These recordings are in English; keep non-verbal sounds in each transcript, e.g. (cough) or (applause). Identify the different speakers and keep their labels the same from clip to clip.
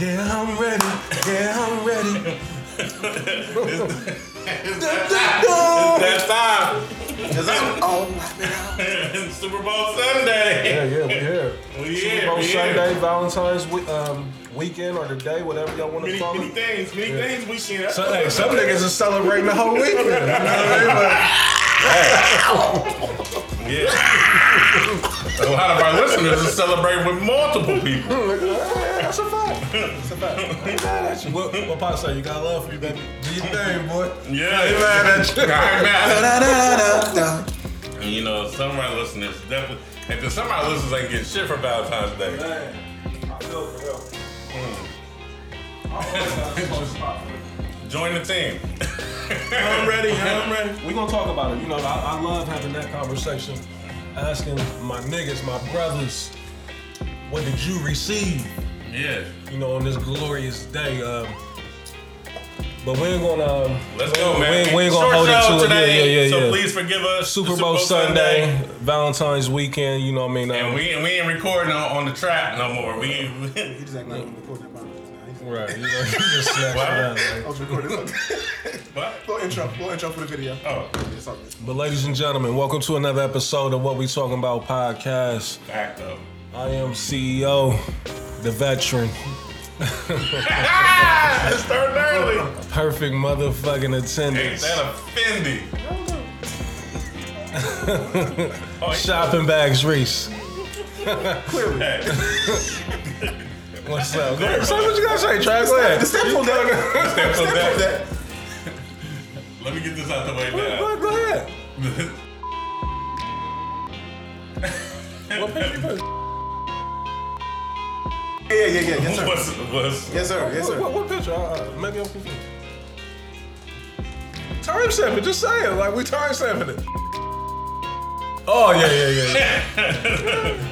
Speaker 1: Yeah, I'm ready. Yeah, I'm ready. (laughs)
Speaker 2: That time.
Speaker 1: oh my God.
Speaker 2: It's (laughs) Super Bowl Sunday.
Speaker 1: Yeah, yeah, we here.
Speaker 2: We
Speaker 1: Super
Speaker 2: here.
Speaker 1: Bowl
Speaker 2: we here.
Speaker 1: Sunday, Valentine's week, um, weekend or the day, whatever y'all want to
Speaker 2: Many,
Speaker 1: call
Speaker 2: many
Speaker 1: it.
Speaker 2: things. Many things we share.
Speaker 1: So, hey, some niggas are celebrating the whole weekend. You know what I
Speaker 2: Yeah. a lot of our listeners are celebrating with multiple people.
Speaker 1: mean? But, yeah, that's a fact. That's a fact. Ain't mad at you. What, what Pop say? You got love for you, baby. Do your thing, boy.
Speaker 2: (laughs) Yeah.
Speaker 1: Ain't mad at you.
Speaker 2: All right, man.
Speaker 1: Da-da-da-da-da.
Speaker 2: And you know, some of our listeners definitely, and then some of our listeners ain't getting shit for Valentine's Day.
Speaker 1: Man, I feel for real.
Speaker 2: Join the team. (laughs)
Speaker 1: I'm ready. I'm ready. We're gonna talk about it. You know, I, I love having that conversation, asking my niggas, my brothers, what did you receive?
Speaker 2: Yeah.
Speaker 1: You know, on this glorious day. Um, but we ain't gonna. um,
Speaker 2: Let's
Speaker 1: we
Speaker 2: go,
Speaker 1: ain't-
Speaker 2: man.
Speaker 1: We ain't, we ain't
Speaker 2: Short
Speaker 1: gonna
Speaker 2: show
Speaker 1: hold it to it.
Speaker 2: today,
Speaker 1: Yeah, yeah, yeah.
Speaker 2: So
Speaker 1: yeah.
Speaker 2: please forgive us.
Speaker 1: Super Bowl Sunday, Valentine's weekend. You know what I mean?
Speaker 2: And
Speaker 1: Um,
Speaker 2: we, and we ain't recording on, on the trap no more. We, (laughs)
Speaker 3: He just acting like I'm recording that podcast now. He's-
Speaker 1: (laughs) right. You know, you just (laughs) snatched it out,
Speaker 3: I
Speaker 1: man.
Speaker 3: was recording something.
Speaker 1: (laughs)
Speaker 2: what?
Speaker 3: little intro, little intro for the video.
Speaker 2: Oh,
Speaker 3: It's all good.
Speaker 1: But ladies and gentlemen, welcome to another episode of What We Talking About podcast.
Speaker 2: back though.
Speaker 1: I am CEO, the veteran,
Speaker 2: (laughs) Ah, it's starting early.
Speaker 1: perfect motherfucking
Speaker 2: Ain't
Speaker 1: attendance.
Speaker 2: that offending? oh, he-
Speaker 1: Shopping bags, Reese. (laughs)
Speaker 3: Clearly.
Speaker 2: hey,
Speaker 1: What's up? Say what you gotta say, Travis. Go ahead.
Speaker 3: The steps on that.
Speaker 2: steps on
Speaker 3: Steps on
Speaker 2: that.
Speaker 3: that.
Speaker 2: Let me get this out the
Speaker 1: (laughs)
Speaker 2: way
Speaker 1: Go
Speaker 2: now.
Speaker 1: go ahead. What picture you put?
Speaker 3: Yeah, yeah, yeah. Yes,
Speaker 2: (laughs)
Speaker 3: sir.
Speaker 2: What's, what's,
Speaker 3: Yes, sir. Yes,
Speaker 1: What,
Speaker 3: sir.
Speaker 1: what, what picture? Uh, uh, maybe I'm confused. Time stamping. Just say it. Like we time stamping it. Oh yeah, yeah, yeah, yeah.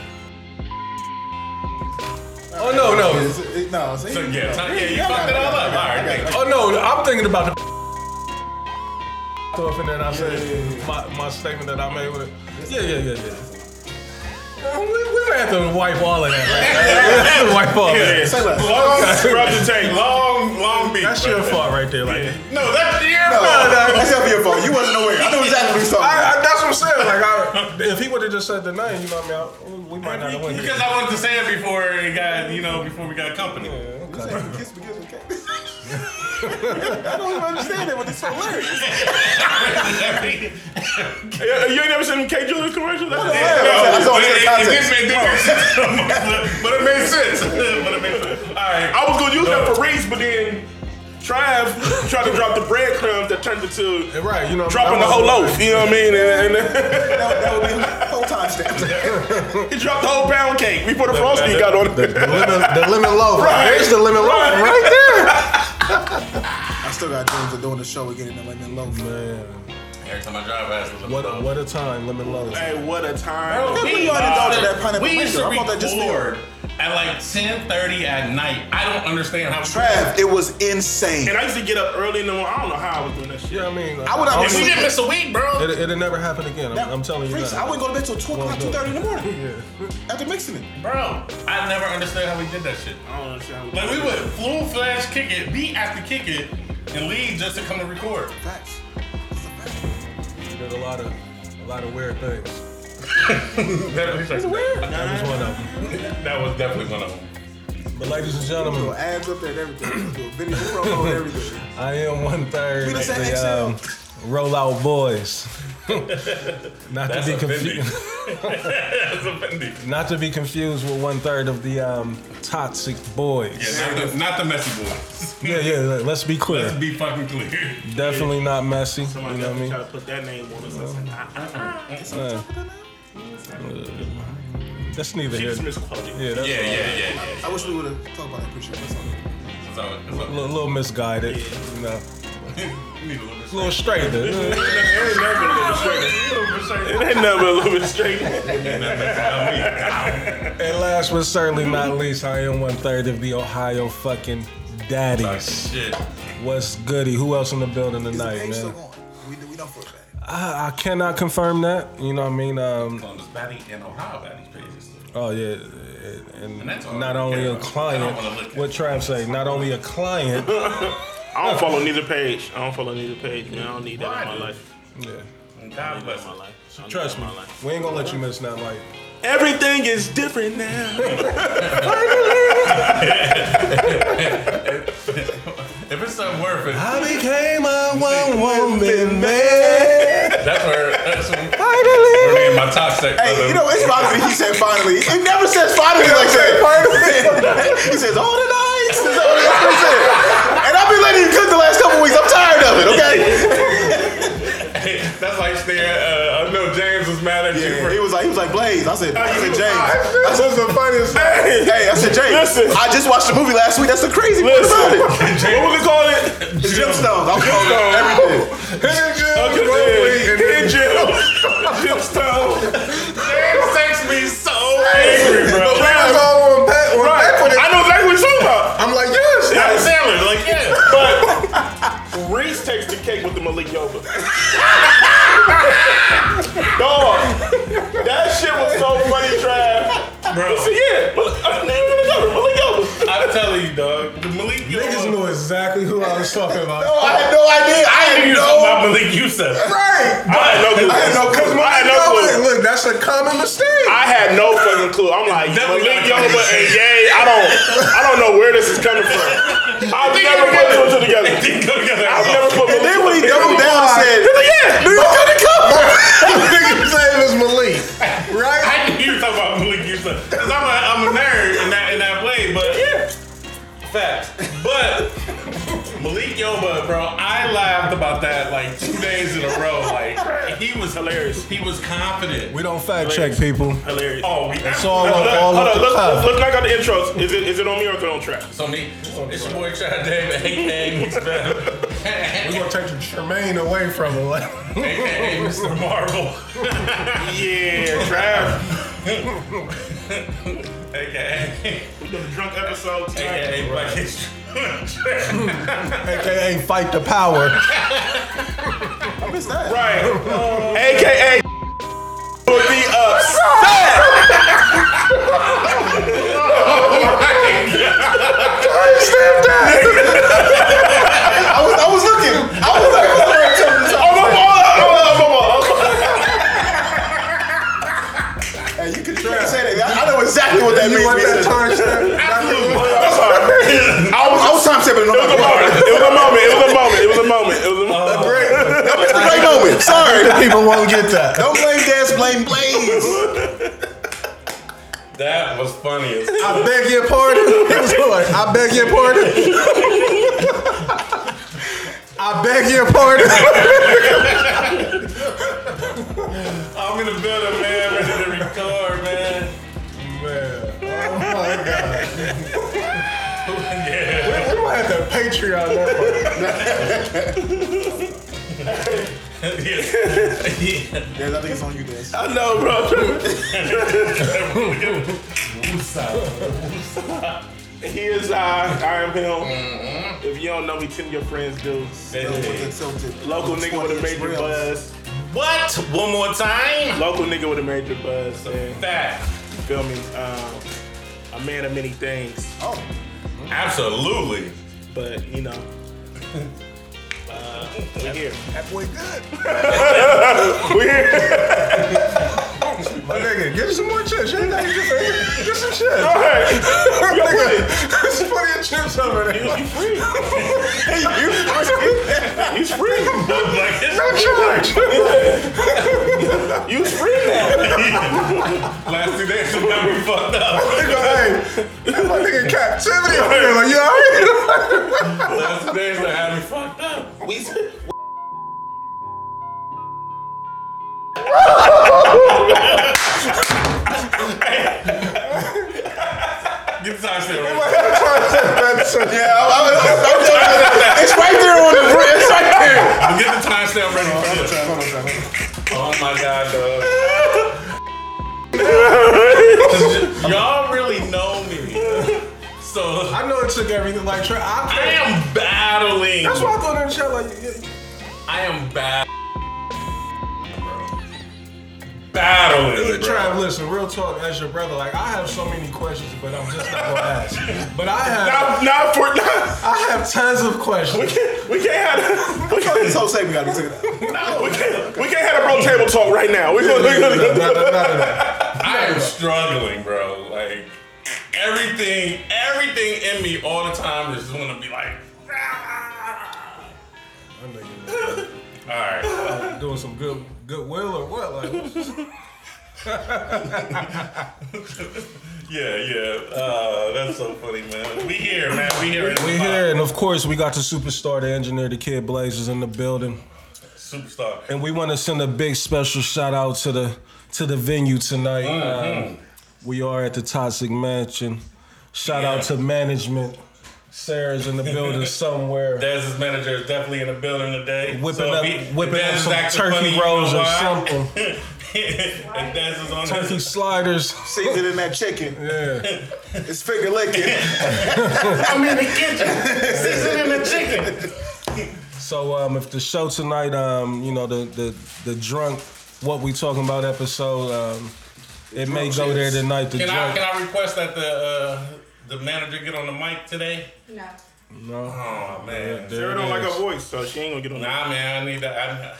Speaker 3: (laughs)
Speaker 1: oh no, no.
Speaker 3: It's- it- No, see?
Speaker 2: so yeah, time, yeah, you
Speaker 3: I got
Speaker 2: fucked it all
Speaker 3: I
Speaker 2: up.
Speaker 3: got
Speaker 2: All right, thank
Speaker 1: (laughs)
Speaker 2: you.
Speaker 1: Oh no, I'm thinking about the (laughs) throw up in there and I said
Speaker 3: yeah, yeah, yeah.
Speaker 1: My, my statement that I made with it. Yeah, yeah, yeah, yeah. Uh, We, we may have to wipe all of that. Right? wipe all of
Speaker 2: (laughs) Yeah,
Speaker 1: that.
Speaker 3: Say less.
Speaker 2: Long scrub to take. Long, long beat.
Speaker 1: That's your
Speaker 2: brother.
Speaker 1: fault right there. Like,
Speaker 2: No, that's your
Speaker 3: No,
Speaker 2: fault.
Speaker 3: That's not your fault. You wasn't aware. I knew exactly what he was talking about.
Speaker 1: I, I, that's what I'm saying. Like, I, if he would have just said the name, you know what I mean? I, we might not have won.
Speaker 2: Because I wanted to say it before it got, you know, before we got company.
Speaker 3: You said forgive, forgive, forgive. I don't even understand it, but it's hilarious.
Speaker 4: You ain't never seen them K Jewelers commercials? That's
Speaker 3: Hilarious.
Speaker 4: hilarious.
Speaker 3: That's all
Speaker 2: but,
Speaker 3: in
Speaker 2: it,
Speaker 3: the
Speaker 2: it
Speaker 3: context.
Speaker 2: did make difference. (laughs) but it made sense. but it made sense. All right.
Speaker 4: I was gonna use that for Reese, but then Trav tried to drop the breadcrumbs that turned into
Speaker 1: (laughs) Right, you know what I mean?
Speaker 4: dropping the whole loaf. You know what I mean? And, and (laughs)
Speaker 3: That, that would be the whole time stamp.
Speaker 4: he dropped the whole pound cake before the frosting got on it.
Speaker 1: The lemon, the lemon loaf. There's the lemon loaf (laughs) right
Speaker 3: I still got dreams of doing the show again in the Lemon Loaf.
Speaker 1: there. Oh, Man,
Speaker 2: Every time I drive past, it's a
Speaker 1: what, a-
Speaker 2: little-
Speaker 1: what a time, lemon loaf.
Speaker 4: Hey, what a time!
Speaker 3: Good we already
Speaker 2: uh,
Speaker 3: go to that pineapple
Speaker 2: we used to
Speaker 3: window. I thought that just
Speaker 2: record at like 10:30 at night. I don't understand how.
Speaker 3: Trav, it was insane.
Speaker 4: And I used to get up early in the morning. I don't know how I was doing that shit.
Speaker 1: Yeah, I mean,
Speaker 3: I would have
Speaker 2: we didn't miss a week, bro.
Speaker 1: It, it'll never happen again. I'm, I'm telling you
Speaker 3: Freaks,
Speaker 1: that.
Speaker 3: I wouldn't go to bed till 2 o'clock,
Speaker 1: Well,
Speaker 3: 2.30 in the morning
Speaker 1: Yeah.
Speaker 3: after mixing it.
Speaker 2: Bro, I never understood how we did that shit.
Speaker 4: I don't understand. How
Speaker 2: Like we would full flash kick it, beat after kick it, and leave just to come and record.
Speaker 3: Facts. That's a fact.
Speaker 1: We did a lot of a lot of weird things.
Speaker 2: that, was
Speaker 1: That was one of them.
Speaker 2: that was definitely one of them.
Speaker 1: But ladies and
Speaker 3: We do
Speaker 1: gentlemen,
Speaker 3: ads up there and everything. We do video promo and everything.
Speaker 1: I am one third
Speaker 3: We
Speaker 1: of
Speaker 3: the same
Speaker 1: the um, Rollout
Speaker 3: (laughs)
Speaker 1: Boys. not
Speaker 2: That's
Speaker 1: to be
Speaker 2: offending.
Speaker 1: confused.
Speaker 2: That's offending.
Speaker 1: (laughs) Not to be confused with one third of the um, Toxic Boys.
Speaker 2: Yeah, not the, not the messy boys.
Speaker 1: Yeah, yeah. let- Let's be clear.
Speaker 2: Let's be fucking clear.
Speaker 1: Definitely not messy. You know
Speaker 4: Somebody
Speaker 1: what I
Speaker 4: else
Speaker 1: mean?
Speaker 4: tried to put that name on us. I said, nah, uh-uh. It's
Speaker 1: Uh, that's neither here.
Speaker 4: just misquoted.
Speaker 1: Yeah, that's
Speaker 2: Yeah, yeah, yeah, yeah. yeah.
Speaker 3: I wish we would have talked about that pre-show. That's all.
Speaker 2: So, so,
Speaker 1: a little, little misguided. You know,
Speaker 2: need a little (laughs) bit.
Speaker 1: a little straight. though.
Speaker 4: It ain't never a little straight. It ain't never a little bit straight.
Speaker 1: (laughs) And last but certainly
Speaker 2: (laughs)
Speaker 1: not least, I am one third of the Ohio fucking daddies.
Speaker 2: Shit.
Speaker 1: What's goody? Who else in the building
Speaker 3: Is the
Speaker 1: tonight,
Speaker 3: page still
Speaker 1: man?
Speaker 3: going? We, we know for a fact.
Speaker 1: I, I cannot confirm that. You know what I mean? Um,
Speaker 2: Columbus Batty and Ohio Batty pages.
Speaker 1: oh yeah, and,
Speaker 2: that's all
Speaker 1: not
Speaker 2: I
Speaker 1: only
Speaker 2: care
Speaker 1: a
Speaker 2: about. I
Speaker 1: client.
Speaker 2: don't wanna look at
Speaker 1: What Trav say? Not only a
Speaker 2: (laughs)
Speaker 1: client.
Speaker 4: I don't follow neither page. I don't follow neither page, man. I don't need that
Speaker 2: Why,
Speaker 4: in my
Speaker 2: dude?
Speaker 4: life.
Speaker 1: yeah.
Speaker 2: God
Speaker 4: I don't need that
Speaker 2: bless
Speaker 4: in my
Speaker 2: him.
Speaker 4: life. I don't need
Speaker 1: Trust
Speaker 4: that in
Speaker 1: me,
Speaker 4: my life.
Speaker 1: we ain't gonna let you miss that light.
Speaker 4: Everything is different (laughs) now.
Speaker 2: If it's not worth it,
Speaker 1: I became a one woman man. (laughs)
Speaker 2: that's where that's where
Speaker 1: Finally.
Speaker 2: me and my toxic
Speaker 3: Hey, you know, it's finally. He said finally. It never says finally like that. he says all the nights. That's what that's what he said. And I've been letting you cook the last couple weeks. I'm tired of it. Okay.
Speaker 2: that's like staring. Uh, I know James was mad at you. For,
Speaker 3: He was like, he was like Blaze. I said, I said James. I said,
Speaker 4: That's the
Speaker 2: (laughs)
Speaker 4: funniest thing.
Speaker 3: hey, I said James.
Speaker 4: Listen.
Speaker 3: I just watched the movie last week. That's the crazy part about
Speaker 4: Listen,
Speaker 3: it.
Speaker 4: what we call it?
Speaker 3: The gemstones. I'm calling it everything.
Speaker 4: Uncle Dan, Kid Jim, Jim (laughs) Stone. Damn, sex me so angry, bro. Right. I know exactly what you're talking about.
Speaker 3: I'm like, yes.
Speaker 4: Adam Sandler, like yeah, but (laughs) Reese takes the cake with the Malik Yoba. (laughs) Dog, that shit was so funny, Trav.
Speaker 2: Bro.
Speaker 4: But see, yeah, Malik- uh, I named it another Malik Yoba.
Speaker 2: I'm telling you, dog. The Malik
Speaker 1: Niggas knew exactly who I was talking (laughs) about.
Speaker 3: I had no idea. I
Speaker 2: You
Speaker 3: had
Speaker 2: know about
Speaker 3: no.
Speaker 2: Malik Youssef.
Speaker 3: Right.
Speaker 4: I had no clue. I
Speaker 3: had no clue.
Speaker 4: I had no clue.
Speaker 3: Look, that's a common mistake.
Speaker 4: I had no fucking clue. I'm like
Speaker 2: Definitely
Speaker 4: Malik
Speaker 2: not
Speaker 4: Yoba
Speaker 2: Kanye.
Speaker 4: and Ye. I don't, I don't know where this is coming from. I've never put two and two together.
Speaker 2: They go together.
Speaker 4: I've never put.
Speaker 3: And then when he doubled
Speaker 4: He's
Speaker 3: down and said,
Speaker 4: like, yeah,
Speaker 3: New York gonna
Speaker 1: (laughs)
Speaker 3: come.
Speaker 5: Nigga's name is Malik,
Speaker 2: (laughs)
Speaker 5: right?
Speaker 2: I knew you were talking about Malik Youssef because I'm a I'm a nerd in that in that way, but yeah, facts. But Malik Yoba, bro, I laughed about that like two days in a row. Like he was hilarious. He was confident.
Speaker 1: We don't fact check people.
Speaker 4: hilarious.
Speaker 2: Oh, we that's
Speaker 1: all
Speaker 4: Hold
Speaker 1: Look, all
Speaker 4: on,
Speaker 1: off
Speaker 4: hold on.
Speaker 1: the
Speaker 4: Look,
Speaker 1: top.
Speaker 4: look, look, I got the intros. Is it, is it on me or is it on track?
Speaker 2: So me, it's your boy Chad David, (laughs) aka Mr.
Speaker 1: We
Speaker 2: Bell.
Speaker 1: gonna take Tremaine away from it. (laughs) Like,
Speaker 2: aka (laughs) Mr. Marvel,
Speaker 4: Yeah,
Speaker 2: (laughs)
Speaker 4: (laughs) Trav.
Speaker 2: aka
Speaker 4: We did a drunk episode tonight.
Speaker 2: aka Black History.
Speaker 1: AKA fight the power.
Speaker 3: I missed that.
Speaker 4: Right. AKA would be upset.
Speaker 3: I was, I was looking. I was like, I was like,
Speaker 4: Oh, my God. Oh, my God.
Speaker 3: oh, hey, you can try to say that. I, I know exactly what that means. man.
Speaker 4: (laughs) I'm sorry.
Speaker 3: I was, I was time stepping on
Speaker 4: It was a
Speaker 3: that.
Speaker 4: moment. It was a moment. It was a moment. It was a moment. It was a moment.
Speaker 3: That was the great moment. Sorry.
Speaker 5: (laughs) People won't get that.
Speaker 3: Don't blame Dance, blame Blaze.
Speaker 2: That was funny (laughs) as
Speaker 5: I beg your pardon. (laughs) It was hard. I beg your pardon. (laughs) I beg your pardon.
Speaker 2: I'm in the building, man, ready to record, man.
Speaker 1: (laughs)
Speaker 2: (laughs)
Speaker 1: Man,
Speaker 2: Yeah.
Speaker 1: we gonna have to Patreon that part.
Speaker 2: (laughs) yeah.
Speaker 3: Dance, I think it's on you, Dance.
Speaker 4: I know, bro. (laughs) He is I. I am him. If you don't know me, ten of your friends do. Local nigga with a major buzz.
Speaker 2: What? One more time?
Speaker 4: Local nigga with a major buzz. Man.
Speaker 2: That.
Speaker 4: Feel me? Um, a man of many things,
Speaker 3: Oh, (laughs)
Speaker 2: Absolutely. (laughs)
Speaker 4: but you know. Uh, we're here.
Speaker 5: That boy good.
Speaker 4: (laughs) We're here.
Speaker 5: My nigga, get you some more chips. You ain't gotta get your- Get some chips. (laughs)
Speaker 4: All (laughs) right.
Speaker 5: Nigga, There's plenty of chips over there.
Speaker 4: You free. You free.
Speaker 5: (laughs)
Speaker 2: Like,
Speaker 5: No
Speaker 2: it's-
Speaker 5: charge.
Speaker 4: You free now.
Speaker 2: last two days have got me fucked up.
Speaker 5: Nigga, hey, my nigga captivity over here. Like, you all (laughs) right?
Speaker 2: Last two days have had me fucked up.
Speaker 4: We.
Speaker 2: Get the time shit right.
Speaker 3: yeah. I, I, I, I'm telling you, it's right there on the bridge. It's right there.
Speaker 2: Get the time stamp ready for this. Oh my god, dog. Y'all really know me. So
Speaker 1: I know it took everything. Like, Tra- I,
Speaker 2: I am battling.
Speaker 1: that's why I thought that shit. Like,
Speaker 2: I am bad. Battling, bro.
Speaker 1: Trav, listen, real talk, as your brother, like I have so many questions, but I'm just not gonna (laughs) ask. But I have,
Speaker 4: Not, not for not.
Speaker 1: I have tons of
Speaker 4: We
Speaker 1: questions.
Speaker 4: can't, we can't have we
Speaker 3: Fuck
Speaker 4: can't,
Speaker 3: this whole segment got me took it out.
Speaker 4: we can't, we can't have a bro table talk right now. We're gonna, we're
Speaker 1: None of
Speaker 4: gonna,
Speaker 1: that, none of that.
Speaker 2: I am struggling, bro. Like everything, everything in me all the time is going to be like. "Ah."
Speaker 1: That nigga
Speaker 2: All right,
Speaker 1: was Doing some good goodwill or what? Like
Speaker 2: yeah, yeah. Uh, that's so funny, man. We here, man. We here. in the
Speaker 1: we
Speaker 2: pod.
Speaker 1: here, and of course we got the superstar, the engineer, the kid Blazers in the building.
Speaker 2: Superstar.
Speaker 1: And we want to send a big special shout out to the to the venue tonight. Um, we are at the Toxic Mansion. Shout out to management. Sarah's in the (laughs) building somewhere.
Speaker 2: Dez's manager is definitely in the building today.
Speaker 1: Whipping
Speaker 2: So
Speaker 1: up-
Speaker 2: if he-
Speaker 1: whipping
Speaker 2: if
Speaker 1: up
Speaker 2: Dez is
Speaker 1: some
Speaker 2: acting
Speaker 1: turkey
Speaker 2: funny, you
Speaker 1: rolls
Speaker 2: know
Speaker 1: or
Speaker 2: why.
Speaker 1: something.
Speaker 2: (laughs) and Dez is on
Speaker 1: Turkey
Speaker 2: his-
Speaker 1: sliders.
Speaker 3: Season in that chicken.
Speaker 1: Yeah.
Speaker 3: It's finger licking.
Speaker 2: I'm in the kitchen. Seasoning the chicken.
Speaker 1: So um, if the show tonight, um, you know the the the drunk, what we talking about episode, um, it may go there tonight. The
Speaker 2: Can I,
Speaker 1: drunk.
Speaker 2: can I request that the uh, the manager get on the mic today?
Speaker 6: No.
Speaker 1: No.
Speaker 2: Oh man.
Speaker 4: Sarah don't like her voice, so she ain't gonna get on that.
Speaker 2: Nah, man. I need that.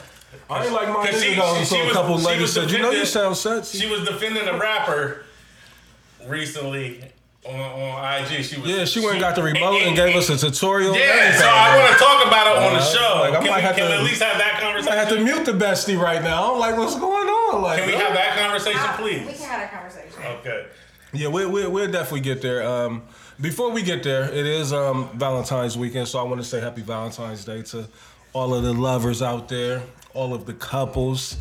Speaker 2: I,
Speaker 1: I ain't like my
Speaker 2: Cause she-
Speaker 1: nigga though.
Speaker 2: she-
Speaker 1: so
Speaker 2: she
Speaker 1: a
Speaker 2: was-
Speaker 1: couple
Speaker 2: she
Speaker 1: ladies
Speaker 2: was
Speaker 1: said, you know you
Speaker 2: defending-
Speaker 1: sound sexy.
Speaker 2: she was defending a rapper recently on, on IG. She was.
Speaker 1: Yeah, she went and got the remote and gave us a tutorial. and
Speaker 2: Yeah,
Speaker 1: everything.
Speaker 2: so I want to talk about it on the
Speaker 1: Alright,
Speaker 2: show.
Speaker 1: like, I
Speaker 2: can
Speaker 1: might
Speaker 2: we,
Speaker 1: have
Speaker 2: can we
Speaker 1: to-
Speaker 2: at least have that
Speaker 1: I
Speaker 2: conversation?
Speaker 1: had to mute the bestie right now. I'm like, what's going on? Like,
Speaker 2: Can we have that conversation,
Speaker 6: Uh,
Speaker 2: please?
Speaker 6: We can have a conversation.
Speaker 5: Oh.
Speaker 2: Okay.
Speaker 1: yeah, we, we, we'll definitely get there. Um, before we get there, it is um, Valentine's weekend, so I want to say Happy Valentine's Day to all of the lovers out there, all of the couples,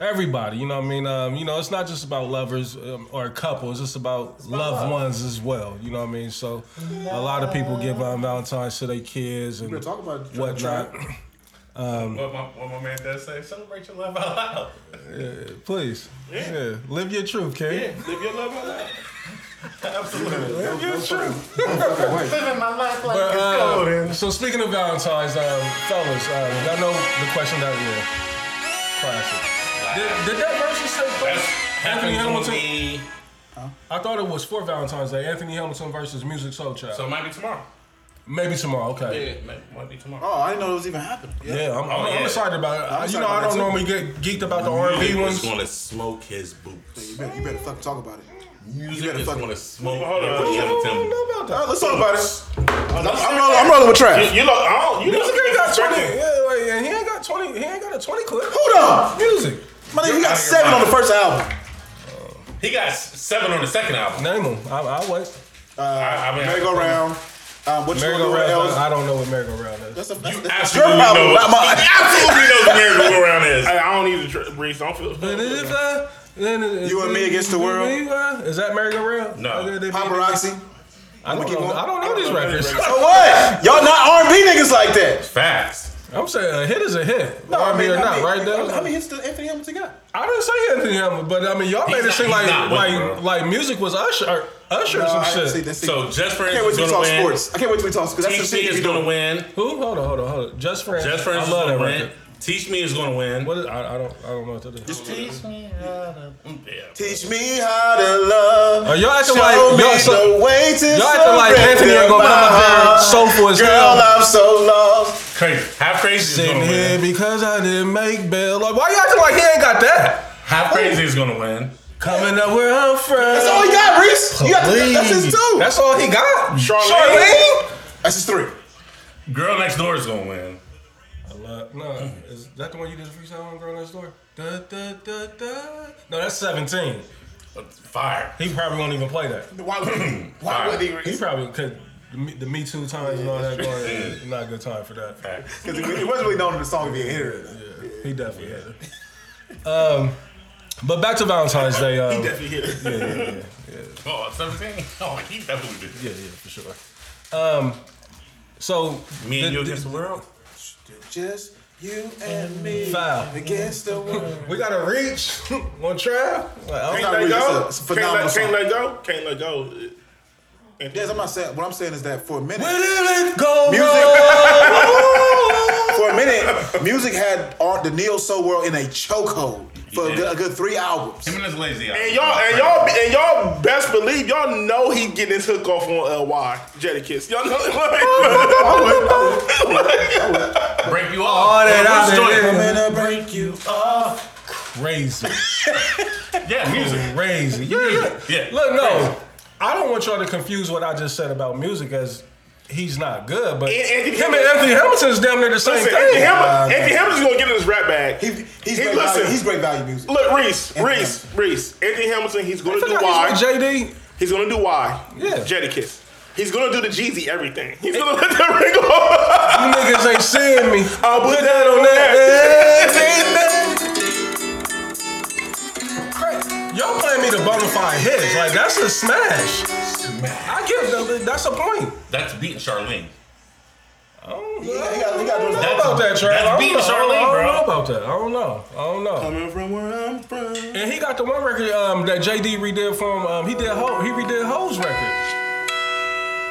Speaker 1: everybody. You know what I mean? Um, you know, it's not just about lovers um, or couples; it's about loved ones as well. You know what I mean? So, a lot of people give um, Valentine's to their kids and
Speaker 3: talk about the
Speaker 1: whatnot.
Speaker 2: what, my, what my man does say, celebrate your love out loud.
Speaker 1: Please. Yeah. Live your truth, kid.
Speaker 4: Live your love out loud.
Speaker 2: (laughs) Absolutely.
Speaker 1: Live your truth.
Speaker 2: Living my life like
Speaker 1: But,
Speaker 2: it's
Speaker 1: uh,
Speaker 2: golden.
Speaker 1: so speaking of Valentine's, um, fellas, um, y'all know the question that yeah. Classic. Did, did that verse just say
Speaker 2: That's
Speaker 1: Anthony
Speaker 2: happens
Speaker 1: Hamilton?
Speaker 2: on the,
Speaker 1: I thought it was for Valentine's Day. Anthony Hamilton versus Music Soul Child.
Speaker 2: so it might be tomorrow.
Speaker 1: Maybe tomorrow. Okay.
Speaker 2: Yeah, might, might be tomorrow.
Speaker 3: Oh, I didn't know it was even happening.
Speaker 1: Yeah, I'm, I'm,
Speaker 2: Oh,
Speaker 1: I'm
Speaker 2: yeah.
Speaker 1: excited about it.
Speaker 3: I'm
Speaker 1: you
Speaker 3: excited
Speaker 1: know, I
Speaker 3: about
Speaker 1: don't
Speaker 3: it too.
Speaker 1: normally get geeked about the R&B ones.
Speaker 2: gonna smoke his boots.
Speaker 3: You better, you better fucking talk about it.
Speaker 2: Music
Speaker 3: better
Speaker 2: is
Speaker 3: fucking-
Speaker 2: gonna smoke
Speaker 4: Hold on.
Speaker 2: Anthony
Speaker 1: I don't
Speaker 2: Hamilton.
Speaker 1: know about
Speaker 3: All
Speaker 1: that.
Speaker 3: right, Uh, let's talk about it. I'm, I'm rolling, I'm rolling with Trav.
Speaker 4: You look, I don't, you
Speaker 1: Music
Speaker 4: look
Speaker 1: ain't got 20.
Speaker 4: disrespectful.
Speaker 1: Yeah, like, yeah, he ain't got 20. He ain't got a 20 clip.
Speaker 3: Hold on.
Speaker 1: Music.
Speaker 3: My nigga, you
Speaker 2: Out of your
Speaker 3: got seven on
Speaker 2: mind.
Speaker 3: the first album.
Speaker 2: He got s- seven on the second album.
Speaker 1: Name him. I, I'll wait.
Speaker 2: I, I mean,
Speaker 3: Merry Go Round. Um, what you
Speaker 1: Merry
Speaker 3: want to
Speaker 1: go
Speaker 3: do with
Speaker 1: round.
Speaker 3: else?
Speaker 1: I don't know what merry go round is.
Speaker 3: That's, a, that's, that's your
Speaker 4: Absolutely
Speaker 3: problem,
Speaker 4: knows.
Speaker 3: not mine.
Speaker 4: He absolutely knows what Merry Go Round is.
Speaker 2: Hey,
Speaker 4: I don't need to tr- breathe. Don't feel.
Speaker 1: Then it is, uh, then it is-
Speaker 3: You and me against the world?
Speaker 1: Me, uh, Is that merry go round?
Speaker 2: No.
Speaker 3: (laughs) Paparazzi.
Speaker 1: I don't,
Speaker 3: I'ma keep
Speaker 1: know,
Speaker 3: going.
Speaker 1: I don't know these records.
Speaker 3: So what? Y'all not R&B niggas like that.
Speaker 2: facts. (laughs)
Speaker 1: I'm saying a hit is a hit. No, I mean, or not, right there.
Speaker 3: How many hits does Anthony Hamilton got?
Speaker 1: I didn't say Anthony Hamilton, but I mean, y'all made it
Speaker 2: not-
Speaker 1: seem
Speaker 2: he's
Speaker 1: like
Speaker 2: not with it,
Speaker 1: like
Speaker 2: bro.
Speaker 1: like music was Usher, or Usher or
Speaker 3: No,
Speaker 1: some
Speaker 3: I
Speaker 1: shit.
Speaker 3: see, that's-
Speaker 2: So just for
Speaker 3: I can't wait
Speaker 2: instance,
Speaker 3: till we
Speaker 2: gonna
Speaker 3: talk
Speaker 2: win.
Speaker 3: sports. I can't wait till we talk sports. That's the
Speaker 2: Teach Me
Speaker 3: shit
Speaker 2: is
Speaker 3: you
Speaker 2: gonna
Speaker 3: do.
Speaker 2: win.
Speaker 1: Who? Hold on, hold on, hold on. Just friends.
Speaker 2: Just for
Speaker 1: I
Speaker 2: instance,
Speaker 1: love that
Speaker 2: gonna
Speaker 1: record.
Speaker 2: win. Teach Me is gonna win.
Speaker 1: What is, I, I don't I don't know what that is.
Speaker 2: Teach me how to. Yeah.
Speaker 3: Teach me how to love.
Speaker 1: Are y'all acting
Speaker 3: Show
Speaker 1: like
Speaker 3: me
Speaker 1: y'all, so,
Speaker 3: the way to
Speaker 1: y'all acting like
Speaker 3: surrender
Speaker 1: Anthony ain't gonna come
Speaker 3: my
Speaker 1: up
Speaker 3: heart.
Speaker 1: there soulful as
Speaker 3: Girl,
Speaker 1: hell.
Speaker 3: I'm so lost.
Speaker 2: Crazy. Half crazy is
Speaker 1: Sitting
Speaker 2: gonna
Speaker 1: here
Speaker 2: win.
Speaker 1: because I didn't make bail. Like, why you acting like he ain't got that?
Speaker 2: Half crazy is gonna win.
Speaker 1: Coming up where I'm from.
Speaker 3: That's all you got, Reese. You got that's his two. That's,
Speaker 1: That's all he got.
Speaker 4: Charlene.
Speaker 3: his three.
Speaker 2: Girl next door is gonna win.
Speaker 1: Charlene? No, is that the one you did for freestyle on Girl Next Door? Da, da, da, da. No, that's 17.
Speaker 2: Uh, Fire.
Speaker 1: He probably won't even play that.
Speaker 3: Why would he? Why would he?
Speaker 1: He probably could. The Me- the Me Too times and all that going, it's not a good time for that.
Speaker 3: Because he wasn't really known in the song to be a hitter.
Speaker 1: He definitely had it. Um, but back to Valentine's Day. Um,
Speaker 3: Definitely hitter.
Speaker 2: (laughs) Oh, 17? Oh, he definitely did.
Speaker 1: yeah, yeah, for sure. Um, so
Speaker 2: Me and
Speaker 1: the-
Speaker 2: you against the world?
Speaker 3: Just you and me
Speaker 1: Foul.
Speaker 3: against the (laughs) world.
Speaker 1: we gotta reach (laughs) one trap. Like, I don't
Speaker 4: Can't
Speaker 3: Not
Speaker 4: let
Speaker 3: really,
Speaker 4: go.
Speaker 3: it's a- it's a
Speaker 4: Can't let, can't
Speaker 3: phenomenal
Speaker 4: let go. Can't let go.
Speaker 1: (laughs)
Speaker 3: Yes, I'm not saying. What I'm saying is that for a minute,
Speaker 1: Where did it go
Speaker 3: Music.
Speaker 1: wrong?
Speaker 3: for a (laughs) minute, music had all the neo soul world in a chokehold for a good, a good three albums.
Speaker 2: Him and his lazy eye.
Speaker 4: And y'all, and y'all, and y'all best believe y'all know he getting his hook off on Ly Jetty Kiss. Y'all
Speaker 1: (laughs)
Speaker 4: know. (laughs)
Speaker 2: break you off.
Speaker 1: that
Speaker 2: Yeah,
Speaker 1: out
Speaker 2: which
Speaker 1: of
Speaker 2: joint?
Speaker 1: there.
Speaker 3: gonna break you.
Speaker 1: Crazy.
Speaker 2: Yeah, music.
Speaker 1: Crazy. Yeah, yeah.
Speaker 2: Yeah.
Speaker 1: Look, no. I don't want y'all to confuse what I just said about music as he's not good, but
Speaker 4: And- and-
Speaker 1: him and Anthony Hamilton's damn near the same
Speaker 4: Listen,
Speaker 1: thing.
Speaker 4: Anthony Hamilton, Anthony Hamilton's gonna get in his rap bag.
Speaker 3: He, he's,
Speaker 4: He-
Speaker 3: great
Speaker 4: listen.
Speaker 3: value, he's great value music.
Speaker 4: Look, Reese,
Speaker 3: Anthony
Speaker 4: Reese, Reese. Anthony Hamilton, he's gonna
Speaker 1: I
Speaker 4: do
Speaker 1: feel
Speaker 4: Y.
Speaker 1: like he's with JD.
Speaker 4: He's gonna do Y.
Speaker 1: Yeah.
Speaker 4: Jadakiss. He's gonna do the Jeezy everything. He's gonna let the (laughs) ring off.
Speaker 1: You niggas ain't seeing me.
Speaker 4: I'll put
Speaker 1: that on Y'all playing me the bona fide hits. Like, that's a smash. I give them, that's a point.
Speaker 2: That's beating Charlene.
Speaker 1: I don't
Speaker 3: He
Speaker 1: know.
Speaker 3: got, he got, he got those-
Speaker 1: I don't know about that, Trav.
Speaker 2: That's
Speaker 1: I don't
Speaker 2: beating
Speaker 1: know. I
Speaker 2: Charlene,
Speaker 1: don't
Speaker 2: bro.
Speaker 1: know about that. I don't know. I don't know.
Speaker 4: Coming from where I'm from.
Speaker 1: And he got the one record um, that JD redid from. Um, he did Ho- he redid Ho's record. I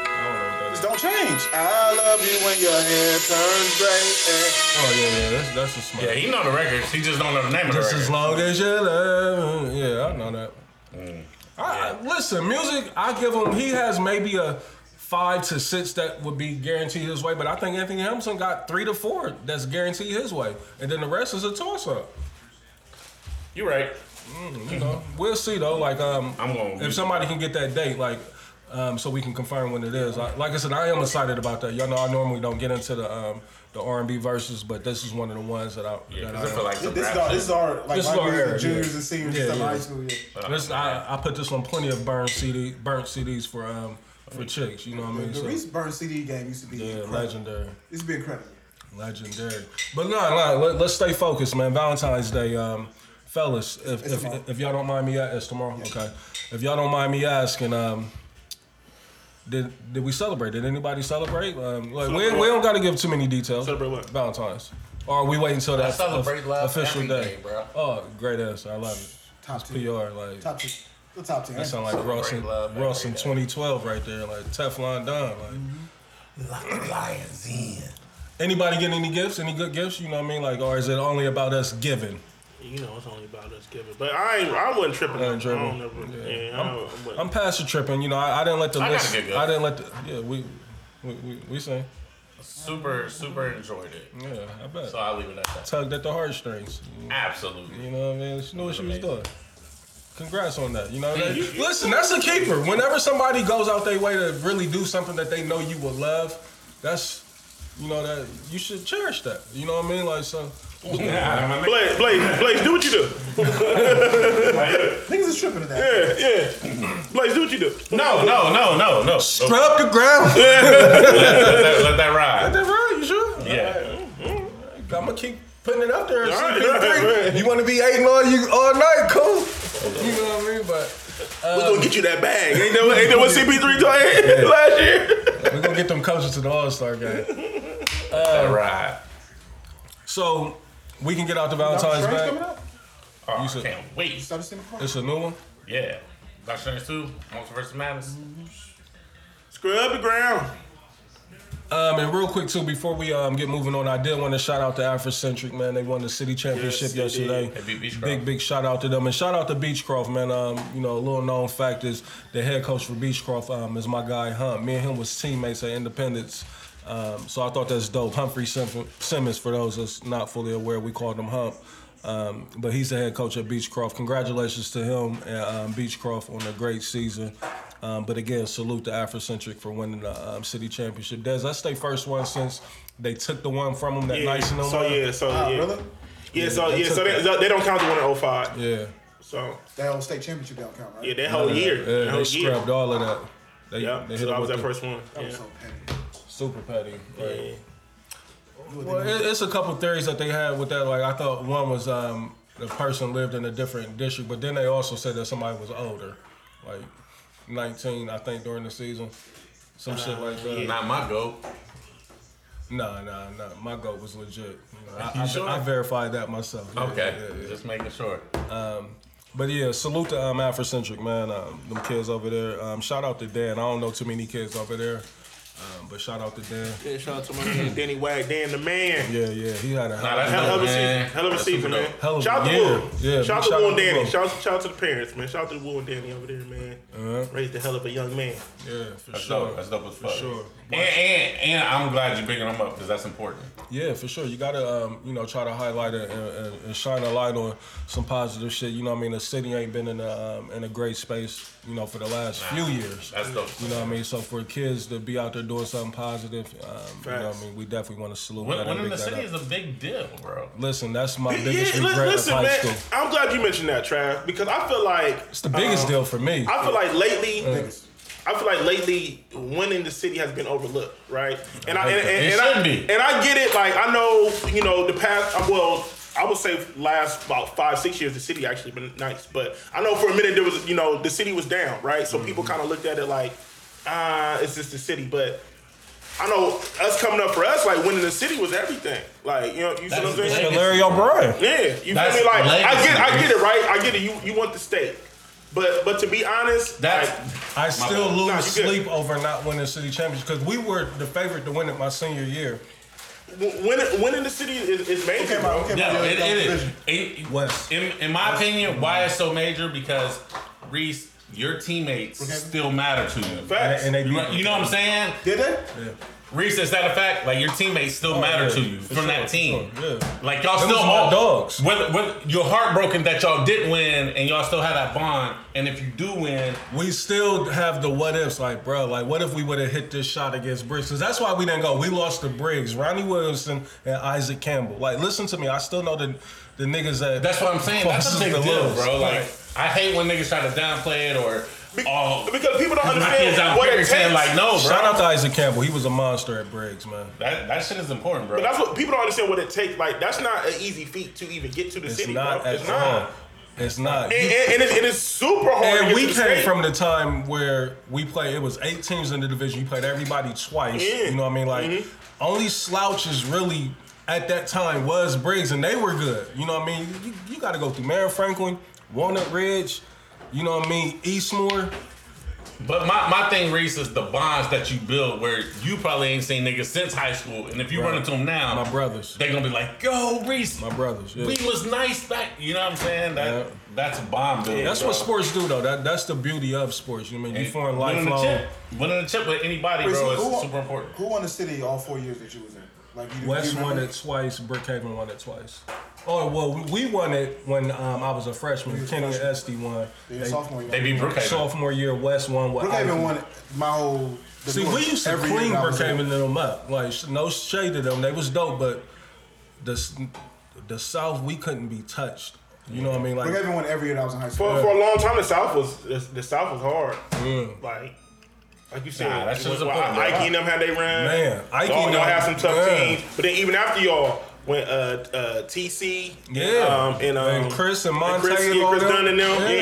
Speaker 1: don't know what that is.
Speaker 3: Don't change. I love you when your hair turns gray.
Speaker 1: Oh yeah, yeah, that's that's a smart.
Speaker 2: Yeah, he know the records. He just don't know the name of the
Speaker 1: Just
Speaker 2: record.
Speaker 1: as long as you love. me. Yeah, I know that.
Speaker 2: Mm.
Speaker 1: I, I- listen, music. I give him. He has maybe a five to six that would be guaranteed his way, but I think Anthony Hamilton got three to four that's guaranteed his way, and then the rest is a toss up.
Speaker 2: You right.
Speaker 1: You know, we'll see though. Like, um,
Speaker 2: Mm-hmm. I'm gonna-
Speaker 1: if somebody can get that date, like, um, so we can confirm when it is. I, like I said, I am excited about that. Y'all know I normally don't get into the um, the R and B verses, but this is one of the ones that I.
Speaker 2: Yeah,
Speaker 1: that
Speaker 2: 'cause
Speaker 1: I
Speaker 2: I feel
Speaker 1: am-
Speaker 2: like some rap
Speaker 3: This is our,
Speaker 2: shit.
Speaker 3: this is our like
Speaker 1: This is
Speaker 3: my
Speaker 1: our
Speaker 3: years
Speaker 1: era,
Speaker 3: and juniors
Speaker 1: yeah.
Speaker 3: and seniors
Speaker 1: Yeah,
Speaker 3: yeah,
Speaker 1: yeah.
Speaker 3: high school. Yeah.
Speaker 1: This, I, I put this on plenty of burned CD, burnt CDs for um for chicks. You know what I mean?
Speaker 3: The
Speaker 1: So,
Speaker 3: Reese Burn CD game used to be
Speaker 1: yeah,
Speaker 3: incredible.
Speaker 1: legendary,
Speaker 3: It's been incredible.
Speaker 1: legendary. But no, no, let, let's stay focused, man. Valentine's Day, um, fellas, if if,
Speaker 3: tomorrow.
Speaker 1: if y'all don't mind me, a- it's tomorrow. Okay, if y'all don't mind me asking, um. Did, did we celebrate? Did anybody celebrate? Um, like, we, we don't got to give too many details.
Speaker 4: Celebrate what?
Speaker 1: Valentine's. Or are we waiting until that
Speaker 2: celebrate love
Speaker 1: official
Speaker 2: every
Speaker 1: day?
Speaker 2: day, bro.
Speaker 1: Oh, great answer. I love it.
Speaker 3: Top two.
Speaker 1: PR, like
Speaker 3: Top two. The top ten.
Speaker 1: That sound like Ross in,
Speaker 2: love
Speaker 1: Ross
Speaker 2: every
Speaker 1: in
Speaker 2: day.
Speaker 1: 2012 right there, like Teflon Don. Like.
Speaker 2: Lions in.
Speaker 1: Anybody getting any gifts? Any good gifts? You know what I mean? Like, or is it only about us giving?
Speaker 4: You know it's only about us giving. But I ain't, I wasn't tripping.
Speaker 1: I ain't tripping.
Speaker 4: I don't never, yeah. I don't, but-
Speaker 1: I'm past the tripping. You know, I, I didn't let the
Speaker 2: I
Speaker 1: list.
Speaker 2: gotta get good.
Speaker 1: I didn't let the. Yeah, we we we, we sing.
Speaker 2: Super, super enjoyed it.
Speaker 1: Yeah, I bet.
Speaker 2: So I'll leave it at that.
Speaker 1: Tugged at the heartstrings. (laughs)
Speaker 2: Absolutely.
Speaker 1: You know what I mean? She knew what she was
Speaker 2: Amazing.
Speaker 1: doing. Congrats on that. You know what I
Speaker 2: Yeah,
Speaker 1: mean?
Speaker 2: you-
Speaker 1: Listen, that's a keeper. Whenever somebody goes out their way to really do something that they know you will love, that's you know that you should cherish that. You know what I mean? Like so.
Speaker 4: Blaze, Blaze, Blaze, do what you do.
Speaker 3: Niggas is tripping to that.
Speaker 4: Yeah, yeah. Blaze, do what you do.
Speaker 2: No, no, no, no, no. Let
Speaker 1: Scrub the (laughs) ground.
Speaker 2: that, let that ride.
Speaker 1: That's right. You sure?
Speaker 2: Yeah.
Speaker 1: I'm gonna keep putting it up there. and see
Speaker 4: All right,
Speaker 1: if it
Speaker 4: all right,
Speaker 1: break.
Speaker 4: all right.
Speaker 1: You want to be eating all you all night, cool? You know what I mean? But
Speaker 4: We're gonna get you that bag. Ain't that, what- ain't that what CP3 told you last year?
Speaker 1: we're gonna get them coaches to the All Star game,
Speaker 2: Let that ride.
Speaker 1: so we can get out the Valentine's
Speaker 3: Strange coming
Speaker 1: bag.
Speaker 3: up?
Speaker 2: Oh,
Speaker 1: You
Speaker 2: I
Speaker 1: said-
Speaker 2: can't wait.
Speaker 3: Start to see me cry.
Speaker 1: It's a new one.
Speaker 2: Yeah. Doctor Strange 2, Multiverse of Madness.
Speaker 4: Scrub the ground.
Speaker 1: Um, and real quick too, before we um, get moving on, I did want to shout out to Afrocentric man. They won the city championship
Speaker 4: Yes, they did.
Speaker 1: yesterday.
Speaker 2: They beat Beechcroft.
Speaker 1: Big big shout out to them, and shout out to Beechcroft man. Um, you know, a little known fact is the head coach for Beechcroft um, is my guy Hunt. Me and him was teammates at Independence. Um, so I thought that's dope. Humphrey Sim- Simmons, for those that's not fully aware, we called him Hump. Um, but he's the head coach at Beechcroft. Congratulations to him and um, Beechcroft on a great season. Um, but again, salute to Afrocentric for winning the um, city championship. Des, that's their first one since they took the one from them that
Speaker 4: Yeah.
Speaker 1: nice and
Speaker 4: so yeah, so
Speaker 3: Ah,
Speaker 4: yeah.
Speaker 3: Really?
Speaker 4: Yeah, so
Speaker 1: they
Speaker 4: yeah, so
Speaker 1: took
Speaker 4: they, so they don't count the one in 05.
Speaker 1: Yeah,
Speaker 4: So
Speaker 3: That whole state championship don't count, right?
Speaker 4: yeah, that whole year.
Speaker 1: yeah,
Speaker 4: that
Speaker 1: they
Speaker 4: whole year.
Speaker 1: scrapped all of that. They,
Speaker 4: Yeah,
Speaker 1: they hit
Speaker 4: so I
Speaker 1: up
Speaker 4: was
Speaker 1: with
Speaker 4: that
Speaker 1: the
Speaker 4: first one.
Speaker 3: That was
Speaker 4: Yeah.
Speaker 3: so petty.
Speaker 1: super petty. Right.
Speaker 4: Yeah.
Speaker 1: Well, it, it's a couple theories that they had with that. Like I thought one was um, the person lived in a different district, but then they also said that somebody was older, like 19, I think, during the season, some shit like that.
Speaker 2: Not my goat.
Speaker 1: Nah, nah, nah. My goat was legit. You know, I,
Speaker 2: You
Speaker 1: I,
Speaker 2: sure?
Speaker 1: I verified that myself. Yeah,
Speaker 2: Okay.
Speaker 1: yeah, yeah, yeah.
Speaker 2: Just making sure.
Speaker 1: But yeah, salute to um, Afrocentric man. Um, them kids over there. Um, shout out to Dan. I don't know too many kids over there. Um, but shout out to Dan.
Speaker 4: Yeah, shout out to my man Danny Wag, Dan the man.
Speaker 1: Yeah, yeah, he had a
Speaker 2: that's
Speaker 4: Hell of a
Speaker 2: dope, man.
Speaker 4: season. Hell of a
Speaker 2: That's
Speaker 4: season,
Speaker 2: super
Speaker 4: man.
Speaker 2: dope.
Speaker 1: Hell of a-
Speaker 4: Shout out to
Speaker 1: yeah,
Speaker 4: Wu.
Speaker 1: yeah,
Speaker 4: Shout
Speaker 1: shout
Speaker 4: out to Wu
Speaker 1: out
Speaker 4: and
Speaker 1: to
Speaker 4: Danny.
Speaker 1: Wu.
Speaker 4: Shout out, shout out to the parents, man. Shout out to Wu and Danny over there, man.
Speaker 1: Uh-huh.
Speaker 4: Raised the hell of a young man.
Speaker 1: yeah, for
Speaker 2: That's
Speaker 1: sure.
Speaker 2: dope. That's dope as fuck.
Speaker 1: sure.
Speaker 2: And, and and I'm glad you're picking them up because that's important.
Speaker 1: Yeah, for sure. You gotta, um, you know, try to highlight it and, and, and shine a light on some positive shit. You know what I mean? The city ain't been in a um, in a great space, you know, for the last few years.
Speaker 2: That's dope.
Speaker 1: You know what I mean? So for kids to be out there doing something positive, um, you know what
Speaker 4: Facts.
Speaker 1: I mean? We definitely want to salute that.
Speaker 2: Winning
Speaker 1: and
Speaker 2: in the
Speaker 1: big that
Speaker 2: city
Speaker 1: up.
Speaker 2: is a big deal, bro.
Speaker 1: Listen, that's
Speaker 2: (laughs)
Speaker 1: my
Speaker 4: Yeah,
Speaker 1: biggest
Speaker 4: li-
Speaker 1: regret
Speaker 4: listen,
Speaker 1: of high
Speaker 4: man.
Speaker 1: school.
Speaker 4: I'm glad you mentioned that, Trav, because I feel like
Speaker 1: It's the biggest
Speaker 2: Uh,
Speaker 4: um,
Speaker 1: deal for me.
Speaker 4: I feel like lately, I feel like lately, winning the city has been overlooked, right? And I and, and,
Speaker 2: It
Speaker 4: and I,
Speaker 2: shouldn't be.
Speaker 4: and I get it. Like I know, you know, the past. uh, Well, I would say last about five, six years, the city actually been nice. But I know for a minute there was, you know, the city was down, right? So people
Speaker 1: Mm-hmm.
Speaker 4: kind of looked at it like, ah, it's just the city, but. I know us coming up for us, like winning the city was everything. Like, you know, you see what I'm
Speaker 2: That's
Speaker 4: saying?
Speaker 2: big.
Speaker 1: Larry O'Brien.
Speaker 4: Yeah, you
Speaker 2: That's
Speaker 4: feel me? Like I
Speaker 2: legacy,
Speaker 4: get, I
Speaker 2: man.
Speaker 4: get it, right? I get it. You you want the state, but but to be honest,
Speaker 2: That's
Speaker 4: like,
Speaker 1: I still
Speaker 2: bad.
Speaker 1: lose
Speaker 4: Nah, you good.
Speaker 1: sleep over not winning city championship because we were the favorite to win it my senior year.
Speaker 4: w- winning winning the city is, is major.
Speaker 5: Came
Speaker 4: bro.
Speaker 5: out, came
Speaker 2: Yeah,
Speaker 5: out
Speaker 2: it,
Speaker 5: the
Speaker 2: it is.
Speaker 5: division.
Speaker 2: It-
Speaker 1: West.
Speaker 2: In, in my opinion, why it's so major because Reese, your teammates still matter to you.
Speaker 4: Facts.
Speaker 1: And they,
Speaker 2: You know- you know what I'm saying?
Speaker 5: Did they?
Speaker 2: Reese, is that a fact? Like your teammates still matter
Speaker 1: Oh, yeah,
Speaker 2: to you
Speaker 1: for
Speaker 2: from
Speaker 1: sure,
Speaker 2: that
Speaker 1: for
Speaker 2: team.
Speaker 1: sure, yeah.
Speaker 2: Like y'all
Speaker 1: Them
Speaker 2: still
Speaker 1: was my
Speaker 2: all
Speaker 1: dogs.
Speaker 2: Whether, whether you're heartbroken that y'all didn't win and y'all still have that bond, and if you do win,
Speaker 1: we still have the what ifs, like, bro, like, what if we would have hit this shot against Briggs? Because that's why we didn't go. We lost to Briggs, Ronnie Williamson, and Isaac Campbell. Like, listen to me, I still know the the niggas that.
Speaker 2: that's what I'm saying. That's a
Speaker 1: Forces
Speaker 2: big
Speaker 1: to
Speaker 2: deal,
Speaker 1: lose.
Speaker 2: bro. Like
Speaker 1: Right.
Speaker 2: I hate when niggas try to downplay it or
Speaker 4: Be-
Speaker 2: oh,
Speaker 4: because people don't
Speaker 2: my kids
Speaker 4: understand
Speaker 2: out
Speaker 4: what
Speaker 2: here
Speaker 4: it
Speaker 2: saying
Speaker 4: takes.
Speaker 2: like no,
Speaker 1: Shout
Speaker 2: bro.
Speaker 1: out to Isaac Campbell. He was a monster at Briggs, man.
Speaker 2: That that shit is important, bro.
Speaker 4: But that's what people don't understand what it takes. Like that's not an easy feat to even get to the
Speaker 1: It's
Speaker 4: city,
Speaker 1: not
Speaker 4: bro.
Speaker 1: at
Speaker 4: It's
Speaker 1: all.
Speaker 4: not.
Speaker 1: It's not.
Speaker 4: And, and, and it's, and it's super hard. to
Speaker 1: And
Speaker 4: get
Speaker 1: we
Speaker 4: to
Speaker 1: came
Speaker 4: the state.
Speaker 1: from the time where we played. It was eight teams in the division. You played everybody twice.
Speaker 4: Yeah.
Speaker 1: You know what I mean? Like only slouches really at that time was Briggs, and they were good. You know what I mean? You, you got to go through Mayor Franklin, Walnut Ridge. You know what I mean? Eastmore.
Speaker 2: But my, my thing, Reese, is the bonds that you build where you probably ain't seen niggas since high school. And if you
Speaker 1: Right.
Speaker 2: run into them now,
Speaker 1: My brothers.
Speaker 2: they gonna be like, yo, Reese,
Speaker 1: My brothers. Yeah.
Speaker 2: we was nice back. You know what I'm saying? That
Speaker 1: Yeah.
Speaker 2: That's a bond building.
Speaker 1: That's what sports do, though. That that's the beauty of sports. You know what I mean? You form
Speaker 2: Winning the
Speaker 1: lifelong.
Speaker 2: chip, winning the chip with anybody,
Speaker 5: Wait,
Speaker 2: bro,
Speaker 5: so
Speaker 2: is
Speaker 5: who won-
Speaker 2: super important.
Speaker 5: Who won the city all four years that you was in? Like you,
Speaker 1: West
Speaker 5: you
Speaker 1: won
Speaker 5: remember?
Speaker 1: it twice. Brookhaven won it twice. Oh well, we won it when um, I was a freshman. Kenny and Esty won.
Speaker 5: Your
Speaker 1: They-
Speaker 5: sophomore year.
Speaker 2: They beat Brookhaven.
Speaker 1: sophomore year, West won. What I
Speaker 5: Brookhaven
Speaker 1: did.
Speaker 5: won my whole. the
Speaker 1: See,
Speaker 5: North
Speaker 1: we used to
Speaker 5: every year
Speaker 1: clean
Speaker 5: that I was
Speaker 1: Brookhaven
Speaker 5: in.
Speaker 1: and them up. Like sh- no shade to them, they was dope, but the s- the South we couldn't be touched. You know what I mean? Like
Speaker 5: Brookhaven won every year that I was in high school.
Speaker 4: for, for a long time. The South was the, the South was hard.
Speaker 1: Mm.
Speaker 4: Like like you said,
Speaker 2: Nah, that's just
Speaker 4: well,
Speaker 2: important,
Speaker 4: Ike
Speaker 2: bro.
Speaker 4: and them had they ran.
Speaker 1: Man, Ike
Speaker 4: y'all,
Speaker 1: and
Speaker 4: y'all
Speaker 1: them-
Speaker 4: had some tough
Speaker 1: yeah.
Speaker 4: teams. But then even after y'all. When uh, uh, TC,
Speaker 1: Yeah.
Speaker 4: um, and, um,
Speaker 1: And Chris and
Speaker 4: Chris,
Speaker 1: Monte and
Speaker 4: yeah,
Speaker 1: all
Speaker 4: Chris
Speaker 1: them.
Speaker 4: Dunn and them,
Speaker 1: Yeah.
Speaker 4: yeah, yeah.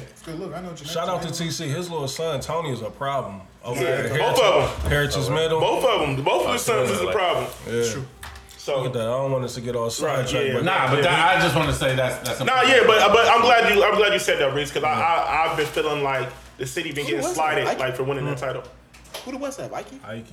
Speaker 5: It's Good look, I know. Jeanette
Speaker 1: shout out to
Speaker 5: Jeanette.
Speaker 1: TC, his little son Tony is a problem. Over
Speaker 4: Yeah,
Speaker 1: at
Speaker 4: both
Speaker 1: Heritage-
Speaker 4: of
Speaker 1: Heritage Middle.
Speaker 4: Both of them, both of his sons is a
Speaker 2: like-
Speaker 4: problem.
Speaker 1: Yeah.
Speaker 4: So
Speaker 1: Look at that. I don't want us to get all sidetracked.
Speaker 4: yeah.
Speaker 1: but-
Speaker 2: Nah, but
Speaker 4: Yeah,
Speaker 2: that, I just want to say that's that's
Speaker 4: Nah,
Speaker 2: important.
Speaker 4: yeah, but uh, but I'm glad you I'm glad you said that, Reese, because I, I I've been feeling like the city been getting
Speaker 5: was it?
Speaker 4: slighted
Speaker 5: Ike?
Speaker 4: like for winning
Speaker 1: Mm.
Speaker 4: that title.
Speaker 5: Who the West have? Ike?
Speaker 1: Ike,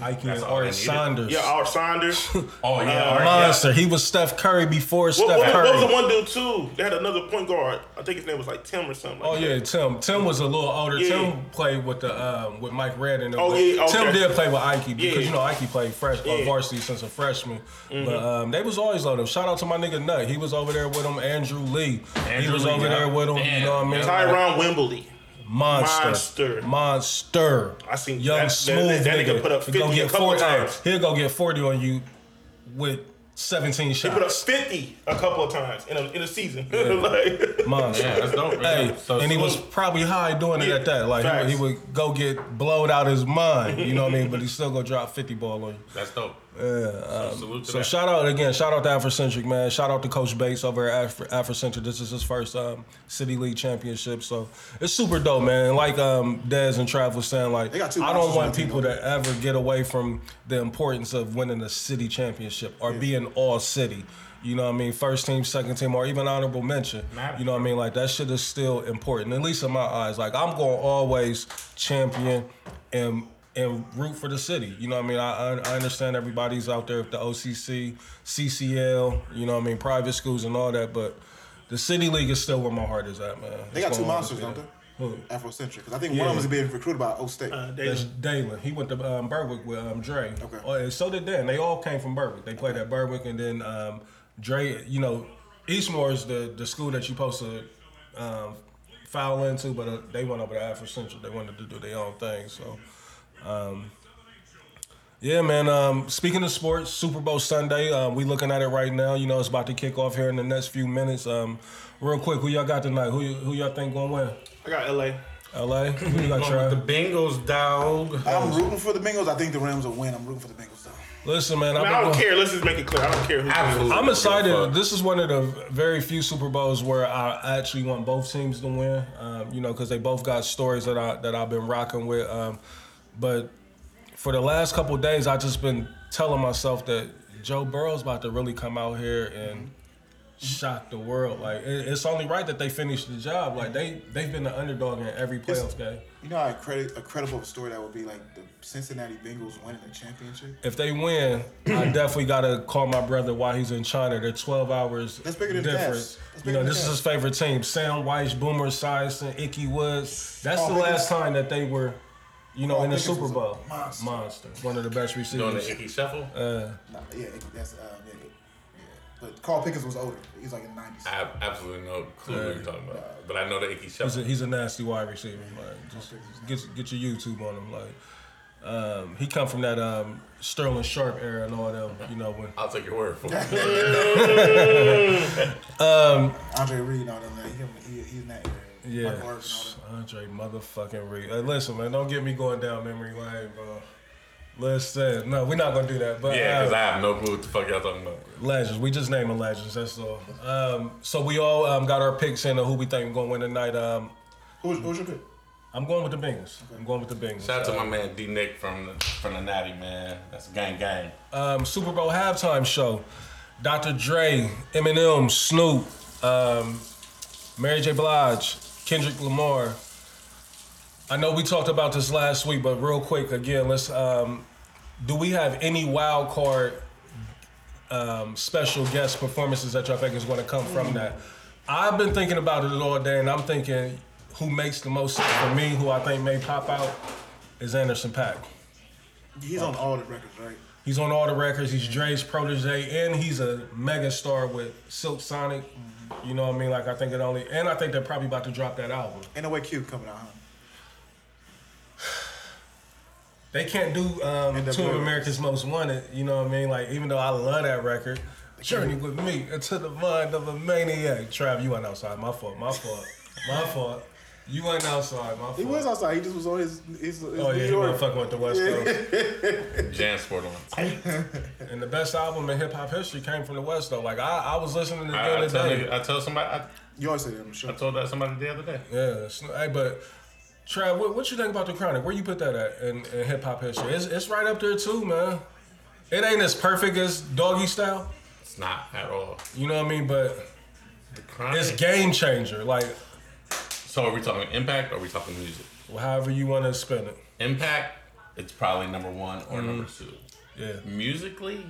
Speaker 1: Ike
Speaker 2: That's
Speaker 1: and
Speaker 2: all they
Speaker 1: Art
Speaker 2: needed.
Speaker 1: Saunders.
Speaker 4: Yeah, our Saunders.
Speaker 1: (laughs)
Speaker 4: what,
Speaker 2: Oh yeah, all right, yeah.
Speaker 1: Uh, Monster. He was Steph Curry before Steph
Speaker 4: what,
Speaker 1: Curry.
Speaker 4: what was the one dude too? They had another point guard. I think his name was like Tim or something.
Speaker 1: Oh
Speaker 4: Like
Speaker 1: yeah, Tim. Tim was a little older.
Speaker 4: Yeah.
Speaker 1: Tim played with the um, with Mike Redden.
Speaker 4: Oh, yeah, okay.
Speaker 1: Tim did play with Ike because
Speaker 4: Yeah.
Speaker 1: you know Ike played fresh
Speaker 4: Yeah. Mm-hmm.
Speaker 1: on varsity since a freshman. But um, they was always on him. Shout out to my nigga Nut. He was over there with him. Andrew Lee. he
Speaker 2: Andrew
Speaker 1: was
Speaker 2: Lee,
Speaker 1: over
Speaker 2: yeah.
Speaker 1: there with him.
Speaker 2: Damn.
Speaker 1: You know what I mean?
Speaker 4: that. Tyron Wimbley.
Speaker 1: Monster.
Speaker 4: Monster.
Speaker 1: Monster.
Speaker 4: I seen
Speaker 1: young
Speaker 4: that- that-
Speaker 1: smooth
Speaker 4: that nigga put up
Speaker 1: He gonna
Speaker 4: 50 a
Speaker 1: get
Speaker 4: couple
Speaker 1: 40
Speaker 4: times.
Speaker 1: hey, He'll go get forty on you with seventeen
Speaker 4: He put up
Speaker 1: shots.
Speaker 4: fifty a couple of times in a in a season. (laughs) like,
Speaker 1: Monster.
Speaker 2: Yeah, that's dope. man.
Speaker 1: Hey,
Speaker 2: So
Speaker 1: and he was
Speaker 2: salute.
Speaker 1: probably high doing it
Speaker 4: Yeah,
Speaker 1: at that. Like
Speaker 4: facts.
Speaker 1: he, he would go get blowed out his mind, you know what I mean? But he still gonna drop fifty ball on you.
Speaker 2: That's dope. Yeah. salute to
Speaker 1: uh, So
Speaker 2: that.
Speaker 1: shout out again, shout out to Afrocentric man, shout out to Coach Bates over at Afro- Afrocentric. This is his first um, city league championship, so it's super dope, man. And Like um, Dez and Trav was saying, like
Speaker 5: got two
Speaker 1: I
Speaker 5: monsters
Speaker 1: don't
Speaker 5: on
Speaker 1: want
Speaker 5: that team,
Speaker 1: people to ever get away from the importance of winning a city championship or being all city. You know what I mean? First team, second team, or even honorable mention.
Speaker 2: Matter.
Speaker 1: You know what I mean? Like that shit is still important, at least in my eyes. Like I'm going to always champion and and root for the city. You know what I mean? I, I I understand everybody's out there with the OCC, CCL, you know what I mean, private schools and all that, but the City League is still where my heart is at, man.
Speaker 3: They got two monsters, don't they? Afrocentric. Because I think one of them is being recruited by O State.
Speaker 4: uh,
Speaker 1: That's Dalen. He went to um, Berwick with um, Dre.
Speaker 3: Okay.
Speaker 1: Oh, and so did Dan. They all came from Berwick. They played at Berwick, and then um, Dre. You know, Eastmore is the, the school that you supposed to um, foul into, but uh, they went over to Afro Central. They wanted to do their own thing. So, um, yeah, man. Um, speaking of sports, Super Bowl Sunday. Uh, we looking at it right now. You know, it's about to kick off here in the next few minutes. Um, real quick, who y'all got tonight? Who y- who y'all think gonna win?
Speaker 4: I got LA.
Speaker 1: L.A. Who you got,
Speaker 2: (laughs) Going
Speaker 1: Trey?
Speaker 2: with the Bengals, dog.
Speaker 3: I'm rooting for the Bengals. I think the Rams will win. I'm rooting for the Bengals, though.
Speaker 1: Listen, man. I've
Speaker 4: Man,
Speaker 1: been
Speaker 4: I don't
Speaker 1: going-
Speaker 4: care. Let's just make it clear. I don't care who.
Speaker 2: Absolutely.
Speaker 1: I'm excited.
Speaker 2: Fuck.
Speaker 1: This is one of the very few Super Bowls where I actually want both teams to win. Um, you know, because they both got stories that I that I've been rocking with. Um, but for the last couple of days, I just been telling myself that Joe Burrow's about to really come out here and shock the world. Like it, it's only right that they finish the job. Like they they've been the underdog in every playoff game.
Speaker 3: You know how credi- a credible story that would be like the Cincinnati Bengals winning the championship?
Speaker 1: If they win, I (clears throat) definitely gotta call my brother while he's in China. They're twelve hours
Speaker 3: That's bigger than
Speaker 1: difference.
Speaker 3: Dallas. That's
Speaker 1: You
Speaker 3: bigger
Speaker 1: know,
Speaker 3: than
Speaker 1: this is his favorite team: Sam Weiss, Boomer Esiason, Icky Woods. That's
Speaker 3: Oh,
Speaker 1: the
Speaker 3: Higgins-
Speaker 1: last time that they were, you know,
Speaker 3: Oh,
Speaker 1: in the
Speaker 3: Higgins
Speaker 1: Super
Speaker 3: was a
Speaker 1: Bowl.
Speaker 3: monster.
Speaker 1: one of the best
Speaker 2: Doing
Speaker 1: receivers.
Speaker 2: the icky shuffle?
Speaker 1: Uh,
Speaker 3: Nah, yeah, that's um, yeah, yeah. But Carl Pickens was older. He's like in
Speaker 1: (laughs)
Speaker 3: the 90s.
Speaker 2: I have absolutely no clue what
Speaker 1: uh,
Speaker 2: you're talking about. But I know the icky
Speaker 1: He's a,
Speaker 2: shuffle.
Speaker 1: he's a nasty wide receiver. Like, just get get your YouTube on him. Like, um, he come from that um, Sterling Sharp era and all that. You know, when
Speaker 2: I'll take your word for it.
Speaker 3: Andre Reed and all them. Like, him, he, he's in that area.
Speaker 1: Um, Yeah.
Speaker 3: Michael Irvin, all them.
Speaker 1: Andre motherfucking Reed. Uh, listen, man, don't get me going down memory lane, bro. Listen, no, we're not gonna do that. But
Speaker 2: Yeah, because
Speaker 1: uh,
Speaker 2: I have no clue what the fuck y'all talking about.
Speaker 1: legends, we just naming legends. That's all. Um, so we all um, got our picks in of who we think gonna win tonight. Um,
Speaker 3: Who's, who's your pick?
Speaker 1: I'm going with the Bengals. I'm going with the Bengals. Uh,
Speaker 2: Shout out to my man D Nick from the, from the Natty, man. That's gang gang.
Speaker 1: um, Super Bowl halftime show. Dr. Dre, Eminem, Snoop, um, Mary J. Blige, Kendrick Lamar. I know we talked about this last week, but real quick again, let's. Um, do we have any wild card um, special guest performances that y'all think is going to come from that? I've been thinking about it all day, and I'm thinking who makes the most sense for me, who I think may pop out, is Anderson Pack.
Speaker 3: He's on all the records, right?
Speaker 1: He's on all the records. He's Dre's protege, and he's a mega star with Silk Sonic.
Speaker 3: Mm-hmm.
Speaker 1: You know what I mean? Like I think it only, and I think they're probably about to drop that album.
Speaker 3: Ain't no way Cube coming out, huh?
Speaker 1: They can't do um,
Speaker 3: NWA
Speaker 1: two of
Speaker 3: records.
Speaker 1: America's Most Wanted. You know what I mean? Like even though I love that record, Journey with me into the mind of a maniac. Trav, you went outside. My fault. My fault.
Speaker 3: (laughs)
Speaker 1: My fault. You went outside. My fault.
Speaker 3: He was outside. He just was on his, his, his
Speaker 1: Oh
Speaker 3: New
Speaker 1: yeah, you
Speaker 3: York.
Speaker 1: went fucking with the West Coast.
Speaker 2: Jan Sport on.
Speaker 1: and the best album in hip hop history came from the West though. Like I, I was listening to the
Speaker 2: I, I,
Speaker 1: other
Speaker 2: tell
Speaker 1: day.
Speaker 2: nigga, I tell somebody, I,
Speaker 3: You always say that, I'm
Speaker 2: I
Speaker 3: sure.
Speaker 2: told that somebody the other day.
Speaker 1: Yeah, it's, hey, but Trav, what, what you think about the Chronic? Where you put that at in, in hip hop history? It's, it's right up there too, man. It ain't as perfect as Doggy Style,
Speaker 2: It's not at all.
Speaker 1: you know what I mean? But
Speaker 2: The chronic.
Speaker 1: it's game changer. Like
Speaker 2: so are we talking impact or are we talking music?
Speaker 1: however you want to spin it.
Speaker 2: Impact, it's probably number one or number two.
Speaker 1: Yeah,
Speaker 2: Musically,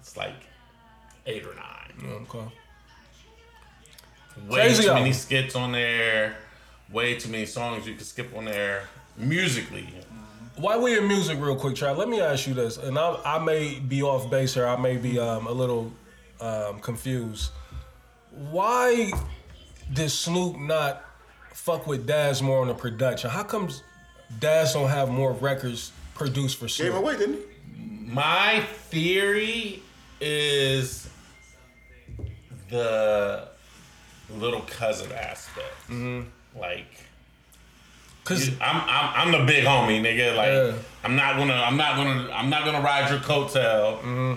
Speaker 2: it's like eight or nine.
Speaker 1: you know what I'm calling.
Speaker 2: Way
Speaker 1: Crazy
Speaker 2: too
Speaker 1: album.
Speaker 2: many skits on there. Way too many songs you can skip on there. Musically,
Speaker 1: While we in music, real quick, Trav, let me ask you this, and I, I may be off base here. I may be um, a little um, confused. Why did Snoop not fuck with Daz more on the production? How comes Daz don't have more records produced for
Speaker 3: Gave him
Speaker 1: Snoop?
Speaker 3: away, didn't he?
Speaker 2: My theory is the little cousin aspect. Like
Speaker 1: Cause
Speaker 2: you- I'm, I'm, I'm the big homie, nigga. Like
Speaker 1: Yeah.
Speaker 2: I'm not gonna, I'm not gonna, I'm not gonna ride your coattail.
Speaker 1: Mm-hmm.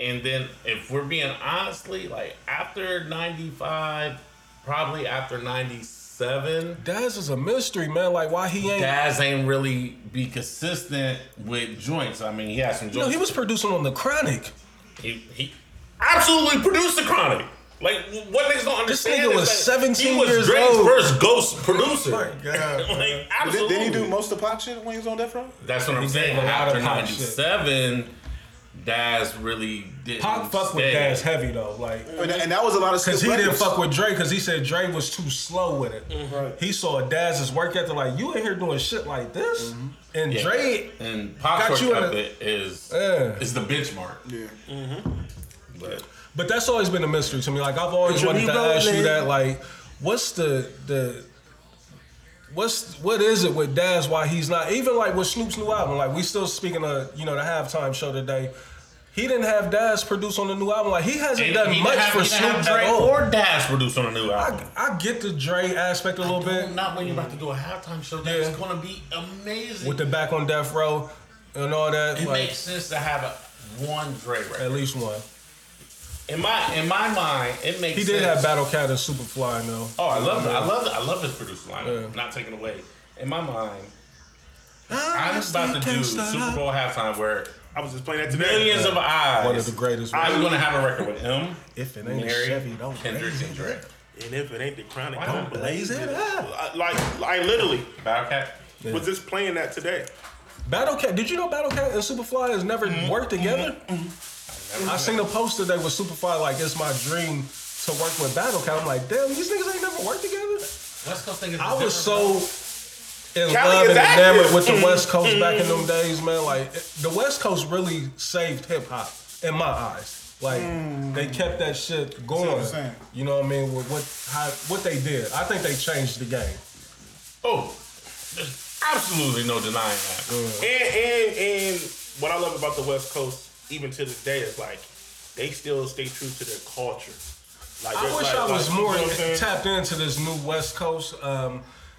Speaker 2: And then, if we're being honestly, like after '95, probably after '97,
Speaker 1: Daz is a mystery, man. Like why he ain't?
Speaker 2: Daz ain't really be consistent with joints. I mean, he has some
Speaker 1: No,
Speaker 2: joints.
Speaker 1: he was producing on the Chronic.
Speaker 2: He, he absolutely produced the chronic. Like what niggas don't
Speaker 1: This
Speaker 2: understand
Speaker 1: nigga
Speaker 2: is
Speaker 1: was
Speaker 2: that
Speaker 1: 17
Speaker 2: he was Oh
Speaker 1: years
Speaker 2: Drake's
Speaker 1: old. Oh
Speaker 2: first ghost producer.
Speaker 5: God.
Speaker 2: Like
Speaker 3: Did,
Speaker 2: absolutely.
Speaker 3: did he do most of pop shit when he was on Death Row?
Speaker 2: That's what I'm
Speaker 1: He
Speaker 2: saying.
Speaker 1: did a lot of
Speaker 2: After
Speaker 1: pop shit.
Speaker 2: '97, Daz really didn't.
Speaker 1: Pop fuck with
Speaker 2: stay.
Speaker 1: Daz heavy though, like
Speaker 3: And, and that was a lot of
Speaker 1: because
Speaker 3: skip
Speaker 1: he didn't
Speaker 3: records.
Speaker 1: fuck with Dre because he said Dre was too slow with it. He saw Daz's work ethic, like you in here doing shit like this, and
Speaker 2: Yeah.
Speaker 1: Dre,
Speaker 2: and Pop's
Speaker 1: got
Speaker 2: work
Speaker 1: you in a-
Speaker 2: ethic is
Speaker 1: Yeah.
Speaker 2: is the benchmark. Yeah. But
Speaker 1: but that's always been a mystery to me. Like I've always wanted to ask you that, like, what's the the What's what is it with Daz? Why he's not even like with Snoop's new album? Like we still speaking of you know the halftime show today. He didn't have Daz produce on the new album. Like he hasn't
Speaker 2: And
Speaker 1: done
Speaker 2: he didn't
Speaker 1: much
Speaker 2: have-
Speaker 1: for
Speaker 2: he didn't
Speaker 1: Snoop
Speaker 2: have
Speaker 1: at
Speaker 2: Dre
Speaker 1: all.
Speaker 2: or Dash produced on a new album.
Speaker 1: I, I get the Dre aspect a little bit.
Speaker 2: Not when you're about to do a halftime show. That's
Speaker 1: Yeah.
Speaker 2: gonna be amazing.
Speaker 1: with the back on death row and all that.
Speaker 2: it
Speaker 1: like,
Speaker 2: makes sense to have a one Dre
Speaker 1: at
Speaker 2: record.
Speaker 1: least one.
Speaker 2: In my in my mind, it makes.
Speaker 1: He did
Speaker 2: sense.
Speaker 1: have Battle Cat and Superfly though.
Speaker 2: Oh, I love I love I love his producer lineup.
Speaker 1: Yeah.
Speaker 2: Not taken away. In my mind, I'm about to do Super Bowl halftime where
Speaker 4: I was just playing that today.
Speaker 2: millions of eyes.
Speaker 1: One of the greatest.
Speaker 2: I'm gonna have a record with him,
Speaker 1: if it ain't
Speaker 2: Mary,
Speaker 1: Chevy, don't
Speaker 2: Kendrick, and Dre.
Speaker 4: And if it ain't the chronic,
Speaker 2: Why not?
Speaker 4: don't blaze it.
Speaker 1: up.
Speaker 4: I- Like, I literally
Speaker 2: Bobcat.
Speaker 4: was just playing that today.
Speaker 1: Battle Cat. Did you know Battle Cat and Superfly has never worked together? I seen a post today with Superfly like it's my dream to work with Battle Cat. I'm like, damn, these niggas ain't never worked together.
Speaker 2: West Coast thing is
Speaker 1: I
Speaker 2: different,
Speaker 1: was so in
Speaker 4: Cali
Speaker 1: love
Speaker 4: is
Speaker 1: and
Speaker 4: active.
Speaker 1: enamored with the West Coast back in them days, man. Like it- the West Coast really saved hip hop in my eyes. Like they kept that shit going.
Speaker 3: I'm saying.
Speaker 1: You know what I mean? With what how, what they did, I think they changed the game.
Speaker 2: Oh, there's absolutely no denying that.
Speaker 4: And and and what I love about the West Coast, even to this day, is like they still stay true to their culture. Like,
Speaker 1: I
Speaker 4: they're
Speaker 1: wish
Speaker 4: like-
Speaker 1: I was
Speaker 4: like,
Speaker 1: more
Speaker 4: you know what I'm saying?
Speaker 1: tapped into this new West Coast,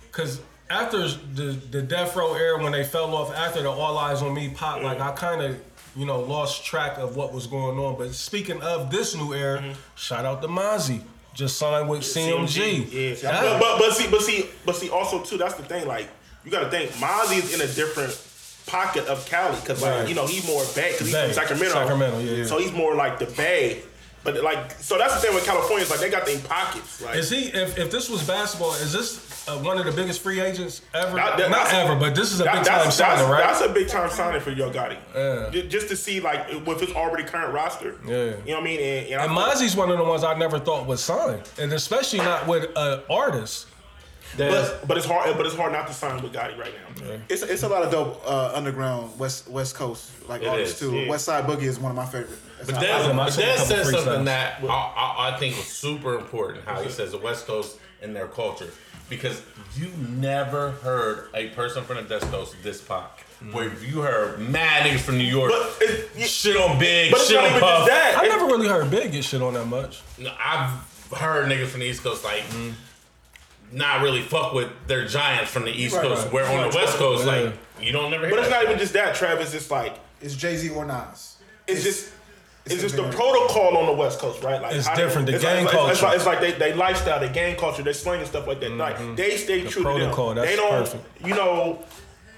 Speaker 1: because after the the death row era when they fell off, after the All Eyes on Me pop, like I kind of you know lost track of what was going on. But speaking of this new era,
Speaker 4: Mm-hmm.
Speaker 1: shout out to Mozzie. Just signed with CMG.
Speaker 4: Yeah,
Speaker 1: That-
Speaker 4: but, but but see, but see, but see, also too. That's the thing. Like you got to think, Mozzie's in a different pocket of Cali because like
Speaker 1: Right.
Speaker 4: you know he's more Bay because he's
Speaker 1: Bay.
Speaker 4: from Sacramento.
Speaker 1: Sacramento, yeah, yeah.
Speaker 4: So he's more like the Bay. But like, so that's the thing with Californians. Like they got their pockets. Like
Speaker 1: is he? If, if this was basketball, is this uh, one of the biggest free agents ever?
Speaker 4: That- that-
Speaker 1: Not
Speaker 4: that's-
Speaker 1: ever, but this is a
Speaker 4: That-
Speaker 1: big time
Speaker 4: that's, that's,
Speaker 1: signing, right?
Speaker 4: that's a big time signing for Yo Gotti. Ju- Just to see like with his already current roster.
Speaker 1: Yeah.
Speaker 4: You know what I mean? And, and I
Speaker 1: and
Speaker 4: feel-
Speaker 1: Mozzie's one of the ones I never thought was signed, and especially not with an artist. that-
Speaker 4: but, but it's hard. But it's hard not to sign with Gotti right now.
Speaker 3: It's, it's a lot of dope uh, underground West West Coast like
Speaker 2: It
Speaker 3: artists
Speaker 2: is,
Speaker 3: too.
Speaker 4: yeah.
Speaker 3: West Side Boogie is one of my favorite. That's
Speaker 2: But
Speaker 3: how-
Speaker 1: I-
Speaker 2: then,
Speaker 1: I- I
Speaker 2: but
Speaker 1: seen a
Speaker 2: then
Speaker 1: couple
Speaker 2: said
Speaker 1: freestyles.
Speaker 2: something that I, I, I think was super important. How he says the West Coast and their culture, because you never heard a person from the West Coast this pop. Where you heard mad niggas from New York,
Speaker 4: But it- you-
Speaker 2: shit on Big,
Speaker 4: But it's
Speaker 2: shit
Speaker 4: not
Speaker 2: on
Speaker 4: even just
Speaker 2: Puff.
Speaker 4: that.
Speaker 1: I
Speaker 4: It's-
Speaker 1: never really heard Big get shit on that much.
Speaker 2: No, I've heard niggas from the East Coast like
Speaker 1: Mm.
Speaker 2: not really fuck with their giants from the East Coast.
Speaker 1: right.
Speaker 2: Where on the West Coast,
Speaker 1: Yeah.
Speaker 2: like you don't never hear.
Speaker 4: But it's
Speaker 2: that
Speaker 4: not even just that, Travis. It's like
Speaker 3: It's Jay Z or Nas.
Speaker 4: it's just it's just the
Speaker 3: everywhere.
Speaker 4: protocol on the West Coast, right? Like
Speaker 1: It's
Speaker 4: how-
Speaker 1: different, the
Speaker 4: it's like-
Speaker 1: gang
Speaker 4: it's like- It's
Speaker 1: culture. Mm-hmm.
Speaker 4: like, it's like they, they lifestyle, their gang culture, their slang and stuff like that. Like they stay true
Speaker 1: protocol,
Speaker 4: to them.
Speaker 1: that's
Speaker 4: they don't,
Speaker 1: perfect.
Speaker 4: you know.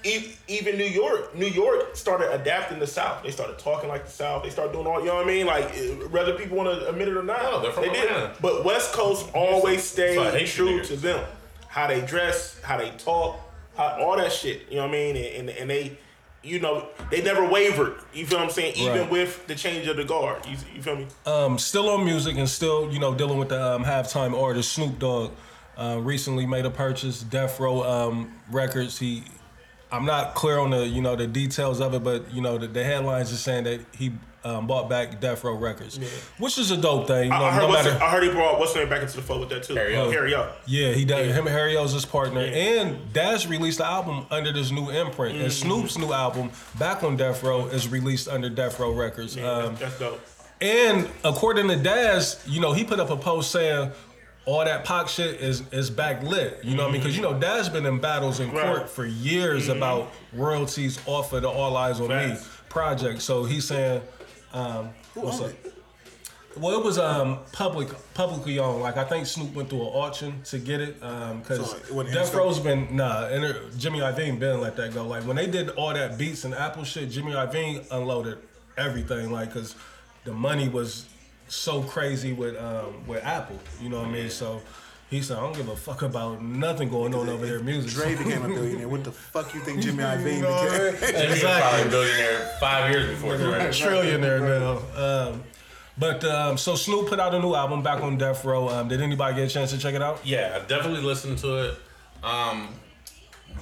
Speaker 4: e- Even New York, New York started adapting the South. They started talking like the South. They started doing all, you know what I mean? Like uh, whether people want to admit it or not,
Speaker 2: No, they're from
Speaker 4: they did.
Speaker 2: Atlanta.
Speaker 4: But West Coast always
Speaker 2: why I hate
Speaker 4: stayed
Speaker 2: you
Speaker 4: true
Speaker 2: niggas.
Speaker 4: to them. How they dress, how they talk, how, all that shit. You know what I mean? And, and, and they, you know, they never wavered. You feel what I'm saying? Even
Speaker 1: Right.
Speaker 4: with the change of the guard. You, you feel me?
Speaker 1: Um, still on music and still, you know, dealing with the um, halftime artist Snoop Dogg. Uh, recently made a purchase, Death Row um, Records. He, I'm not clear on the, you know, the details of it, but you know, the, the headlines are saying that he um, bought back Death Row Records, which is a dope thing. You know,
Speaker 4: I, I heard
Speaker 1: no
Speaker 4: what's
Speaker 1: matter,
Speaker 4: I heard he brought what's name back into the fold with that too.
Speaker 2: Harry O.
Speaker 4: Harry O.
Speaker 1: Yeah, he does. Him and Harry O's his partner. And Dash released the album under this new imprint. And Snoop's new album, Back on Death Row, is released under Death Row Records. Um,
Speaker 4: that's, that's dope.
Speaker 1: and according to Daz, you know, he put up a post saying all that Pac shit is is backlit. You know what I mean? Because you know, Daz been in battles in
Speaker 4: Right.
Speaker 1: court for years about royalties off of the All Eyes on Me
Speaker 4: Facts.
Speaker 1: project. So he's saying, um, what's up?
Speaker 3: owned
Speaker 1: Well, it was um, public, publicly owned. Like I think Snoop went through an auction to get it because
Speaker 3: So it wasn't
Speaker 1: Death
Speaker 3: Interscope?
Speaker 1: Row's been nah, and it- Jimmy Iovine been let that go. Like when they did all that beats and Apple shit, Jimmy Iovine unloaded everything. Like because the money was so crazy with um, with Apple. You know what I mean? So he said, I don't give a fuck about nothing going on over there. in Music.
Speaker 3: Dre
Speaker 1: (laughs)
Speaker 3: became a billionaire. What the fuck you think Jimmy Iovine
Speaker 1: know what I mean?
Speaker 3: became? (laughs)
Speaker 2: He's
Speaker 1: exactly.
Speaker 2: probably a billionaire five years before
Speaker 1: A
Speaker 2: Drake.
Speaker 1: trillionaire now. Um, but um, so Snoop put out a new album back on Death Row. Um, did anybody get a chance to check it out?
Speaker 2: Yeah, I definitely listened to it. Um,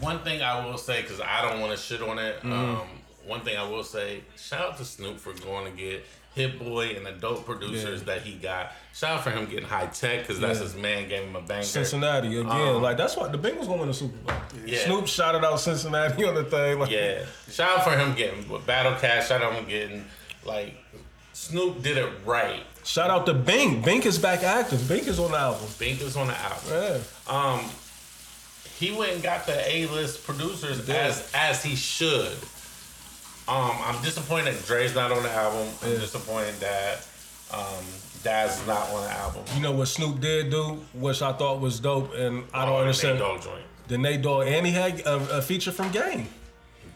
Speaker 2: one thing I will say, because I don't want to shit on
Speaker 1: Mm-hmm.
Speaker 2: it. Um, one thing I will say, shout out to Snoop for going to get Hit Boy and the dope producers that he got. Shout out for him getting high tech, because that's his man gave him a banger.
Speaker 1: Cincinnati again.
Speaker 2: Um,
Speaker 1: like that's why the Bengals gonna win the Super Bowl.
Speaker 2: Yeah.
Speaker 1: Snoop shouted out Cincinnati (laughs) on the thing. Like,
Speaker 2: Yeah. Shout out for him getting Battle Cash. Shout out him getting like Snoop did it right.
Speaker 1: Shout out to Bink. Bink is back active. Bink is on the album.
Speaker 2: Bink was on the album.
Speaker 1: Yeah.
Speaker 2: Um, he went and got the A-list producers as as he should. Um, I'm disappointed Dre's not on the album. I'm disappointed that um, Daz is not on the album.
Speaker 1: You know what Snoop did do, which I thought was dope, and I don't
Speaker 2: Oh, and
Speaker 1: understand.
Speaker 2: Nate Dogg joint.
Speaker 1: The Nate Dogg, and he had a, a feature from Game,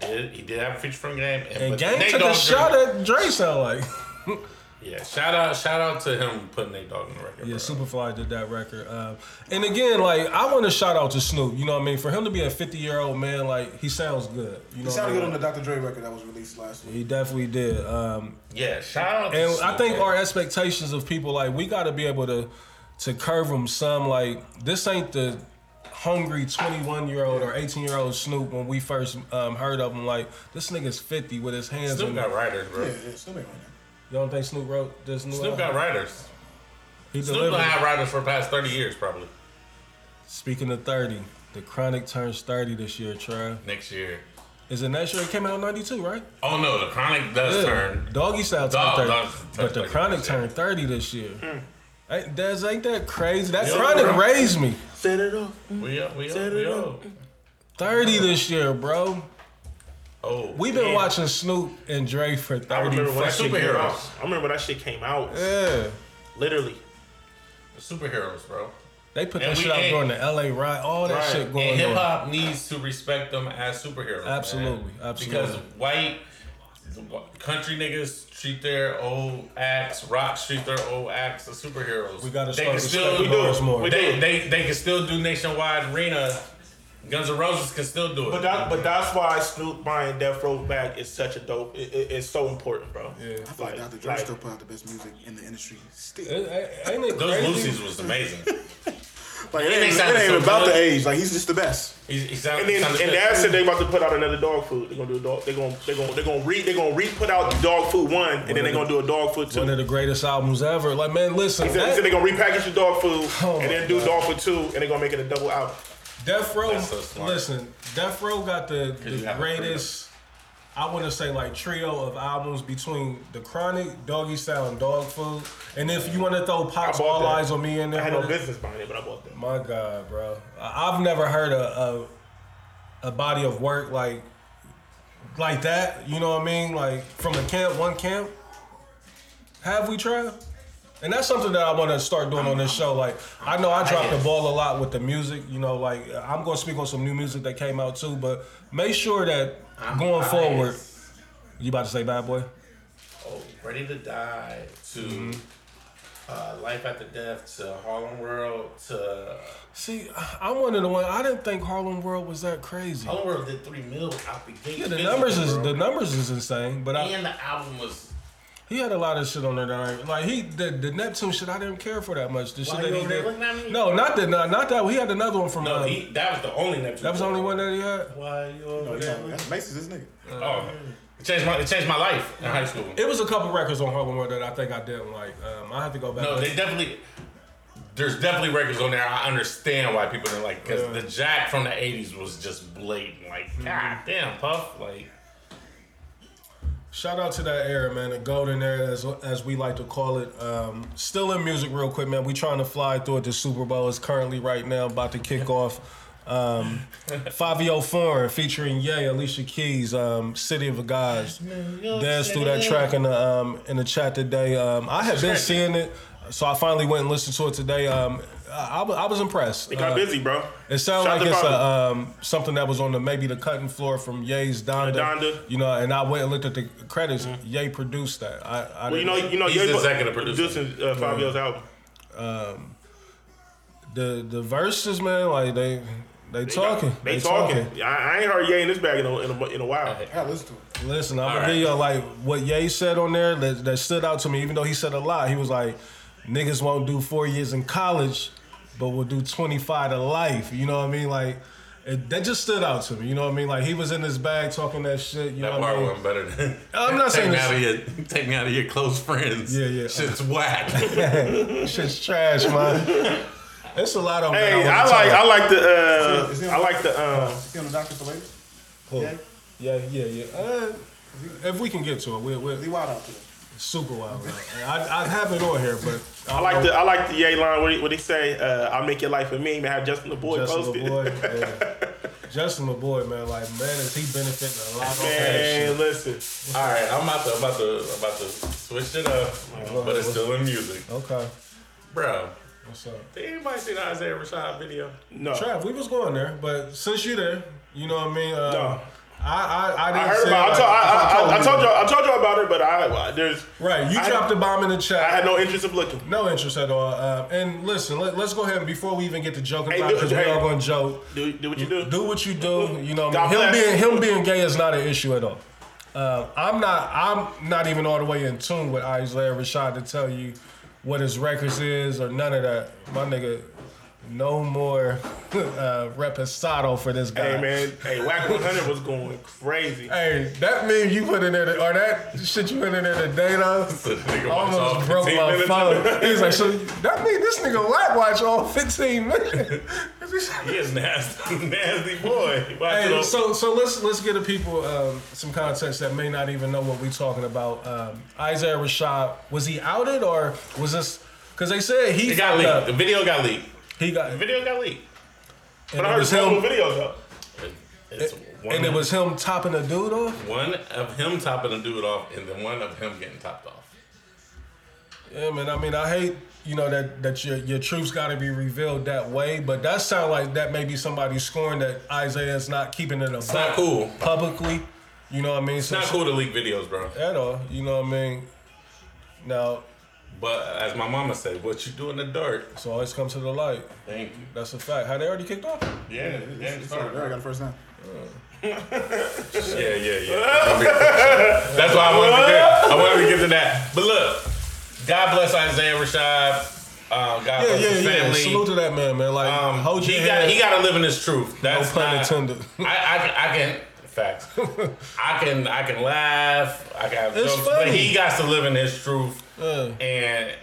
Speaker 2: He did, he did have a feature from Game.
Speaker 1: and
Speaker 2: but
Speaker 1: Game
Speaker 2: Nate
Speaker 1: took
Speaker 2: Dogg
Speaker 1: a shot
Speaker 2: joint-
Speaker 1: at Dre. Sound like
Speaker 2: Yeah, shout out, shout out to him putting Nate Dogg on the record.
Speaker 1: yeah,
Speaker 2: bro.
Speaker 1: Superfly did that record. Um, and again, like I want to shout out to Snoop. You know what I mean? For him to be a 50 year old man, like he sounds good. You know,
Speaker 3: It
Speaker 1: what
Speaker 3: sounded
Speaker 1: I mean?
Speaker 3: good on the Dr. Dre record that was released last week.
Speaker 1: He definitely did. Um,
Speaker 2: Yeah, shout out. to
Speaker 1: and I
Speaker 2: Snoop,
Speaker 1: think
Speaker 2: bro.
Speaker 1: our expectations of people like we got to be able to to curve them some. Like this ain't the hungry 21 year old or 18 year old Snoop when we first um, heard of him. Like this nigga's 50 with his hands.
Speaker 2: Snoop
Speaker 1: in
Speaker 2: got writers, bro.
Speaker 3: Yeah, yeah, still ain't right now.
Speaker 1: You don't think Snoop wrote this new?
Speaker 2: Snoop got
Speaker 1: album?
Speaker 2: writers.
Speaker 1: He
Speaker 2: Snoop
Speaker 1: delivered.
Speaker 2: done had writers for the past thirty years, probably.
Speaker 1: Speaking of 30, the Chronic turns 30 this year. Trav,
Speaker 2: Next year.
Speaker 1: is it next year? It came out in '92, right?
Speaker 2: Oh no, the Chronic does turn.
Speaker 1: Doggy style
Speaker 2: Dog-
Speaker 1: turned 30,
Speaker 2: Dog turned
Speaker 1: but the
Speaker 2: 30
Speaker 1: Chronic
Speaker 2: this year.
Speaker 1: turned 30 this year.
Speaker 4: Hmm.
Speaker 1: Ain't, that's, ain't that crazy? That Chronic raised me.
Speaker 4: Set it off.
Speaker 1: Mm-hmm.
Speaker 2: We up, we up, we up.
Speaker 1: 30 this year, bro.
Speaker 2: Oh,
Speaker 1: We've been
Speaker 2: damn.
Speaker 1: watching Snoop and Dre for 30
Speaker 4: I remember when that
Speaker 1: fucking
Speaker 4: shit came
Speaker 1: years.
Speaker 4: out. I remember when that shit came out.
Speaker 1: Yeah.
Speaker 4: Literally.
Speaker 2: The superheroes, bro.
Speaker 1: They put
Speaker 2: And
Speaker 1: that
Speaker 2: we
Speaker 1: shit out
Speaker 2: ain't-
Speaker 1: during the LA riot, all that
Speaker 4: Right.
Speaker 1: shit
Speaker 2: And
Speaker 1: going
Speaker 2: hip
Speaker 1: on.
Speaker 2: hop needs to respect them as superheroes. man.
Speaker 1: Absolutely, absolutely.
Speaker 2: Because white the wh- country niggas treat their old acts, rocks treat their old acts as superheroes.
Speaker 1: We gotta
Speaker 2: they
Speaker 1: start
Speaker 2: can still
Speaker 1: respecting ours more.
Speaker 4: We
Speaker 2: They,
Speaker 4: do.
Speaker 2: they they can still do nationwide arena. Guns N' Roses can still do it.
Speaker 4: But that, but that's why Snoop buying Death Row back is such a dope. It, it- it's so important, bro.
Speaker 3: I
Speaker 4: Yeah.
Speaker 3: feel like Dr. Dre still put out the best music in the industry. Still.
Speaker 1: It- it- Ain't it
Speaker 2: Those
Speaker 1: crazy?
Speaker 2: Lucy's was
Speaker 4: (laughs)
Speaker 2: amazing.
Speaker 3: Like,
Speaker 2: He
Speaker 3: it ain't,
Speaker 2: makes
Speaker 3: it
Speaker 2: sound
Speaker 3: ain't
Speaker 2: so
Speaker 3: even about
Speaker 2: good.
Speaker 3: the age. Like, he's just the best.
Speaker 2: He's, he's out,
Speaker 4: And then and Dad said they about to put out another dog food. They're gonna do a dog. They're gonna they're gonna they're gonna re they're gonna re put out the dog food one, and then they're gonna do a dog food two.
Speaker 1: One of the greatest albums ever. Like, man, listen.
Speaker 4: He said,
Speaker 1: that-
Speaker 4: he said they're gonna repackage the dog food
Speaker 1: Oh my
Speaker 4: and then do dog food two, and they're gonna make it a double album.
Speaker 1: Death Row,
Speaker 2: That's so smart.
Speaker 1: listen, Death Row got the,
Speaker 2: you
Speaker 1: the
Speaker 2: have a freedom.
Speaker 1: greatest, I want to say, like, trio of albums between The Chronic, Doggy Style, and Dog Food. And if you want to throw Pops
Speaker 4: bought
Speaker 1: All
Speaker 4: that.
Speaker 1: Eyes on Me in there,
Speaker 4: I had no
Speaker 1: with it-
Speaker 4: business buying it, but I bought them.
Speaker 1: my God, bro. I- I've never heard a, a, a body of work like like that, you know what I mean? Like, from a camp, one camp. Have we tried? And that's something that I want to start doing on this show. Like, I know I dropped the ball a lot with the music. You know, like I'm going to speak on some new music that came out too. But make sure that going forward, you about to say bad boy?
Speaker 2: Oh, Ready to Die to
Speaker 1: Mm-hmm.
Speaker 2: uh, Life After Death to Harlem World to
Speaker 1: See, I'm one of the one. I didn't think Harlem World was that crazy.
Speaker 2: Harlem World did three mil out the gate.
Speaker 1: Yeah, the
Speaker 2: Physical,
Speaker 1: numbers is
Speaker 2: Oh, bro.
Speaker 1: the numbers is insane. But I,
Speaker 2: and the album was.
Speaker 1: he had a lot of shit on there that I like he the, the Neptune shit. I didn't care for that much. The shit
Speaker 2: Why
Speaker 1: that
Speaker 2: you
Speaker 1: he
Speaker 2: over there
Speaker 1: did.
Speaker 2: looking at me?
Speaker 1: No, not that. Not, not that. He had another one from.
Speaker 2: No,
Speaker 1: um,
Speaker 2: he, that was the only Neptune.
Speaker 1: that was the only one that he had.
Speaker 2: Why you over
Speaker 3: Yeah,
Speaker 2: there?
Speaker 3: that's Macy's, this nigga.
Speaker 2: Oh, it changed my it changed my life in high school.
Speaker 1: It was a couple records on Harlem World that I think I didn't like. Um, I have to go back.
Speaker 2: No,
Speaker 1: and-
Speaker 2: they definitely. There's definitely records on there. I understand why people didn't like because the Jack from the '80s was just blatant. Like,
Speaker 1: Mm-hmm.
Speaker 2: god damn, Puff. Like,
Speaker 1: Shout out to that era, man. The golden era, as, as we like to call it. Um, still in music, real quick, man. We trying to fly through it. The Super Bowl is currently right now about to kick off. Um,
Speaker 4: (laughs)
Speaker 1: Fabio Foreign featuring Ye, Alicia Keys, um, City of Gods. Dance through that track in the um, in the chat today. Um, I have been seeing it. So I finally went and listened to it today. Um, I, I was- I was impressed.
Speaker 4: It got
Speaker 1: Uh,
Speaker 4: busy, bro.
Speaker 1: It sounds
Speaker 4: Shout
Speaker 1: like
Speaker 4: out to
Speaker 1: it's a,
Speaker 4: Pablo.
Speaker 1: um, something that was on the maybe the cutting floor from Ye's Donda.
Speaker 4: Donda. Mm-hmm.
Speaker 1: You know, and I went and looked at the credits. Ye produced that. I, I
Speaker 4: Well, you know, you know,
Speaker 2: He's
Speaker 4: Ye
Speaker 2: the
Speaker 4: Bo-
Speaker 2: executive producer.
Speaker 4: producing uh, Fabio's album.
Speaker 1: the the verses, man. Like they they talking.
Speaker 4: They, talking. I, I ain't heard Ye in this bag in a, in a, in a while.
Speaker 5: Yeah, listen to it.
Speaker 1: Listen, I'm gonna
Speaker 2: right.
Speaker 1: give you like what Ye said on there that, that stood out to me. Even though he said a lot, he was like, "Niggas won't do four years in college, but will do 25 to life." You know what I mean? Like it, that just stood out to me. You know what I mean? Like he was in his bag talking that shit. You know
Speaker 2: That
Speaker 1: what I
Speaker 2: part
Speaker 1: mean?
Speaker 2: wasn't better than.
Speaker 1: I'm
Speaker 2: (laughs)
Speaker 1: not
Speaker 2: take
Speaker 1: saying
Speaker 2: me
Speaker 1: this-
Speaker 2: out of your take me out of your close friends.
Speaker 1: Yeah, yeah. (laughs)
Speaker 2: Shit's whack.
Speaker 1: Shit's trash, man. It's a lot on there.
Speaker 4: Hey,
Speaker 1: wanna
Speaker 4: I
Speaker 1: talk
Speaker 4: like I
Speaker 1: about.
Speaker 4: like the
Speaker 5: Is he- is he
Speaker 4: uh,
Speaker 5: on-
Speaker 4: I like the um,
Speaker 5: Is he on the doctor for later?
Speaker 1: Cool.
Speaker 5: Yeah.
Speaker 1: Yeah, yeah, yeah. Uh, if we can get to it, we're,
Speaker 5: Is he
Speaker 1: we're
Speaker 5: wild out today?
Speaker 1: super wild. man. I, I have it on here, but
Speaker 4: I like the I like the Ye line. What he, what he say? Uh, I'll make your life a meme. and Have Justin the boy
Speaker 1: Justin
Speaker 4: posted. (laughs)
Speaker 1: LeBoy. yeah. Justin LeBoy, man, like man, is he benefiting a lot from that shit?
Speaker 4: Man, listen.
Speaker 2: All right, I'm about to about to about to switch it up, but it's still in music,
Speaker 1: Okay,
Speaker 2: bro.
Speaker 1: what's up?
Speaker 2: Did anybody see the Isaiah Rashad video?
Speaker 4: No,
Speaker 1: Trav, we was going there, but since you there, you know what I mean. Uh,
Speaker 4: No.
Speaker 1: I, I I
Speaker 4: I
Speaker 1: didn't
Speaker 4: heard
Speaker 1: say
Speaker 4: about. I,
Speaker 1: like-
Speaker 4: told, I, I, I, I
Speaker 1: you
Speaker 4: told
Speaker 1: that.
Speaker 4: y'all. I told y'all about it, but I, I there's
Speaker 1: Right, you
Speaker 4: I-
Speaker 1: dropped the bomb in the
Speaker 4: I
Speaker 1: chat.
Speaker 4: had no interest of looking.
Speaker 1: No interest at all. Uh, and listen, let, us go ahead and before we even get to joking
Speaker 4: Hey,
Speaker 1: about
Speaker 4: do-
Speaker 1: because we
Speaker 4: hey.
Speaker 1: all going to joke.
Speaker 4: Do do what you do.
Speaker 1: Do what you do. You know, what I
Speaker 4: God
Speaker 1: mean? him
Speaker 4: bless.
Speaker 1: being him being gay is not an issue at all. Uh, I'm not. I'm not even all the way in tune with Isaiah Rashad to tell you what his records is or none of that. My nigga, no more (laughs) uh, reposado for this guy.
Speaker 4: Hey man, hey Whack 100 was going crazy.
Speaker 1: Hey, that meme you put in there, or that shit you put in there today, though.
Speaker 2: So the nigga walks off
Speaker 1: Almost broke
Speaker 2: 15
Speaker 1: my
Speaker 2: minutes.
Speaker 1: phone. He's like, so that mean this nigga lap watch all 15 minutes. (laughs)
Speaker 2: He is nasty, (laughs) nasty boy. Watch it
Speaker 1: hey,
Speaker 2: on-
Speaker 1: so so let's let's give the people um, some context that may not even know what we're talking about. Um, Isaiah Rashad was he outed or was this? Because they said he
Speaker 2: it got
Speaker 1: fucked
Speaker 2: leaked.
Speaker 1: up.
Speaker 2: The video got leaked.
Speaker 1: He got
Speaker 2: The video got leaked.
Speaker 1: and
Speaker 4: I
Speaker 1: it
Speaker 4: heard
Speaker 1: was
Speaker 4: some little
Speaker 1: him
Speaker 4: videos though.
Speaker 2: It's one,
Speaker 1: and it was him topping a dude off.
Speaker 2: one of him topping the dude off, and then one of him getting topped off.
Speaker 1: Yeah, man. I mean, I hate you know that that your your truth's got to be revealed that way, but that sound like that may be somebody scoring that Isaiah's not keeping it a
Speaker 2: It's not cool.
Speaker 1: publicly. You know what I mean?
Speaker 2: It's not cool to leak videos, bro.
Speaker 1: at all. You know what I mean? Now
Speaker 2: But as my mama said, what you do in the dark.
Speaker 1: it's always come to the light.
Speaker 2: Thank you.
Speaker 1: That's a fact. Had they already kicked off?
Speaker 2: Yeah, yeah, it's hard,
Speaker 5: Sorry, I got the first time.
Speaker 2: Yeah, yeah, (laughs) yeah. That's why I wanted to get, I wanted to get to that. But look, God bless Isaiah Rashad. Um, God
Speaker 1: Yeah,
Speaker 2: bless
Speaker 1: yeah,
Speaker 2: his
Speaker 1: yeah.
Speaker 2: family.
Speaker 1: Salute to that man, man. Like,
Speaker 2: Um,
Speaker 1: hold your
Speaker 2: he
Speaker 1: head.
Speaker 2: got he got to live in his truth. That's
Speaker 1: pun
Speaker 2: not-
Speaker 1: intended.
Speaker 2: I, I, I can
Speaker 1: (laughs)
Speaker 2: facts. I can I can laugh. I can have
Speaker 1: It's
Speaker 2: jokes, but
Speaker 1: funny.
Speaker 2: he got to live in his truth.
Speaker 1: Yeah.
Speaker 2: And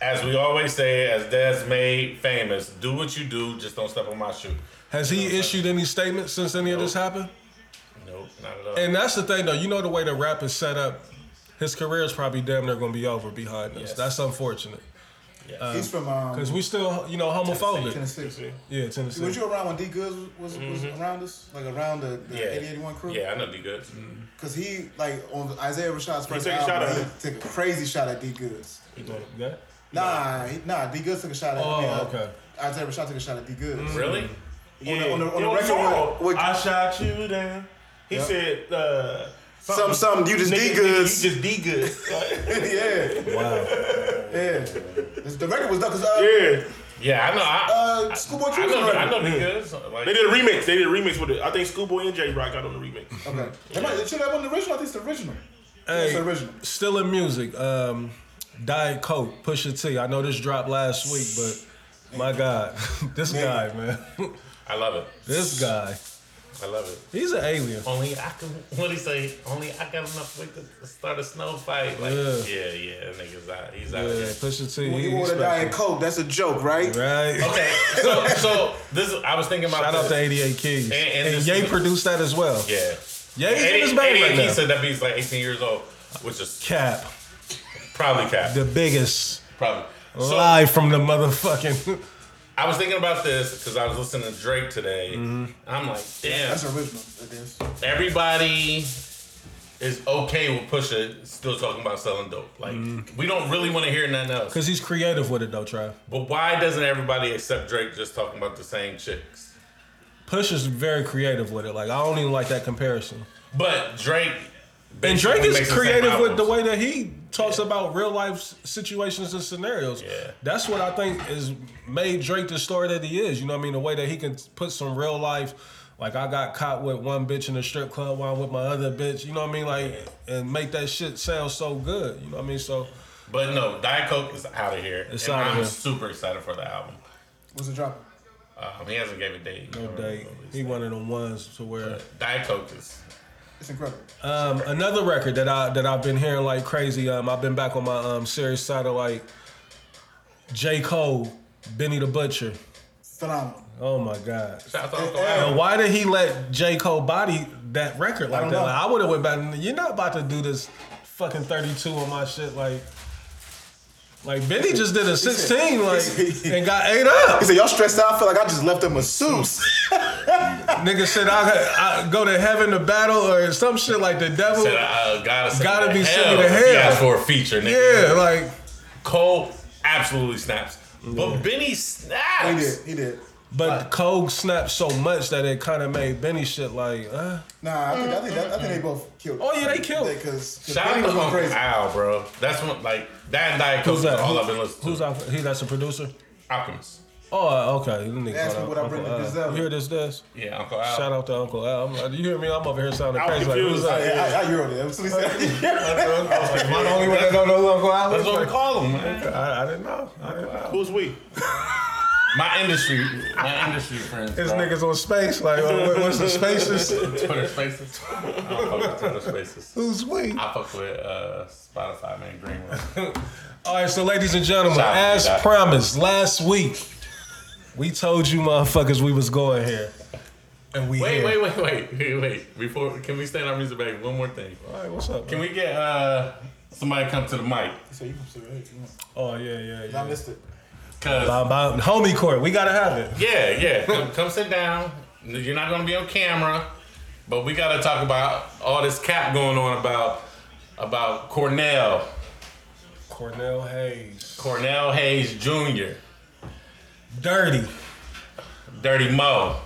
Speaker 2: as we always say, as Des made famous, do what you do, just don't step on my shoe.
Speaker 1: Has he issued any statements since any of this happened?
Speaker 2: Nope, not at all.
Speaker 1: And that's the thing, though. You know the way the rap is set up, his career is probably damn near gonna be over behind us.
Speaker 2: Yes.
Speaker 1: That's unfortunate
Speaker 5: He's from um,
Speaker 1: because we still, you know, homophobic.
Speaker 5: Tennessee.
Speaker 1: Yeah, Tennessee.
Speaker 5: Was you around when D Goods was, was, was around us? Like around the, the
Speaker 2: yeah,
Speaker 5: 8081 crew?
Speaker 2: yeah, I know D good.
Speaker 5: Because he, like, on Isaiah Rashad's first
Speaker 4: took a
Speaker 5: album,
Speaker 4: shot at
Speaker 5: he took a crazy shot at D Goods.
Speaker 1: Yeah.
Speaker 5: Nah, he, nah, D Goods took a shot at
Speaker 1: Oh,
Speaker 5: yeah,
Speaker 1: okay.
Speaker 5: Isaiah Rashad took a shot at D Goods.
Speaker 2: Really?
Speaker 1: Mm-hmm.
Speaker 5: On the, on the, on
Speaker 4: It
Speaker 5: the
Speaker 4: was
Speaker 5: record
Speaker 4: wrong.
Speaker 5: with, with
Speaker 4: I shot you down. He said, uh,
Speaker 3: Some, some, you just
Speaker 4: nigga,
Speaker 3: D
Speaker 4: nigga,
Speaker 3: goods.
Speaker 4: You just D goods.
Speaker 5: (laughs) yeah,
Speaker 1: Wow.
Speaker 5: yeah. This- The record was done because uh,
Speaker 4: (laughs) yeah.
Speaker 2: Yeah, I know. I,
Speaker 5: uh, Schoolboy Q
Speaker 2: I
Speaker 5: was on
Speaker 2: know.
Speaker 5: the
Speaker 2: I
Speaker 5: record.
Speaker 2: know D good. Like,
Speaker 4: They did a remix. They did a remix with it. I think Schoolboy and J Rock got on the remix.
Speaker 5: Okay. That might- It should have been the original. I think it's the original.
Speaker 1: Hey,
Speaker 5: It's the original.
Speaker 1: Still in music. Um, Diet Coke, Pusha T. I know this dropped last week, but my God, (laughs) this guy, man, (laughs)
Speaker 2: I love it.
Speaker 1: this guy,
Speaker 2: I love it.
Speaker 1: he's an alien.
Speaker 2: Only I can. What do you say? Only I got enough weight to start a snow fight. Like,
Speaker 1: Yeah.
Speaker 2: yeah, yeah, that nigga's out. He's out.
Speaker 1: Yeah,
Speaker 2: of here.
Speaker 1: Pusha T.
Speaker 5: When
Speaker 1: he-
Speaker 5: you
Speaker 1: he's
Speaker 5: order
Speaker 1: special.
Speaker 5: Diet Coke, that's a joke, right?
Speaker 1: Right.
Speaker 2: Okay, so so this is, I was thinking
Speaker 1: (laughs)
Speaker 2: about
Speaker 1: Shout out
Speaker 2: this.
Speaker 1: to 88 Keys.
Speaker 2: And- and
Speaker 1: And,
Speaker 2: this
Speaker 1: Ye
Speaker 2: is-
Speaker 1: produced that as well.
Speaker 2: yeah.
Speaker 1: Ye's in his
Speaker 2: 80,
Speaker 1: bag
Speaker 2: 88
Speaker 1: right
Speaker 2: he
Speaker 1: now.
Speaker 2: said that he's like 18 years old, which is
Speaker 1: Cap,
Speaker 2: probably cap.
Speaker 1: the biggest
Speaker 2: Probably. So
Speaker 1: lie from the motherfucking. (laughs)
Speaker 2: I was thinking about this because I was listening to Drake
Speaker 1: Mm-hmm.
Speaker 2: today. I'm like, damn,
Speaker 5: That's original. It is.
Speaker 2: everybody is okay with Pusha still talking about selling dope. Like
Speaker 1: Mm.
Speaker 2: we don't really want to hear nothing else.
Speaker 1: Because he's creative with it, though, Trav.
Speaker 2: But why doesn't everybody accept Drake just talking about the same chicks?
Speaker 1: Push is very creative with it. Like, I don't even like that comparison.
Speaker 2: But Drake
Speaker 1: And Drake
Speaker 2: makes
Speaker 1: is
Speaker 2: the same
Speaker 1: creative with the
Speaker 2: albums.
Speaker 1: way that he talks about real life s- situations and scenarios.
Speaker 2: Yeah.
Speaker 1: That's what I think is made Drake the star that he is. You know what I mean? The way that he can put some real life, like I got caught with one bitch in a strip club while I'm with my other bitch. You know what I mean? Like, and make that shit sound so good. You know what I mean? So
Speaker 2: But no, Diet Coke is out of here.
Speaker 1: It's
Speaker 2: and
Speaker 1: outta
Speaker 2: I'm
Speaker 1: here.
Speaker 2: super excited for the album.
Speaker 5: What's the drop?
Speaker 2: Um, he hasn't gave a date.
Speaker 1: no date. He one of them ones to where.
Speaker 2: Diet Coke is
Speaker 5: It's incredible.
Speaker 1: Um, another record that I that I've been hearing like crazy. Um, I've been back on my um Sirius satellite. J Cole, Benny the Butcher.
Speaker 5: Phenomenal.
Speaker 1: Oh my God.
Speaker 2: shout out to
Speaker 1: And
Speaker 2: Wild.
Speaker 1: why did he let J Cole body that record like
Speaker 5: don't
Speaker 1: that?
Speaker 5: know.
Speaker 1: Like, I would have went back. and, You're not about to do this fucking 32 on my shit. Like, like Benny just did a 16 like and got eight up.
Speaker 3: He said, y'all stressed out. I feel like I just left them a suits.
Speaker 1: Nigga said I, I go to heaven to battle or some shit like the devil.
Speaker 2: Said, uh, gotta send
Speaker 1: Gotta
Speaker 2: me
Speaker 1: be
Speaker 2: to
Speaker 1: sending
Speaker 2: hell.
Speaker 1: to hell.
Speaker 2: He asked for a feature, nigga.
Speaker 1: Yeah, like
Speaker 2: Cole absolutely snaps. But Benny
Speaker 5: He
Speaker 2: snaps.
Speaker 5: did. He did.
Speaker 1: but Cole snapped so much that it kind of made Benny shit like uh.
Speaker 5: Nah, I think I think, that, I think they both killed.
Speaker 1: Oh, yeah, they killed.
Speaker 5: Because
Speaker 2: Shout out to Uncle Al, bro. That's one like that and Diet Coke
Speaker 1: Who's
Speaker 2: is
Speaker 1: that?
Speaker 2: all
Speaker 1: Who-
Speaker 2: I've been listening to.
Speaker 1: Who's out? He that's a producer.
Speaker 2: Alchemist.
Speaker 1: Oh, okay. You niggas
Speaker 5: Ask
Speaker 1: call
Speaker 5: me
Speaker 1: out
Speaker 5: what I bring
Speaker 1: Uncle
Speaker 5: to
Speaker 1: Al.
Speaker 5: Griselda.
Speaker 1: You hear this? This.
Speaker 2: Yeah, Uncle Al.
Speaker 1: Shout out to Uncle Al. I'm like, you hear me? I'm over here sounding
Speaker 4: I'm
Speaker 1: crazy. Like,
Speaker 4: confused.
Speaker 1: who's that?
Speaker 5: I, I, I Euro did. That's what he said.
Speaker 2: I was like,
Speaker 1: I'm the only one
Speaker 5: (laughs)
Speaker 1: that don't know who Uncle Al
Speaker 2: That's
Speaker 1: is.
Speaker 2: what we
Speaker 1: Like,
Speaker 2: call him, man.
Speaker 1: I, I didn't know. I didn't know.
Speaker 4: Who's we?
Speaker 2: My industry, my industry friends.
Speaker 1: This
Speaker 2: bro.
Speaker 1: nigga's on space. Like, oh, what- what's the spaces?
Speaker 2: Twitter Spaces. I don't fuck with Twitter Spaces.
Speaker 1: (laughs) Who's we?
Speaker 2: I fuck with uh, Spotify, man. Green Room.
Speaker 1: (laughs) All right, so ladies and gentlemen,
Speaker 2: Shout out
Speaker 1: as
Speaker 2: to that.
Speaker 1: promised last week, we told you motherfuckers we was going here, and we
Speaker 2: Wait,
Speaker 1: here.
Speaker 2: wait, wait, wait, wait, wait. Before, can we stand our music back? One more thing.
Speaker 1: All right, what's up?
Speaker 2: Can
Speaker 1: man?
Speaker 2: we get uh somebody come to the mic?
Speaker 5: So you can see right. you know.
Speaker 1: Oh yeah, yeah,
Speaker 5: I
Speaker 1: yeah.
Speaker 5: missed it.
Speaker 2: Cause
Speaker 1: Bob, Bob, homie court, we gotta have it.
Speaker 2: yeah, yeah. Come, come sit down. You're not gonna be on camera, but we gotta talk about all this cap going on about about Cornell,
Speaker 1: Cornell Hayes,
Speaker 2: Cornell Hayes Jr.,
Speaker 1: dirty.
Speaker 2: Dirty Mo,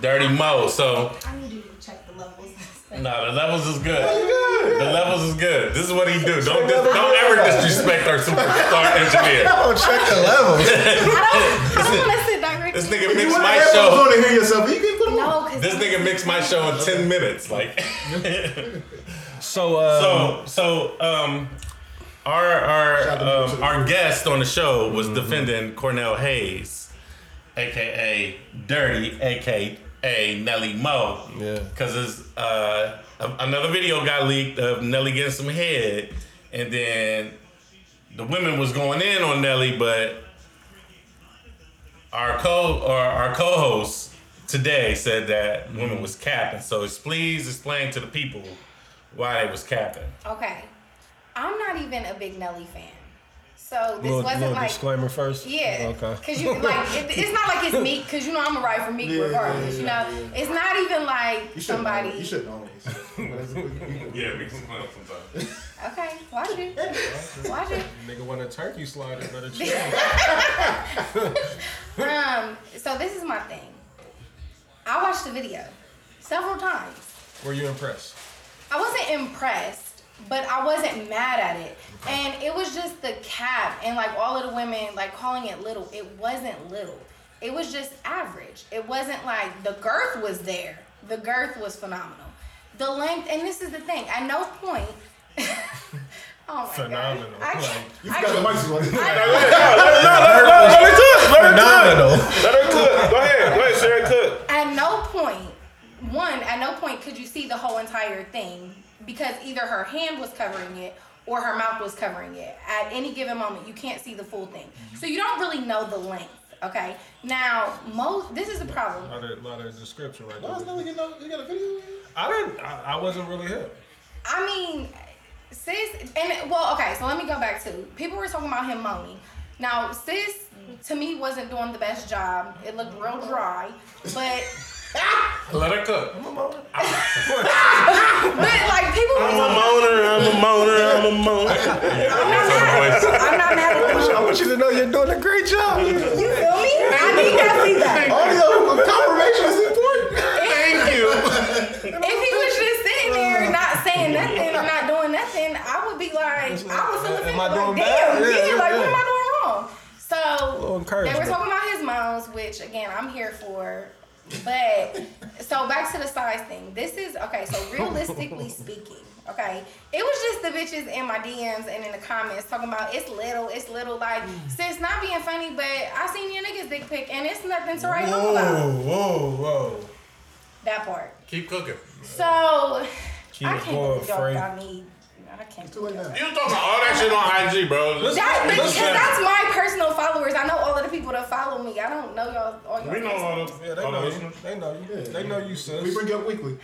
Speaker 2: Dirty Mo. So
Speaker 6: I need you to check the levels.
Speaker 2: No, the levels is good. The levels is good. This is what he do. Don't dis- don't ever disrespect our superstar engineer.
Speaker 1: Oh, check the levels.
Speaker 6: I don't, I don't want to sit directly.
Speaker 2: This nigga
Speaker 3: You
Speaker 2: mixed
Speaker 3: want
Speaker 2: my
Speaker 3: headphones
Speaker 2: show.
Speaker 3: on to hear yourself. You can put them on.
Speaker 6: No, because
Speaker 2: This nigga mixed my show in ten minutes. Like
Speaker 1: So, uh,
Speaker 2: so so um. Our our um, our guest on the show was defending Cornell Hayes, aka Dirty, aka Nelly Mo.
Speaker 1: Yeah.
Speaker 2: Cause it's uh a- another video got leaked of Nelly getting some head, and then the women was going in on Nelly, but our co or our co-host today said that women was capping. So it's- please explain to the people why they was capping.
Speaker 6: Okay, I'm not even a big Nelly fan, so this
Speaker 1: little,
Speaker 6: wasn't
Speaker 1: little
Speaker 6: like
Speaker 1: disclaimer first.
Speaker 6: yeah,
Speaker 1: Okay.
Speaker 6: because you
Speaker 1: (laughs)
Speaker 6: like it, it's not like it's Meek because you know I'm a ride for Meek
Speaker 5: Yeah,
Speaker 6: regardless.
Speaker 5: yeah,
Speaker 6: you
Speaker 5: yeah,
Speaker 6: know, it's not even like
Speaker 5: You shouldn't
Speaker 6: somebody.
Speaker 5: own it. You shouldn't own this.
Speaker 2: Yeah, we can explain sometimes.
Speaker 6: Okay, watch it,
Speaker 5: (laughs)
Speaker 6: watch it.
Speaker 1: Nigga want a turkey slider,
Speaker 6: (laughs)
Speaker 1: better
Speaker 6: Um, so this is my thing. I watched the video several times.
Speaker 1: Were you impressed?
Speaker 6: I wasn't impressed, but I wasn't mad at it. And it was just the cap and like all of the women like calling it little. It wasn't little. It was just average. It wasn't like the girth was there. The girth was phenomenal. The length, and this is the thing. At no point. (laughs) oh my
Speaker 1: Phenomenal.
Speaker 6: God. I can't-
Speaker 1: Like,
Speaker 5: You
Speaker 6: I
Speaker 5: forgot the
Speaker 6: can't-
Speaker 5: mic's one.
Speaker 6: I
Speaker 1: Phenomenal.
Speaker 6: know.
Speaker 4: Let her cook. Go ahead. Go ahead, Sherry Cook.
Speaker 6: at no point, one, at no point could you see the whole entire thing because either her hand was covering it or her mouth was covering it. At any given moment, you can't see the full thing. So you don't really know the length, okay? Now, most, this is the problem.
Speaker 1: lot of, lot of description right
Speaker 5: Oh, no,
Speaker 1: there.
Speaker 5: we get no- we got a video.
Speaker 1: I didn't. I, I wasn't really hit.
Speaker 6: I mean, sis, and well, okay, so let me go back to people were talking about him moaning. Now, sis to me wasn't doing the best job. It looked real dry, but
Speaker 2: Let her cook.
Speaker 6: (laughs) But like people,
Speaker 4: I'm a moaner, I'm a moaner, I'm a moaner.
Speaker 6: I'm not mad. I'm not mad at you.
Speaker 5: I want you to know you're doing a great job.
Speaker 6: You feel me? I need y'all to see that.
Speaker 3: Audio confirmation is important.
Speaker 4: Thank you.
Speaker 6: If he was just sitting
Speaker 1: Uh,
Speaker 6: there not saying nothing or not doing nothing, I would be like, I would feel offended.
Speaker 1: Am I doing
Speaker 6: Like,
Speaker 1: bad?
Speaker 6: damn,
Speaker 1: Yeah,
Speaker 6: yeah,
Speaker 1: yeah,
Speaker 6: like
Speaker 1: yeah.
Speaker 6: what am I doing wrong? So they were
Speaker 1: encouragement.
Speaker 6: talking about his moms, which again I'm here for. But so back to the size thing. This is okay. So
Speaker 1: (laughs)
Speaker 6: realistically speaking, okay, it was just the bitches in my DMs and in the comments talking about it's little, it's little. Like,
Speaker 1: Mm.
Speaker 6: sis, not being funny, but I seen your niggas dick pic and it's nothing to write home about.
Speaker 5: whoa, whoa.
Speaker 6: That part.
Speaker 2: Keep cooking.
Speaker 6: So
Speaker 1: Keep
Speaker 6: I
Speaker 1: it
Speaker 6: can't
Speaker 1: going,
Speaker 6: believe y'all
Speaker 1: Frank.
Speaker 6: got me. I can't. believe y'all.
Speaker 2: You talking all that shit on IG, bro.
Speaker 6: That, because
Speaker 1: Listen.
Speaker 6: that's my personal followers. I know all of the people that follow me. I don't know y'all. All y'all
Speaker 2: we know all
Speaker 6: personal.
Speaker 2: the
Speaker 1: Yeah, they
Speaker 2: all the
Speaker 1: know you.
Speaker 2: listeners.
Speaker 1: They know you. They know you, sis.
Speaker 3: We bring you up weekly.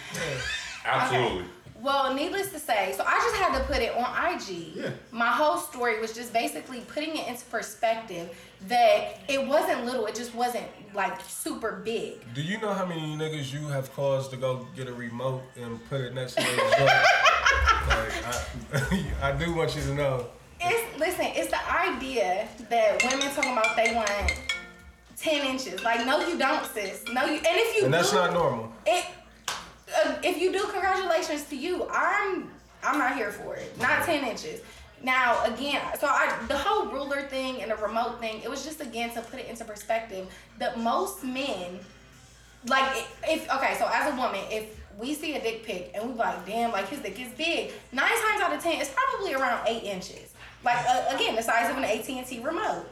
Speaker 2: Absolutely.
Speaker 6: Well, needless to say, so I just had to put it on IG.
Speaker 3: Yeah.
Speaker 6: My whole story was just basically putting it into perspective that it wasn't little, it just wasn't like super big.
Speaker 1: Do you know how many niggas you have caused to go get a remote and put it next to
Speaker 6: (laughs)
Speaker 1: their junk? like, I, I (laughs) do want you to know.
Speaker 6: It's listen, it's the idea that women talking about they want ten inches. Like, no, you don't, sis. No, you. And if you
Speaker 1: And that's
Speaker 6: do,
Speaker 1: not normal.
Speaker 6: it uh, if you do congratulations to you i'm i'm not here for it not 10 inches now again so i the whole ruler thing and the remote thing it was just again to put it into perspective that most men like if okay so as a woman if we see a dick pic and we like damn like his dick is big nine times out of ten it's probably around eight inches like uh, again the size of an at&t remote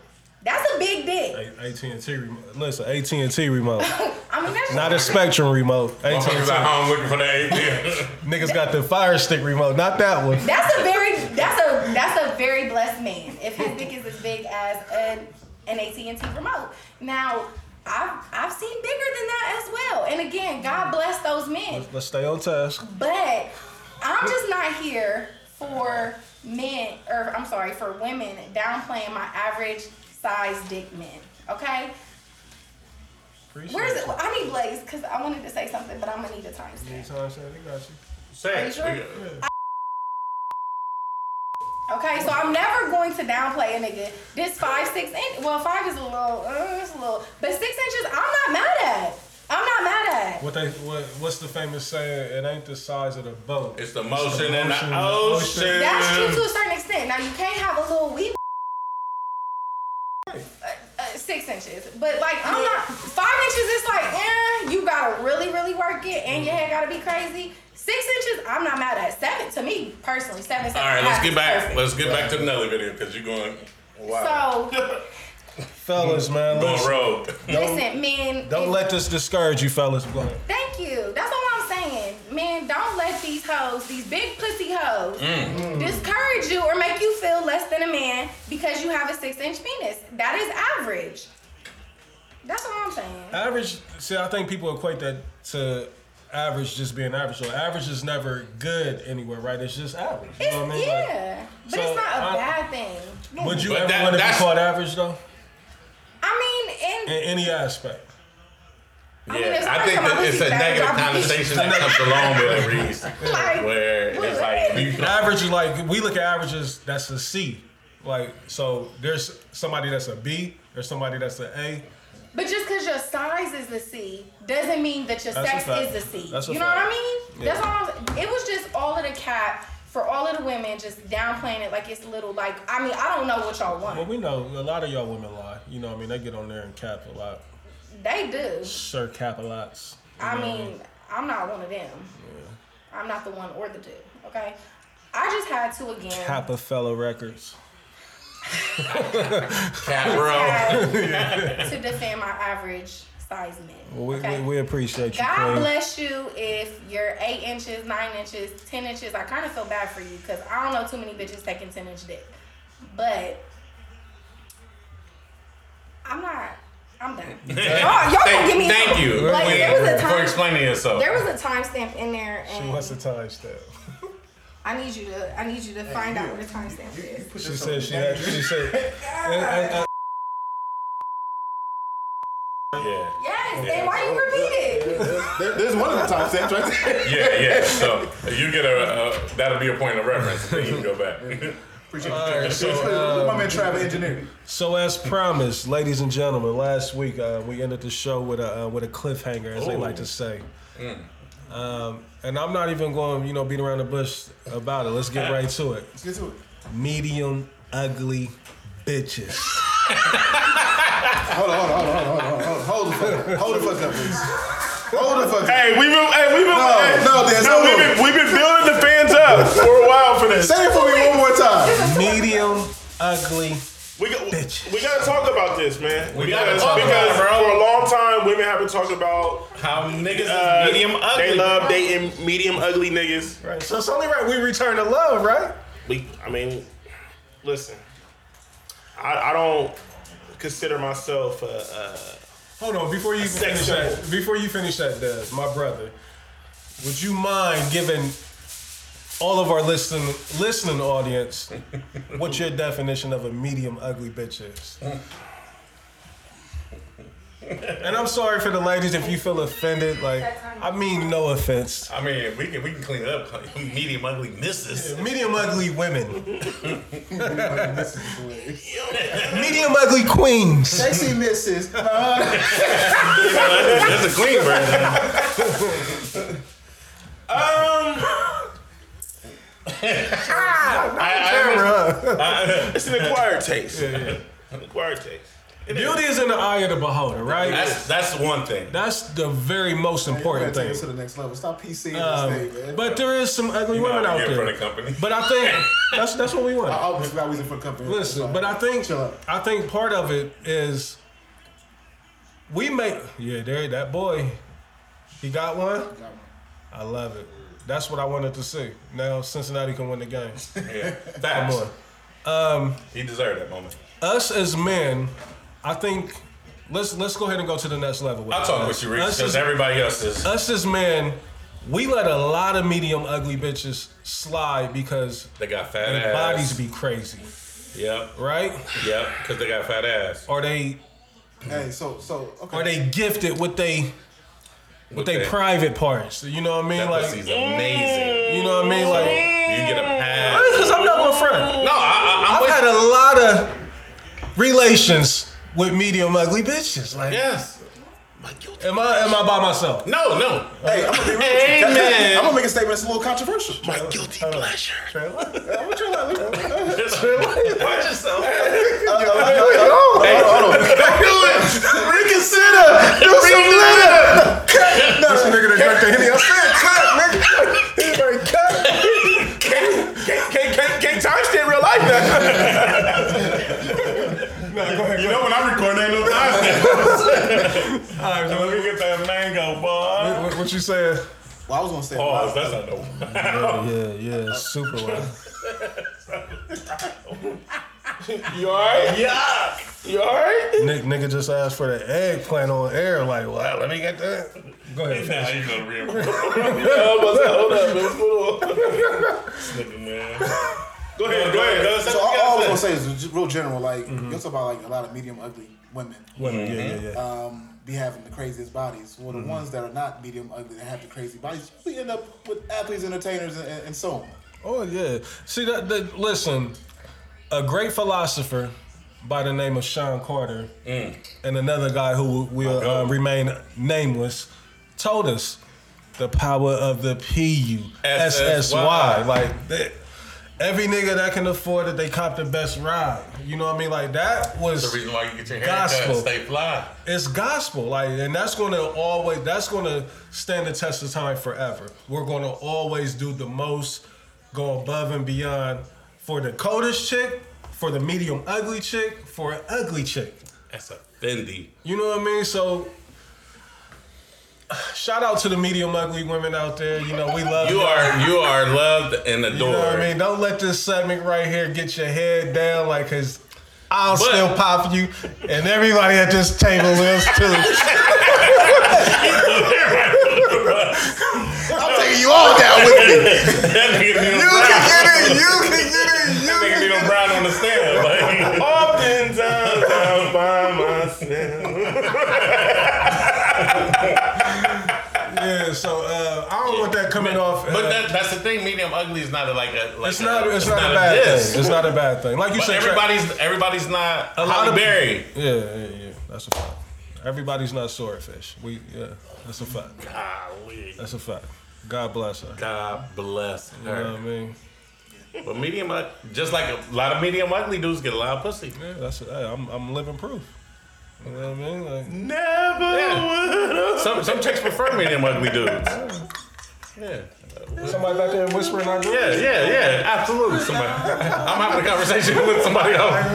Speaker 6: that's a big dick
Speaker 1: AT and T remote. Listen, AT and T remote,
Speaker 6: i mean that's
Speaker 1: not a Spectrum remote. AT
Speaker 2: Motherfuckers at
Speaker 1: and
Speaker 2: home looking for the (laughs) ATM.
Speaker 1: T. Niggas got the Fire Stick remote, not that one.
Speaker 6: That's a very that's a that's a very blessed man if his dick is as big as an an AT and T remote. Now I've I've seen bigger than that as well. And again, God bless those men.
Speaker 1: Let's stay on task.
Speaker 6: But I'm just not here for men or I'm sorry for women downplaying my average size dick men. Okay,
Speaker 1: Appreciate
Speaker 6: where's it?
Speaker 1: you.
Speaker 6: I need Blaze because I wanted to say something, but I'm gonna need a timestamp.
Speaker 1: Anytime, sir, they got you.
Speaker 6: Are you
Speaker 2: Sex.
Speaker 6: sure?
Speaker 2: we got-
Speaker 6: Okay, so I'm never going to downplay a nigga. This five, six inch, well, five is a little, uh, it's a little, but six inches, I'm not mad at. I'm not mad at.
Speaker 1: What they what, what's the famous saying? It ain't the size of the boat.
Speaker 2: It's the motion in
Speaker 1: motion in
Speaker 2: the
Speaker 1: the
Speaker 2: ocean.
Speaker 1: ocean.
Speaker 6: That's true to a certain extent. Now you can't have a little wee. Uh, uh, six inches, but like I'm not five inches. It's like, eh, you gotta really, really work it, and your head gotta be crazy. Six inches, I'm not mad at. Seven, to me personally, seven.
Speaker 2: All
Speaker 6: seven
Speaker 2: right,
Speaker 6: and a
Speaker 2: let's
Speaker 6: half
Speaker 2: get
Speaker 6: is
Speaker 2: back.
Speaker 6: perfect.
Speaker 2: Let's get back to the Nelly video because you're going
Speaker 6: So
Speaker 2: (laughs)
Speaker 1: Fellas, man,
Speaker 2: going
Speaker 1: listen,
Speaker 2: (laughs) rogue.
Speaker 6: listen, men,
Speaker 1: don't
Speaker 6: if-
Speaker 1: let this discourage you, fellas. Go ahead.
Speaker 6: Thank you. That's all I'm saying. Man, don't let these hoes, these big pussy hoes,
Speaker 2: Mm.
Speaker 1: Mm.
Speaker 6: discourage you or make you feel less than a man because you have a six inch penis. That is average. That's all I'm saying.
Speaker 1: Average. See, I think people equate that to average just being average. So average is never good anywhere, right? It's just average. You know what I mean?
Speaker 6: It's,
Speaker 1: Like,
Speaker 6: yeah, but
Speaker 1: so
Speaker 6: it's not a
Speaker 1: I-
Speaker 6: bad thing.
Speaker 1: would you
Speaker 2: But
Speaker 1: ever
Speaker 2: that-
Speaker 1: want to be
Speaker 2: that's-
Speaker 1: called average though?
Speaker 6: I mean,
Speaker 1: In
Speaker 6: and
Speaker 1: any aspect.
Speaker 6: I mean, it's
Speaker 2: Yeah, I
Speaker 6: like
Speaker 2: think
Speaker 6: my
Speaker 2: that it's
Speaker 6: pussy
Speaker 2: a
Speaker 6: bag,
Speaker 2: negative
Speaker 6: I'll be-
Speaker 2: connotation that comes along with it, Reese.
Speaker 6: (laughs) like,
Speaker 2: Where it's like you don't
Speaker 1: Average is like we look at averages. That's a C. Like so, there's somebody that's a B. There's somebody that's an A.
Speaker 6: but just because your size is a C doesn't mean that your
Speaker 1: That's a
Speaker 6: sex
Speaker 1: fact.
Speaker 6: is a C.
Speaker 1: That's a
Speaker 6: you know
Speaker 1: fact.
Speaker 6: what I mean?
Speaker 1: Yeah.
Speaker 6: That's all. I'm, it was just all of the cap for all of the women just downplaying it like it's little. Like I mean, I don't know what y'all want.
Speaker 1: Well, we know a lot of y'all women lie. You know, what I mean, they get on there and cap a lot.
Speaker 6: They do.
Speaker 1: Sure, cap a lots.
Speaker 6: I mean, I'm not one of them. I'm not the one or the two. Okay. I just had to again.
Speaker 1: Cap a fellow records.
Speaker 2: cap
Speaker 1: (laughs)
Speaker 2: rogue.
Speaker 6: had to defend my average size men.
Speaker 1: Well, we,
Speaker 6: okay?
Speaker 1: we, we appreciate you.
Speaker 6: God
Speaker 1: Queen.
Speaker 6: bless you if you're eight inches, nine inches, ten inches. I kind of feel bad for you because I don't know too many bitches taking ten inch dick, but I'm not.
Speaker 2: (laughs)
Speaker 6: I'm done. Y'all, y'all
Speaker 2: thank,
Speaker 6: can give me.
Speaker 2: thank you
Speaker 6: Like,
Speaker 2: Queen,
Speaker 6: there was a
Speaker 2: for
Speaker 6: time.
Speaker 2: explaining yourself.
Speaker 6: There was a timestamp in there,
Speaker 1: She
Speaker 6: and
Speaker 1: wants a timestamp.
Speaker 6: I need you to. I need you to find out where the timestamp is.
Speaker 1: She said she actually said.
Speaker 2: yeah.
Speaker 6: Yes, and why you repeat it?
Speaker 3: There, there's one of the top sets right (laughs) there.
Speaker 4: Yeah, yeah. So you get a uh, that'll be a point of reference. Then you can go back.
Speaker 3: Appreciate
Speaker 1: All right, so,
Speaker 3: my man Travis Engineering.
Speaker 1: So as promised, ladies and gentlemen, last week uh, we ended the show with a uh, with a cliffhanger, as they like to say. Um, and I'm not even going, to you know, beat around the bush about it. Let's get right to it.
Speaker 3: Let's get to it.
Speaker 1: Medium ugly bitches.
Speaker 3: Hold on, hold on, hold on, hold on, hold on. Hold the fuck up. Hold the fuck up, please. Hold the fuck up.
Speaker 4: Hey, we've been, hey, we've been,
Speaker 3: No,
Speaker 4: hey,
Speaker 3: no, there's no
Speaker 4: we've been, we've been building the fans up for a while for this.
Speaker 3: Say it for me one more time.
Speaker 1: Medium ugly.
Speaker 4: We, got-
Speaker 1: Bitch.
Speaker 4: we gotta talk about this, man.
Speaker 2: We
Speaker 4: because
Speaker 2: gotta talk about
Speaker 4: because
Speaker 2: it, bro.
Speaker 4: for a long time, women have been talking about
Speaker 2: How niggas
Speaker 4: uh,
Speaker 2: is medium ugly.
Speaker 4: They love dating medium ugly niggas.
Speaker 1: Right. So it's only right we return to love, right?
Speaker 4: We, I mean, listen, I, I don't consider myself a. a
Speaker 1: Hold on, before you finish that, before you finish that, Dev, my brother, would you mind giving all of our listen, listening audience what your definition of a medium ugly bitch is? And I'm sorry for the ladies if you feel offended. Like, I mean, no offense.
Speaker 2: I mean, we can we can clean it up. Medium ugly misses.
Speaker 1: Medium ugly women. medium ugly queens.
Speaker 3: They see misses. Uh,
Speaker 2: That's a clean version. Um,
Speaker 4: (laughs) It's an acquired taste. Acquired taste. It is.
Speaker 1: Beauty is in the eye of the beholder, right?
Speaker 2: That's that's one thing.
Speaker 1: That's the very most important
Speaker 3: take
Speaker 1: thing.
Speaker 3: us to the next level. Stop PCing this thing,
Speaker 1: Um,
Speaker 3: man.
Speaker 1: but there is some ugly
Speaker 2: You know,
Speaker 1: women
Speaker 2: I
Speaker 1: out
Speaker 2: get in front of
Speaker 1: there.
Speaker 2: company.
Speaker 1: But I think that's that's what we
Speaker 3: I
Speaker 1: want.
Speaker 3: always forgot we was in front of company.
Speaker 1: Listen, but I think
Speaker 3: Uh, Chill out.
Speaker 1: I think part of it is we make yeah there that boy he got one. I love it. That's what I wanted to see. Now Cincinnati can win the
Speaker 3: (laughs)
Speaker 1: game.
Speaker 2: Yeah.
Speaker 1: Come
Speaker 2: Facts.
Speaker 1: on.
Speaker 2: He deserved that moment.
Speaker 1: Us as men, I think let's let's go ahead and go to the next level. with
Speaker 4: Uh,
Speaker 2: I'll
Speaker 1: it.
Speaker 2: talk with you, Rich,
Speaker 1: Us
Speaker 2: because
Speaker 1: as-
Speaker 2: everybody else is.
Speaker 1: us as men, we let a lot of medium ugly bitches slide because
Speaker 2: They got fat
Speaker 1: their
Speaker 2: ass.
Speaker 1: bodies be crazy,
Speaker 2: Yep,
Speaker 1: right?
Speaker 2: yep, because they got fat ass.
Speaker 1: Are they
Speaker 3: Hey, so, so, okay.
Speaker 1: are they gifted with they with they
Speaker 2: that-
Speaker 1: private parts? You know what I mean?
Speaker 2: That
Speaker 1: like
Speaker 2: pussy's amazing.
Speaker 1: you know what I mean?
Speaker 2: So,
Speaker 1: Like
Speaker 2: you get a pass.
Speaker 1: because I'm not gonna front.
Speaker 2: No, I, I, I'm
Speaker 1: I've
Speaker 2: with
Speaker 1: had a lot of relations with medium ugly bitches. Like
Speaker 2: Yes.
Speaker 1: am I am I by myself?
Speaker 2: No, no.
Speaker 3: Hey, I'm gonna be real. with you.
Speaker 2: Amen.
Speaker 3: I'm gonna make a statement that's a little controversial.
Speaker 4: My guilty pleasure.
Speaker 3: I'm gonna chill out. Let me-
Speaker 2: Watch yourself.
Speaker 3: Hey, hold on. Reconsider. Do some litter. Cut. No, this nigga that drank the Henny. I said cut, nigga. Anybody cut?
Speaker 4: Can't, can't, can't, can't time stay in real life now. (laughs)
Speaker 2: You know when I'm recording, ain't no
Speaker 4: (laughs)
Speaker 2: time stamp. Alright, so let me get that mango bar.
Speaker 1: What, what you saying?
Speaker 3: Well, I was gonna say.
Speaker 2: Pause. That's not no.
Speaker 1: Yeah, yeah, super wild.
Speaker 4: You alright?
Speaker 2: Yeah.
Speaker 4: You alright?
Speaker 1: Nick, nigga just asked for the eggplant on air. Like, well, let me get that. Go ahead.
Speaker 2: Now you know the
Speaker 1: (laughs)
Speaker 2: real
Speaker 4: No, I'm about to say, hold up, man. What's going on?
Speaker 2: nigga, man.
Speaker 4: Go ahead, go ahead. Go
Speaker 3: So all, all I was gonna say is just real general. Like you're talking about like a lot of medium ugly women
Speaker 1: Women, yeah, yeah, yeah.
Speaker 3: um, be having the craziest bodies. Well, the ones that are not medium ugly that have the crazy bodies, we end up with athletes, entertainers, and, and so on.
Speaker 1: oh yeah. See that, that? Listen, a great philosopher by the name of Sean Carter and another guy who will uh, remain nameless told us the power of the P U S S
Speaker 2: SSY.
Speaker 1: Y. Like that. Every nigga that can afford it, they cop the best ride. You know what I mean? Like that was
Speaker 2: The reason why you get your hair
Speaker 1: Gospel.
Speaker 2: cut, stay fly.
Speaker 1: it's gospel like and that's going to always that's going to stand the test of time forever we're going to always do the most go above and beyond for the coldest chick for the medium ugly chick for an ugly chick
Speaker 2: That's a Fendi.
Speaker 1: you know what i mean so shout out to the medium ugly women out there you know we love
Speaker 2: You
Speaker 1: y'all.
Speaker 2: are you are loved and adored.
Speaker 1: you know what i mean don't let this segment right here get your head down like because I'll still pop you, and everybody at this table will too.
Speaker 2: (laughs)
Speaker 3: I'm taking you all down with me.
Speaker 2: That nigga be
Speaker 3: You
Speaker 2: on
Speaker 3: can
Speaker 2: brown.
Speaker 3: get it. You can get it. You
Speaker 2: That nigga
Speaker 3: can
Speaker 2: be on brown on the stand. Like,
Speaker 4: Oftentimes I'm (laughs) by myself.
Speaker 1: Yeah,
Speaker 5: uh, I don't want that coming off.
Speaker 2: But
Speaker 5: uh,
Speaker 2: that, that's the thing. Medium ugly is not a, like a. Like
Speaker 1: It's not. It's, not, a
Speaker 2: diss.
Speaker 1: bad thing. It's not a bad thing. Like you
Speaker 2: But
Speaker 1: said, Tra-
Speaker 2: everybody's everybody's not a
Speaker 1: lot
Speaker 2: Holly
Speaker 1: of-
Speaker 2: Berry.
Speaker 1: Yeah, yeah, yeah. That's a fact. Everybody's not swordfish. We, yeah, that's a fact.
Speaker 2: Golly.
Speaker 1: That's a fact. God bless her.
Speaker 2: God bless
Speaker 1: You know
Speaker 2: her.
Speaker 1: what I mean?
Speaker 2: But medium, ug- just like a lot of medium ugly dudes get a lot of (laughs) pussy.
Speaker 1: Yeah, that's. Hey, I'm, I'm living proof. You know what I mean? Like,
Speaker 2: Never. Some some chicks prefer medium ugly dudes. Yeah.
Speaker 1: Somebody back there whispering our
Speaker 2: Yeah, yeah, yeah, absolutely. Somebody, I'm having a conversation (laughs) with somebody else.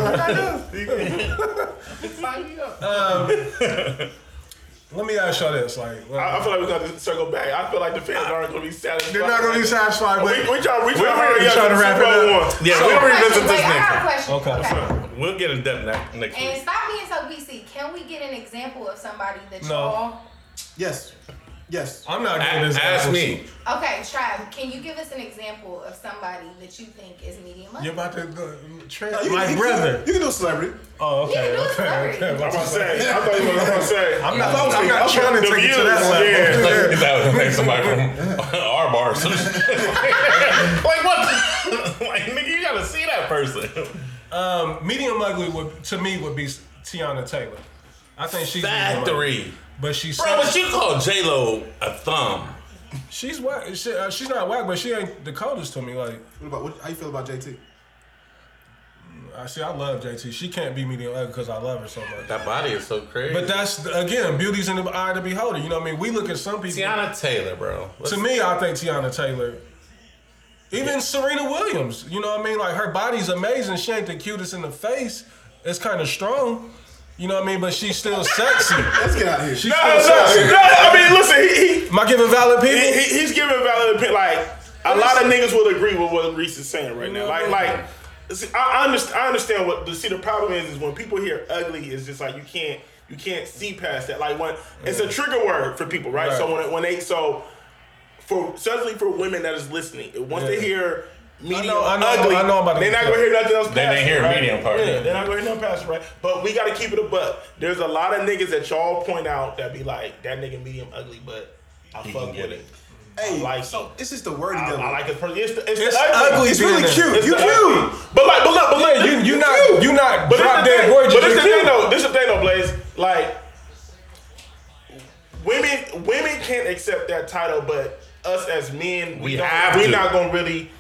Speaker 1: Let me ask y'all this. Like,
Speaker 4: I, I feel like we got to circle back. I feel like the fans aren't going to be satisfied.
Speaker 5: they're not gonna be satisfied with.
Speaker 4: We, we try. We try.
Speaker 5: We're
Speaker 4: hurry up
Speaker 5: trying
Speaker 4: to
Speaker 5: to wrap
Speaker 4: Super
Speaker 5: it
Speaker 4: Bowl
Speaker 5: up.
Speaker 4: one.
Speaker 2: Yeah,
Speaker 6: I
Speaker 2: we'll
Speaker 6: have a
Speaker 2: revisit
Speaker 6: question.
Speaker 2: this
Speaker 6: Wait, I
Speaker 2: next.
Speaker 6: have a question.
Speaker 1: Okay.
Speaker 6: okay.
Speaker 2: time. We'll get in depth next next
Speaker 6: And
Speaker 2: week.
Speaker 6: stop being so greasy. Can we get an example of somebody that
Speaker 1: No.
Speaker 6: y'all?
Speaker 3: Yes. Yes.
Speaker 1: I'm not getting this.
Speaker 2: Ask, ask me.
Speaker 6: Okay, Trav, can you give us an example of somebody that you think is medium? ugly?
Speaker 1: You're about to go, Trent,
Speaker 3: You can-
Speaker 1: my
Speaker 3: you can-
Speaker 1: brother.
Speaker 3: You can do a celebrity.
Speaker 1: Oh, okay.
Speaker 6: You can do
Speaker 1: okay,
Speaker 6: it,
Speaker 1: okay.
Speaker 4: I'm
Speaker 6: sorry.
Speaker 4: gonna say. I thought you were gonna say.
Speaker 1: I'm not, I'm not trying to
Speaker 4: The
Speaker 1: take it
Speaker 4: views.
Speaker 1: to that level.
Speaker 4: Yeah.
Speaker 2: Like, that would make somebody from our bar. or some shit. (laughs) like what? (laughs) the- like nigga, you gotta see that person.
Speaker 1: Um, (laughs) medium ugly would to me would be Tiana Taylor. I think she's medium ugly.
Speaker 2: Factory,
Speaker 1: but she's
Speaker 2: bro. But you call J Lo a thumb?
Speaker 1: she's whack. She, uh, she's not whack, but she ain't the coldest to me. Like
Speaker 3: What about what, how you feel about JT?
Speaker 1: I see, I love JT. She can't be medium ugly because I love her so much.
Speaker 2: That body is so crazy.
Speaker 1: But that's again, beauty's in the eye of the beholder. You know what I mean? We look at some people.
Speaker 2: Tiana Taylor, bro. Let's-
Speaker 1: to me, I think Tiana Taylor. Even Serena Williams, you know what I mean? Like her body's amazing. She ain't the cutest in the face. It's kind of strong. You know what I mean? But she's still sexy.
Speaker 3: Let's get out of here.
Speaker 1: She's
Speaker 4: No,
Speaker 1: still sexy.
Speaker 4: no, no. I mean, listen. He,
Speaker 1: Am I giving valid people?
Speaker 4: he, he he's giving valid opinion. Like a lot of niggas would agree with what Reese is saying right now. Like like. See, I, I understand. I understand what. the See, the problem is, is when people hear "ugly," it's just like you can't, you can't see past that. Like when it's a trigger word for people, right? So when when they so for certainly for women that is listening, once
Speaker 1: Yeah.
Speaker 4: they hear medium
Speaker 1: I know-
Speaker 4: ugly,
Speaker 1: I know I'm about to
Speaker 4: they're not
Speaker 1: get
Speaker 4: gonna hear nothing else.
Speaker 2: They
Speaker 4: past
Speaker 2: didn't
Speaker 4: it,
Speaker 2: hear
Speaker 4: right?
Speaker 2: medium part.
Speaker 4: Yeah, they're not gonna hear no past it, right. But we gotta keep it above. There's a lot of niggas that y'all point out that be like, that nigga medium ugly, but I
Speaker 2: He
Speaker 4: fuck
Speaker 2: can
Speaker 4: with
Speaker 2: get
Speaker 4: it.
Speaker 2: it.
Speaker 3: Hey,
Speaker 4: like
Speaker 3: so
Speaker 4: it.
Speaker 3: it's just the wording
Speaker 4: I,
Speaker 3: of it.
Speaker 4: I like his person. It's, the, it's,
Speaker 1: It's
Speaker 4: the ugly.
Speaker 1: ugly.
Speaker 3: it's really
Speaker 1: being
Speaker 3: cute.
Speaker 4: It's
Speaker 3: you
Speaker 4: the
Speaker 3: cute.
Speaker 4: ugly. But like, but look, but look,
Speaker 1: you you not you not
Speaker 4: but this
Speaker 1: drop
Speaker 4: the
Speaker 1: dead
Speaker 4: thing-
Speaker 1: gorgeous.
Speaker 4: But this the
Speaker 1: You
Speaker 4: thing
Speaker 1: cute.
Speaker 4: though. This the thing though, Blaze. Like, women women can't accept that title, but us as men,
Speaker 2: We
Speaker 4: don't-
Speaker 2: have
Speaker 4: we
Speaker 2: to.
Speaker 4: not gonna really.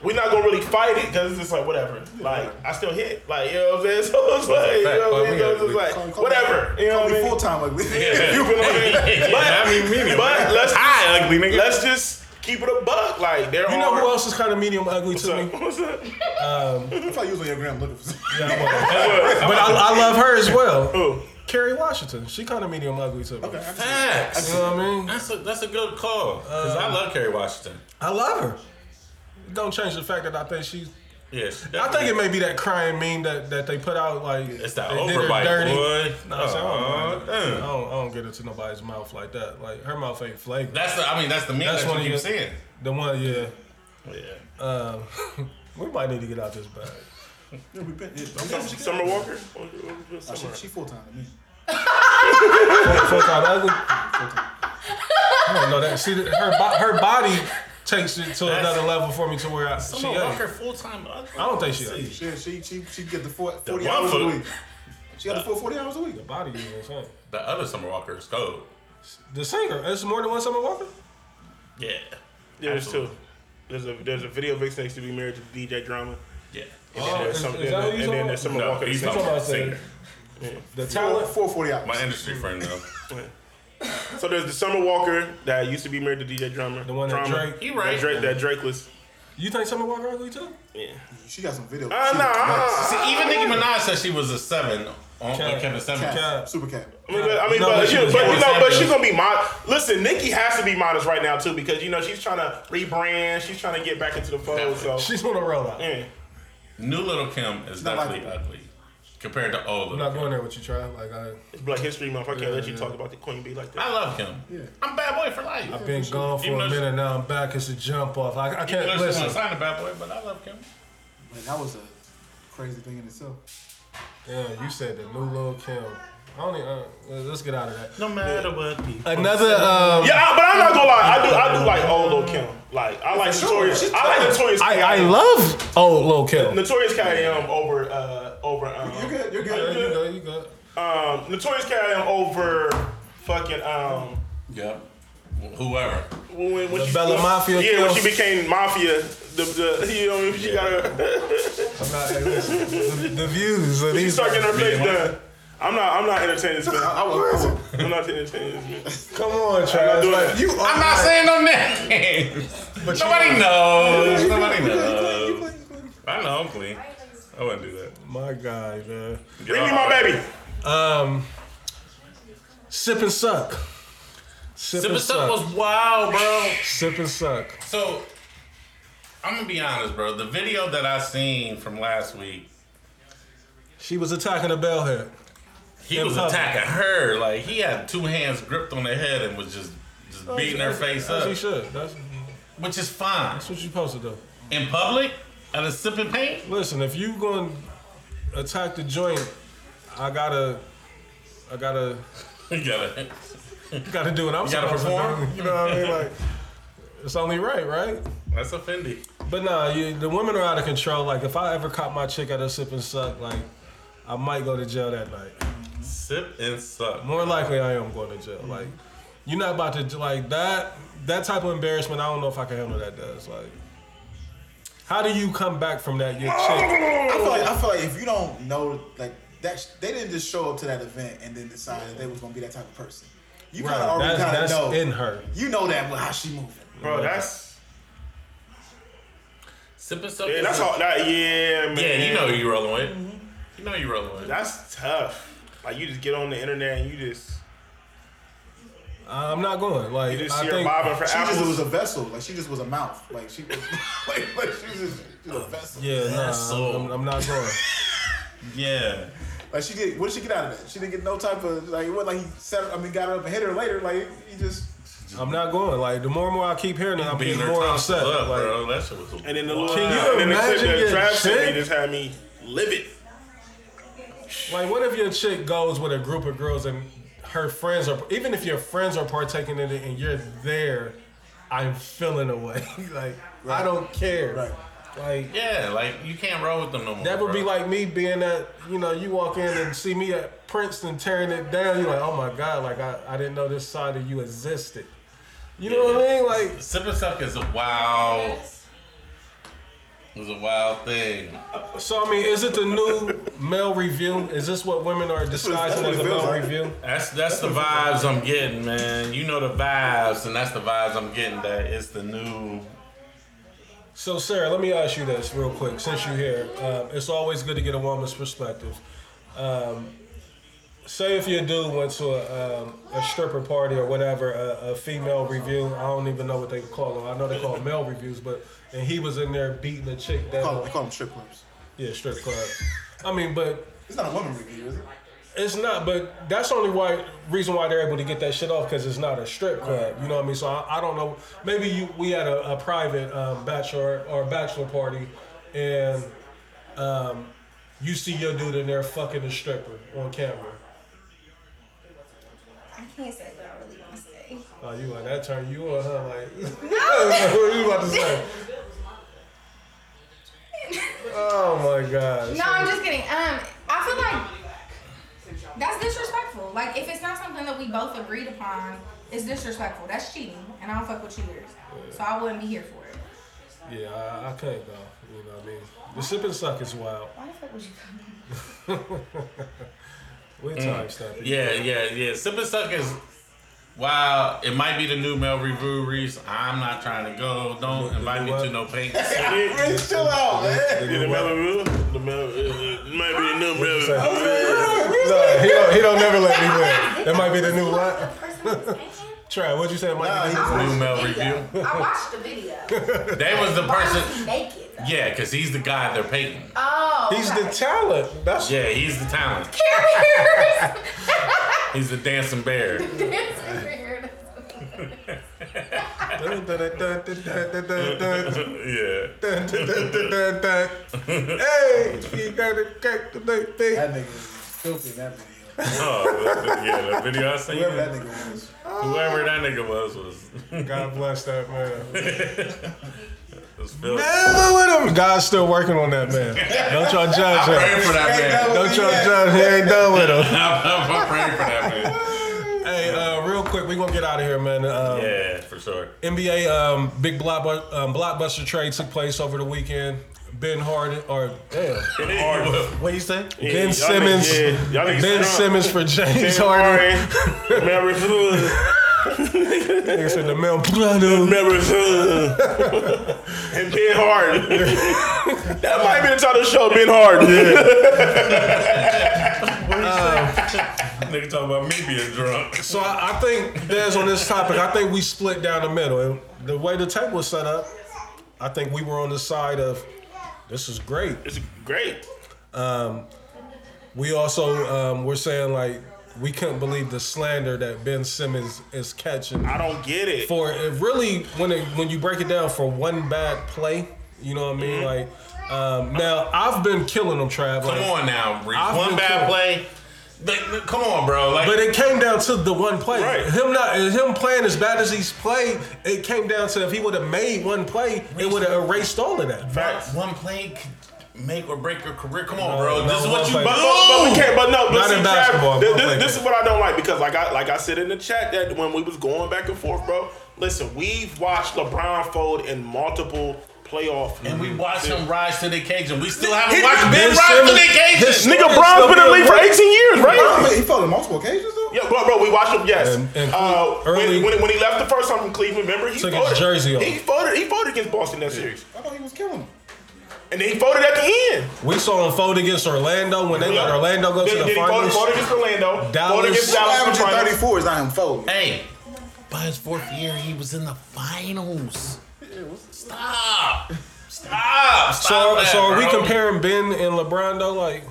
Speaker 4: We're not gonna really fight it because it's just like whatever. Like I still hit. Like you know what I'm saying. (laughs) So it's like you know what I mean. So it's just like whatever. You know what I mean.
Speaker 3: full time (laughs) ugly.
Speaker 4: You feel what I mean? But
Speaker 2: I mean, medium.
Speaker 4: But let's
Speaker 2: Hi, ugly nigga.
Speaker 4: Let's just keep it a buck. Like there
Speaker 1: You
Speaker 4: are.
Speaker 1: know
Speaker 4: (laughs)
Speaker 1: who else is kind of medium ugly to me?
Speaker 4: What's up?
Speaker 3: That's why you was on your gram looking for something. (laughs)
Speaker 1: Yeah, I'm on. but I, I love her as well.
Speaker 4: Who?
Speaker 1: Carrie Washington. She kind of medium ugly to me. Okay.
Speaker 2: Facts.
Speaker 1: You know what I mean?
Speaker 2: That's a that's a good call. Cause I love Kerry Washington.
Speaker 1: I love her. It Don't change the fact that I think she's
Speaker 2: Yes.
Speaker 1: I think it may be that crying meme that, that they put out like
Speaker 2: It's that
Speaker 1: they did her
Speaker 2: overbite,
Speaker 1: dirty.
Speaker 2: boy. Oh, Mm.
Speaker 1: No, I, said, I, don't,
Speaker 2: Aw,
Speaker 1: I, don't, I don't get into nobody's mouth like that. Like her mouth ain't flavored.
Speaker 2: That's the. I mean, that's the meme
Speaker 1: That's
Speaker 2: that
Speaker 1: one
Speaker 2: you keep
Speaker 1: of your-
Speaker 2: seeing.
Speaker 1: the one, yeah.
Speaker 4: Oh,
Speaker 2: Yeah.
Speaker 1: Um, we might need to get out this bag.
Speaker 3: We've been- yeah,
Speaker 4: Sum- Summer Walker. What- what- what's
Speaker 3: She,
Speaker 4: Summer?
Speaker 3: she full time to me.
Speaker 1: Full time ugly. No, no, that see that- her bo- her body takes it to another level for me to where I, she.
Speaker 2: Summer Walker
Speaker 1: ugly.
Speaker 2: full time. I
Speaker 1: I don't think she. ugly.
Speaker 3: She she she she get the four, forty
Speaker 2: one
Speaker 3: hours
Speaker 2: foot.
Speaker 3: a week. She got the full forty hours a week.
Speaker 1: The body is insane.
Speaker 2: The other Summer Walker is cold.
Speaker 1: The singer. It's more than one Summer Walker.
Speaker 2: Yeah.
Speaker 4: Yeah, there's two.
Speaker 2: Absolutely.
Speaker 4: There's a there's a video vixen next to be married to DJ Drama.
Speaker 2: Yeah.
Speaker 4: And then
Speaker 1: Oh,
Speaker 4: there's
Speaker 1: is-
Speaker 4: something.
Speaker 1: is that who you
Speaker 4: And then
Speaker 1: talking
Speaker 4: there's Summer
Speaker 2: No,
Speaker 4: Walker.
Speaker 2: he's
Speaker 4: next
Speaker 2: talking
Speaker 4: to
Speaker 2: about
Speaker 1: about
Speaker 2: the singer.
Speaker 1: The
Speaker 3: Four,
Speaker 1: talent.
Speaker 3: four 40 hours.
Speaker 2: My industry friend though.
Speaker 4: him. So there's the Summer Walker that used to be married to DJ Drama.
Speaker 1: The one that
Speaker 4: Drama.
Speaker 1: Drake-
Speaker 2: He right.
Speaker 4: That Drake. That Drakeless.
Speaker 1: You think Summer Walker ugly too?
Speaker 4: Yeah.
Speaker 3: She got some video.
Speaker 4: Uh,
Speaker 3: She
Speaker 4: nah.
Speaker 3: look nice.
Speaker 2: (laughs)
Speaker 4: uh,
Speaker 2: See, even Nicki Minaj said she was a seven on
Speaker 1: Cap.
Speaker 2: Kevin Seven.
Speaker 3: Cap.
Speaker 1: Cap.
Speaker 3: Super cap.
Speaker 4: I mean, but, I mean,
Speaker 1: No,
Speaker 4: but,
Speaker 1: but she
Speaker 4: you,
Speaker 1: was
Speaker 4: but you
Speaker 2: born
Speaker 4: know, but
Speaker 2: Samuel.
Speaker 4: she's gonna be modest. Listen, Nikki has to be modest right now too because you know she's trying to rebrand. She's trying to get back into the fold. So
Speaker 1: She's on a roll out.
Speaker 4: yeah.
Speaker 2: New Little Kim is
Speaker 3: Not like
Speaker 2: definitely
Speaker 3: that.
Speaker 2: ugly compared to old
Speaker 1: I'm
Speaker 2: Little
Speaker 1: not
Speaker 2: Kim.
Speaker 1: going there with you, try. Like I,
Speaker 4: it's Black History Month. I can't let you talk about the Queen Bee like that.
Speaker 2: I love Kim. I'm bad boy for life.
Speaker 1: I've been gone for
Speaker 2: Even though
Speaker 1: a
Speaker 2: she-
Speaker 1: minute now. I'm back. It's a jump off. I, I
Speaker 2: You know
Speaker 1: can't
Speaker 2: she wasn't
Speaker 1: listen.
Speaker 2: signed to bad boy, but I love Kim.
Speaker 3: Man, that was a crazy thing in itself.
Speaker 1: Damn, you said the new little Kim. I don't even, uh, let's get out of that.
Speaker 2: No matter what.
Speaker 1: Another um,
Speaker 4: Yeah, I- but I'm not gonna lie. I do. I do like like Notorious. I like Notorious.
Speaker 1: I, I love old Lil Kim.
Speaker 4: Notorious K.I.M. over uh over um. You good? You
Speaker 1: good? You good? You good?
Speaker 4: Um, Notorious K.I.M. over fucking um.
Speaker 2: Yep. Whoever.
Speaker 4: When, when she,
Speaker 1: Bella
Speaker 4: when-
Speaker 1: Mafia
Speaker 4: Yeah,
Speaker 1: Kills.
Speaker 4: when she became mafia, the, the you know she got her
Speaker 1: I'm not- hey, listen, the, the views of
Speaker 4: she
Speaker 1: these.
Speaker 4: started getting her face done. I'm not I'm not entertaining (laughs) this man.
Speaker 3: I was.
Speaker 4: I'm not entertaining this man.
Speaker 1: Come on, Travis.
Speaker 4: doing
Speaker 1: Like,
Speaker 4: that.
Speaker 1: you
Speaker 2: I'm not saying no names. (laughs) Nobody knows. (laughs) Nobody knows. I know I'm clean. I wouldn't do that.
Speaker 1: My guy, man.
Speaker 4: Bring me my baby.
Speaker 1: Um, sip and suck. Sip,
Speaker 2: Sip and Suck was wild, bro.
Speaker 1: Sip and suck.
Speaker 2: So, I'm gonna be honest, bro. The video that I seen from last week,
Speaker 1: She was attacking a bellhead.
Speaker 2: he
Speaker 1: In
Speaker 2: was
Speaker 1: public.
Speaker 2: attacking her. Like he had two hands gripped on her head and was just just beating her face
Speaker 1: Oh, She
Speaker 2: up,
Speaker 1: should. That's, that's
Speaker 2: which is fine
Speaker 1: what you supposed to do.
Speaker 2: in public at a sipping paint. (laughs)
Speaker 1: Listen, if you going to attack the joint, I gotta, I gotta,
Speaker 2: You gotta,
Speaker 1: gotta do what I'm
Speaker 2: gotta
Speaker 1: supposed to
Speaker 2: perform?
Speaker 1: do. You know what I mean? Like, it's only right, right?
Speaker 2: that's offending.
Speaker 1: But nah, you, the women are out of control. Like, if I ever caught my chick at a sip and suck, like, I might go to jail that night.
Speaker 2: Sip and suck.
Speaker 1: More likely, I am going to jail.
Speaker 2: Mm-hmm.
Speaker 1: Like, you're not about to like that. That type of embarrassment, I don't know if I can handle that. Does like, how do you come back from that? Your chick,
Speaker 3: I feel like I feel like if you don't know like that, sh- they didn't just show up to that event and then decide that they was gonna be that type of person. You kind of
Speaker 1: right?
Speaker 3: already
Speaker 1: That's,
Speaker 3: kind of
Speaker 1: that's
Speaker 3: know.
Speaker 1: in her.
Speaker 3: You know that with how she moving.
Speaker 4: Bro, that's
Speaker 2: Sip and suck.
Speaker 4: yeah,
Speaker 2: is
Speaker 4: that's
Speaker 2: a-
Speaker 4: all that yeah, man.
Speaker 2: Yeah, you know you rolling with.
Speaker 1: Mm-hmm.
Speaker 2: You know you rolling with.
Speaker 4: That's tough. Like you just get on the internet and you just
Speaker 1: I'm not going. Like,
Speaker 4: you just
Speaker 1: I
Speaker 4: see her
Speaker 1: think
Speaker 4: bobbing for
Speaker 3: She just was
Speaker 4: apples.
Speaker 3: a vessel. Like she just was a mouth. Like she was (laughs) like, like she was just she was a vessel.
Speaker 1: yeah, nah,
Speaker 2: That's so-
Speaker 1: I'm, I'm not
Speaker 2: (laughs)
Speaker 1: going.
Speaker 2: Yeah.
Speaker 3: Like she did. What did she get out of that? She didn't get no type of like. It wasn't like he set. I mean, got her up and hit her later. Like he just.
Speaker 1: I'm not going. Like, the more and more I keep hearing it, I'm
Speaker 2: Beating
Speaker 1: getting
Speaker 2: her
Speaker 1: more
Speaker 2: tonsils
Speaker 1: upset.
Speaker 2: up,
Speaker 1: like,
Speaker 2: bro. That shit was.
Speaker 4: And then the little uh,
Speaker 1: Can you
Speaker 4: and then the clip
Speaker 1: imagine
Speaker 4: that
Speaker 1: your
Speaker 4: Trav sent
Speaker 1: chick?
Speaker 4: me just had me livid.
Speaker 1: Like, what if your chick goes with a group of girls and her friends are, even if your friends are partaking in it and you're there, I'm feeling away. (laughs) like, I don't care.
Speaker 3: Right.
Speaker 1: Like,
Speaker 2: Yeah, like you can't roll with them no more.
Speaker 1: that would be
Speaker 2: bro.
Speaker 1: like me being at, you know, you walk in and see me at Princeton tearing it down. You're like, oh my God, like, I, I didn't know this side of you existed. You know what I mean? Like,
Speaker 2: Sip and Suck is a wild. Is a wild thing.
Speaker 1: so I mean, is it the new male review? Is this what women are disguising
Speaker 3: what
Speaker 1: as
Speaker 3: it
Speaker 1: a
Speaker 3: feels
Speaker 1: male
Speaker 3: like.
Speaker 1: review?
Speaker 2: That's that's the vibes I'm getting, man. You know the vibes, and that's the vibes I'm getting. That it's the new.
Speaker 1: So, Sarah, let me ask you this real quick since you're here. Um, it's always good to get a woman's perspective. Um, say if your dude went to a, um, a stripper party or whatever, a, a female review, I don't even know what they call them. I know they call them male reviews, but and he was in there beating a chick
Speaker 3: Call,
Speaker 1: down.
Speaker 3: they call them strip clubs.
Speaker 1: Yeah, strip club. I mean, but
Speaker 3: It's not a woman review, is it?
Speaker 1: it's not, but that's the only why reason why they're able to get that shit off because it's not a strip club. You know what I mean? So I, I don't know. Maybe you, we had a, a private um, bachelor or bachelor party, and um, you see your dude in there fucking a stripper on camera.
Speaker 6: I can't say what I really want to say. (laughs)
Speaker 1: Oh, you like that turn you on, huh? Like, (laughs)
Speaker 6: Oh,
Speaker 1: what you about to say? Oh my gosh.
Speaker 6: No, I'm just kidding. Um, I feel like that's disrespectful. Like if it's not something that we both agreed upon, it's disrespectful. That's cheating, and I don't fuck with cheaters, so I wouldn't be here for it.
Speaker 1: Yeah, I, I can't go. You know what I mean? The sip and suck is wild.
Speaker 6: Why the fuck would you come?
Speaker 1: We're time stamping.
Speaker 2: Yeah, yeah, yeah. Sip and Suck is. Wow, it might be the new Mel Review Reese. I'm not trying to go. Don't invite me to no paint.
Speaker 3: Rich, chill out, man.
Speaker 4: The Melville, the uh, Melville, maybe the new Melville.
Speaker 1: (laughs) No, he don't, he don't never let me win. That might be the new what?
Speaker 2: (laughs)
Speaker 6: I
Speaker 1: Trey, what'd you say? It might be the
Speaker 2: New Mel Review.
Speaker 6: watched the video.
Speaker 2: They (laughs) was the
Speaker 6: Why is
Speaker 2: person.
Speaker 6: he naked? though?
Speaker 2: Yeah, cause he's the guy they're painting.
Speaker 6: Oh,
Speaker 1: new- He's the
Speaker 6: okay.
Speaker 1: talent. That's
Speaker 2: Yeah, he's the talent. He's the dancing bear. (laughs)
Speaker 6: (laughs) That's weird.
Speaker 2: yeah.
Speaker 1: (laughs) Hey, he got a cake today. baby.
Speaker 3: That nigga was filthy in that video.
Speaker 2: Oh, yeah, that video I seen.
Speaker 3: Whoever that nigga was.
Speaker 2: Whoever that nigga was was.
Speaker 1: God bless that man.
Speaker 2: was filthy.
Speaker 1: Never with him. God's still working on that man. Don't y'all judge
Speaker 2: I'm praying
Speaker 1: him.
Speaker 2: for that man.
Speaker 1: Don't y'all judge. He ain't done with him.
Speaker 2: I'm, (laughs) I'm praying for that man.
Speaker 1: Hey, uh, real quick, we gonna get out of here, man. Um,
Speaker 2: Yeah, for sure.
Speaker 1: NBA um, big blockbuster, um, blockbuster trade took place over the weekend. Ben Harden or yeah,
Speaker 2: Hard.
Speaker 1: what you say?
Speaker 4: Yeah,
Speaker 1: ben
Speaker 4: y'all
Speaker 1: Simmons.
Speaker 4: niggas- yeah, y'all niggas
Speaker 1: ben
Speaker 4: drunk.
Speaker 1: Simmons for James Harden.
Speaker 4: Sorry. Remember,
Speaker 1: Niggas in the middle. brother.
Speaker 4: remember,
Speaker 1: (laughs)
Speaker 4: and Ben Harden. (laughs) that might be the title of the show, Ben Harden.
Speaker 2: Nigga talking about me being drunk.
Speaker 1: So I, I think there's on this topic. I think we split down the middle, and the way the table was set up, I think we were on the side of this is great.
Speaker 4: It's great.
Speaker 1: We also um, were saying like we couldn't believe the slander that Ben Simmons is catching.
Speaker 4: I don't get it.
Speaker 1: for it really when it, when you break it down for one bad play, you know what I
Speaker 4: Mm-hmm.
Speaker 1: mean? Like um, now I've been killing them, Trav.
Speaker 2: Come
Speaker 1: like,
Speaker 2: on now, Reese.
Speaker 1: I've
Speaker 2: One
Speaker 1: been
Speaker 2: bad
Speaker 1: cool.
Speaker 2: play. Like, come on, bro. Like,
Speaker 1: But it came down to the one play.
Speaker 4: Right.
Speaker 1: Him not him playing as bad as he's played. It came down to if he would have made one play, it would have erased all of that.
Speaker 4: Facts.
Speaker 2: one play could make or break your career. Come on, bro.
Speaker 1: no,
Speaker 2: This is
Speaker 1: one
Speaker 2: what you
Speaker 1: play.
Speaker 4: But, but, but we
Speaker 2: do.
Speaker 4: can't. But no. But
Speaker 1: Not
Speaker 4: see,
Speaker 1: in
Speaker 4: Trav,
Speaker 1: basketball.
Speaker 4: thi- thi-
Speaker 1: Don't play
Speaker 4: This, is what I don't like because, like I like I said in the chat that when we was going back and forth, bro. Listen, we've watched LeBron fold in multiple playoff,
Speaker 2: And we watched him rise to the occasion. We still haven't
Speaker 4: His-
Speaker 2: watched Ben
Speaker 1: Ben
Speaker 2: rise to the
Speaker 1: Simmons- his-
Speaker 2: occasion.
Speaker 4: Nigga, Bron's been in the league for 18 years, right?
Speaker 3: He fell on multiple occasions though.
Speaker 4: Yeah, bro, bro, we watched him. Yes,
Speaker 1: And- and
Speaker 4: uh,
Speaker 1: early-
Speaker 4: when, when, when he left the first time from Cleveland, remember he
Speaker 1: Took his
Speaker 4: voted.
Speaker 1: jersey off.
Speaker 4: He voted. He voted against Boston that series,
Speaker 3: I thought he was killing him.
Speaker 4: and then he voted at the end.
Speaker 1: We saw him fold against Orlando when they let
Speaker 4: Yeah.
Speaker 1: Orlando go
Speaker 4: then,
Speaker 1: to
Speaker 4: then
Speaker 1: the
Speaker 4: he voted,
Speaker 1: finals.
Speaker 4: voted against Orlando.
Speaker 1: Dallas.
Speaker 4: Voted against
Speaker 3: I'm
Speaker 4: Dallas in the
Speaker 3: averaging
Speaker 4: finals.
Speaker 3: 34 is not him folding.
Speaker 2: Hey, by his fourth year, he was in the finals. Stop. Stop. Stop
Speaker 1: So,
Speaker 2: that,
Speaker 1: so are we
Speaker 2: bro.
Speaker 1: comparing Ben and LeBron though? Like,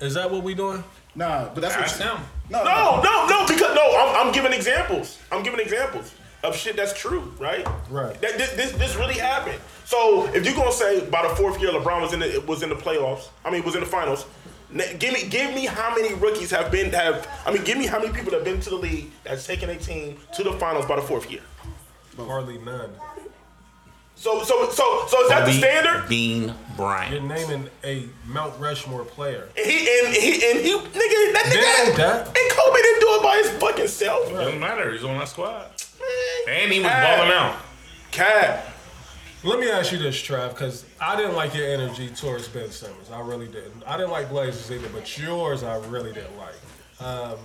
Speaker 1: is that what we doing?
Speaker 3: Nah, but that's
Speaker 2: That's him.
Speaker 3: what No,
Speaker 4: No, no, no, because no, I'm, I'm giving examples. I'm giving examples of shit that's true, right?
Speaker 1: Right.
Speaker 4: That this this, this really happened. So if you're gonna say by the fourth year LeBron was in the was in the playoffs, I mean was in the finals. n- Give me give me how many rookies have been have I mean give me how many people that have been to the league that's taken a team to the finals by the fourth year.
Speaker 1: Hardly none.
Speaker 4: So so so so is that the
Speaker 2: Kobe
Speaker 4: standard?
Speaker 2: Dean Bryant.
Speaker 1: You're naming a Mount Rushmore player.
Speaker 4: And he and he and he nigga that
Speaker 1: That
Speaker 4: nigga
Speaker 1: ain't that.
Speaker 4: and Kobe didn't do it by his fucking self.
Speaker 2: Doesn't matter. He's on that squad.
Speaker 4: Man.
Speaker 2: And he was
Speaker 4: Hey.
Speaker 2: balling out.
Speaker 4: Cat.
Speaker 1: Let me ask you this, Trav, because I didn't like your energy towards Ben Simmons. I really didn't. I didn't like Blazers either, but yours I really didn't like. Um,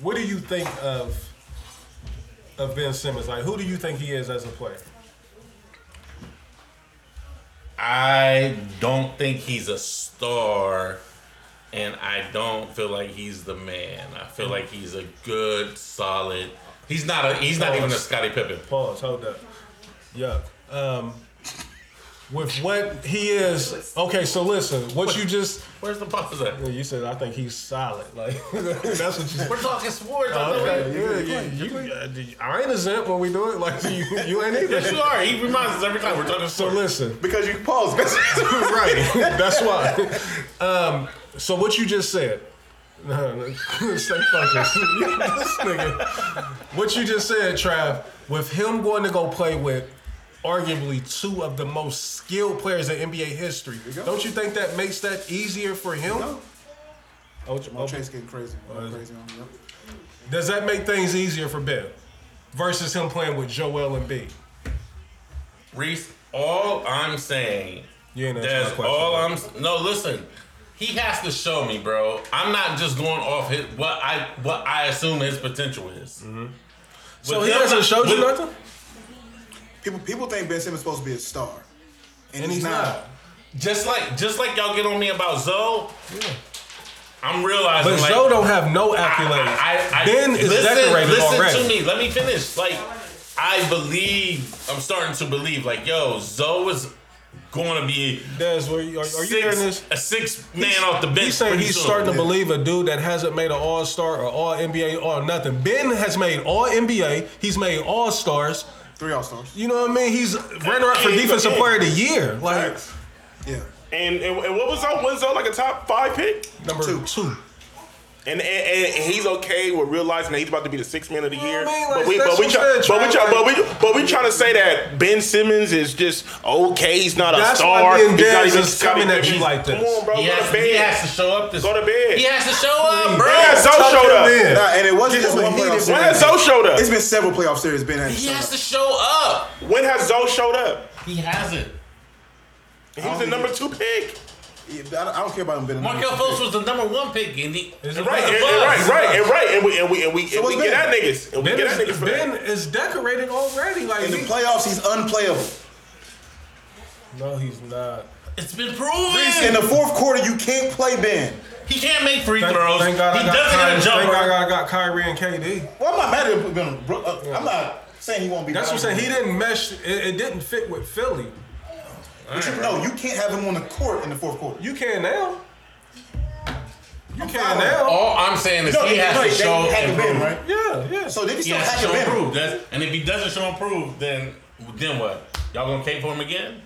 Speaker 1: what do you think of of Ben Simmons? Like, who do you think he is as a player?
Speaker 2: I don't think he's a star, and I don't feel like he's the man. I feel like he's a good, solid. He's not a. He's not even a Scottie Pippen.
Speaker 1: Pause. Hold up. Yuck. Um, with what he is, okay. So listen, what you just
Speaker 2: Where's the pause at?
Speaker 1: you said, I think he's solid. Like (laughs) that's what you said.
Speaker 2: We're talking sports. I know
Speaker 1: Oh, Okay,
Speaker 2: you-
Speaker 1: yeah, you, uh, you, I ain't exempt when we do it. Like (laughs) you, you ain't either.
Speaker 2: Yes, you are. He reminds us every time we're talking
Speaker 1: So
Speaker 2: sports.
Speaker 1: listen,
Speaker 3: because you paused.
Speaker 1: right? That's why. Um, so what you just said? (laughs) No, no, stay focused. (laughs) This nigga. What you just said, Trav, with him going to go play with arguably two of the most skilled players in NBA history, don't you think that makes that easier for him? Oh,
Speaker 3: My
Speaker 1: Jamal
Speaker 3: Chase getting crazy. Going crazy on him.
Speaker 1: Does that make things easier for Ben versus him playing with Joel and B?
Speaker 2: Reese, all I'm saying.
Speaker 1: You ain't answering
Speaker 2: That's
Speaker 1: my question,
Speaker 2: all
Speaker 1: bro.
Speaker 2: I'm. No, listen. He has to show me, bro. I'm not just going off his what I what I assume his potential is.
Speaker 1: Mm-hmm. So
Speaker 2: With
Speaker 1: he
Speaker 2: him
Speaker 1: hasn't
Speaker 2: not-
Speaker 1: showed you
Speaker 2: with-
Speaker 1: nothing,
Speaker 3: People people think Ben Simmons supposed to be a star, and,
Speaker 1: and
Speaker 3: he's, not.
Speaker 2: Just like just like y'all get on me about Zoe, I'm realizing
Speaker 1: But
Speaker 2: like
Speaker 1: Joe don't have no accolades.
Speaker 2: I, I, I,
Speaker 1: ben is
Speaker 2: listen,
Speaker 1: decorated
Speaker 2: listen
Speaker 1: already.
Speaker 2: to me. Let me finish. Like I believe I'm starting to believe. Like yo, Zoe is going to be
Speaker 1: Des, were you, are, are you hearing this?
Speaker 2: six, a six man off the bench.
Speaker 1: He's saying
Speaker 2: pretty
Speaker 1: he's
Speaker 2: soon.
Speaker 1: starting to believe a dude that hasn't made an All Star or All NBA or nothing. Ben has made All NBA. He's made All Stars.
Speaker 3: Three All Stars.
Speaker 1: You know what I mean? He's runner up for
Speaker 4: Yeah, he's
Speaker 1: Defensive
Speaker 4: a-
Speaker 1: Player of the Year, like
Speaker 3: Yeah.
Speaker 4: And, and and what was up? Was up like a top five pick?
Speaker 1: number two.
Speaker 3: Two.
Speaker 1: two.
Speaker 4: And And, and, and he's okay with realizing that he's about to be the sixth man of the year.
Speaker 1: mean,
Speaker 4: but
Speaker 1: like,
Speaker 4: we
Speaker 1: that's
Speaker 4: but we
Speaker 1: what
Speaker 4: try,
Speaker 1: I'm saying,
Speaker 4: but we try,
Speaker 1: Trey,
Speaker 4: but we but we trying to say that Ben Simmons is just okay. He's not a
Speaker 1: That's
Speaker 4: star.
Speaker 1: why me and
Speaker 4: He's not
Speaker 1: Dez
Speaker 4: even
Speaker 1: is coming
Speaker 4: Scottie
Speaker 1: at you
Speaker 4: Pippen.
Speaker 1: like this.
Speaker 4: Come on, bro.
Speaker 7: He
Speaker 4: go
Speaker 7: has,
Speaker 4: to
Speaker 7: to, he has
Speaker 4: bed.
Speaker 7: to show up this.
Speaker 4: Go to bed.
Speaker 7: He has to show up, bro.
Speaker 4: When has Zoe showed
Speaker 5: him
Speaker 4: up?
Speaker 5: in.
Speaker 3: Nah, and it wasn't just one
Speaker 5: what he
Speaker 3: playoff
Speaker 5: did.
Speaker 4: When
Speaker 5: Why
Speaker 3: series.
Speaker 4: has Zoe showed up?
Speaker 3: It's been several playoff series. Ben has
Speaker 7: He
Speaker 3: shown
Speaker 7: has
Speaker 3: up.
Speaker 7: to show up.
Speaker 4: When has Zoe showed up?
Speaker 7: He hasn't.
Speaker 4: He was the number two pick.
Speaker 3: Yeah, I don't- I don't care about him being. a number
Speaker 7: Markel
Speaker 3: two
Speaker 7: Fultz
Speaker 3: pick.
Speaker 7: was the number one pick, and he
Speaker 4: And right, and, and right, right, and right, and we and we and we, and we
Speaker 3: what's
Speaker 4: get
Speaker 3: Ben?
Speaker 4: at niggas. And we
Speaker 1: Ben
Speaker 4: get at
Speaker 1: is,
Speaker 4: niggas for
Speaker 1: Ben
Speaker 4: that.
Speaker 1: is decorated already. Like
Speaker 3: In the
Speaker 1: he-
Speaker 3: playoffs, he's unplayable.
Speaker 1: no, he's not.
Speaker 7: It's been
Speaker 3: In
Speaker 7: proven.
Speaker 3: the fourth quarter, you can't play Ben.
Speaker 7: He can't make free
Speaker 1: Thank,
Speaker 7: throws.
Speaker 1: thank God
Speaker 7: he
Speaker 1: I got
Speaker 7: doesn't
Speaker 1: Kyrie,
Speaker 7: get a
Speaker 1: Thank God
Speaker 7: jumper.
Speaker 1: I got Kyrie and KD.
Speaker 3: Well, I'm not mad at Ben. Bro- uh, I'm not saying he won't be.
Speaker 1: That's what I'm
Speaker 3: valuable.
Speaker 1: saying. He didn't mesh. It, it didn't fit with Philly.
Speaker 3: But you- no, you can't have him on the court in the fourth quarter.
Speaker 1: You can now. You
Speaker 3: fine
Speaker 1: can
Speaker 3: with
Speaker 1: now.
Speaker 7: All I'm saying is
Speaker 3: No,
Speaker 7: he
Speaker 3: no,
Speaker 7: has
Speaker 3: they-
Speaker 7: to
Speaker 3: they
Speaker 7: show
Speaker 3: hack
Speaker 7: and
Speaker 3: him
Speaker 7: prove.
Speaker 3: in, right?
Speaker 1: Yeah, yeah.
Speaker 3: So they can
Speaker 7: He
Speaker 3: still
Speaker 7: has to
Speaker 3: hack
Speaker 7: show and
Speaker 3: him
Speaker 7: prove. That's, and if he doesn't show and prove, then then what? Y'all gonna cape for him again?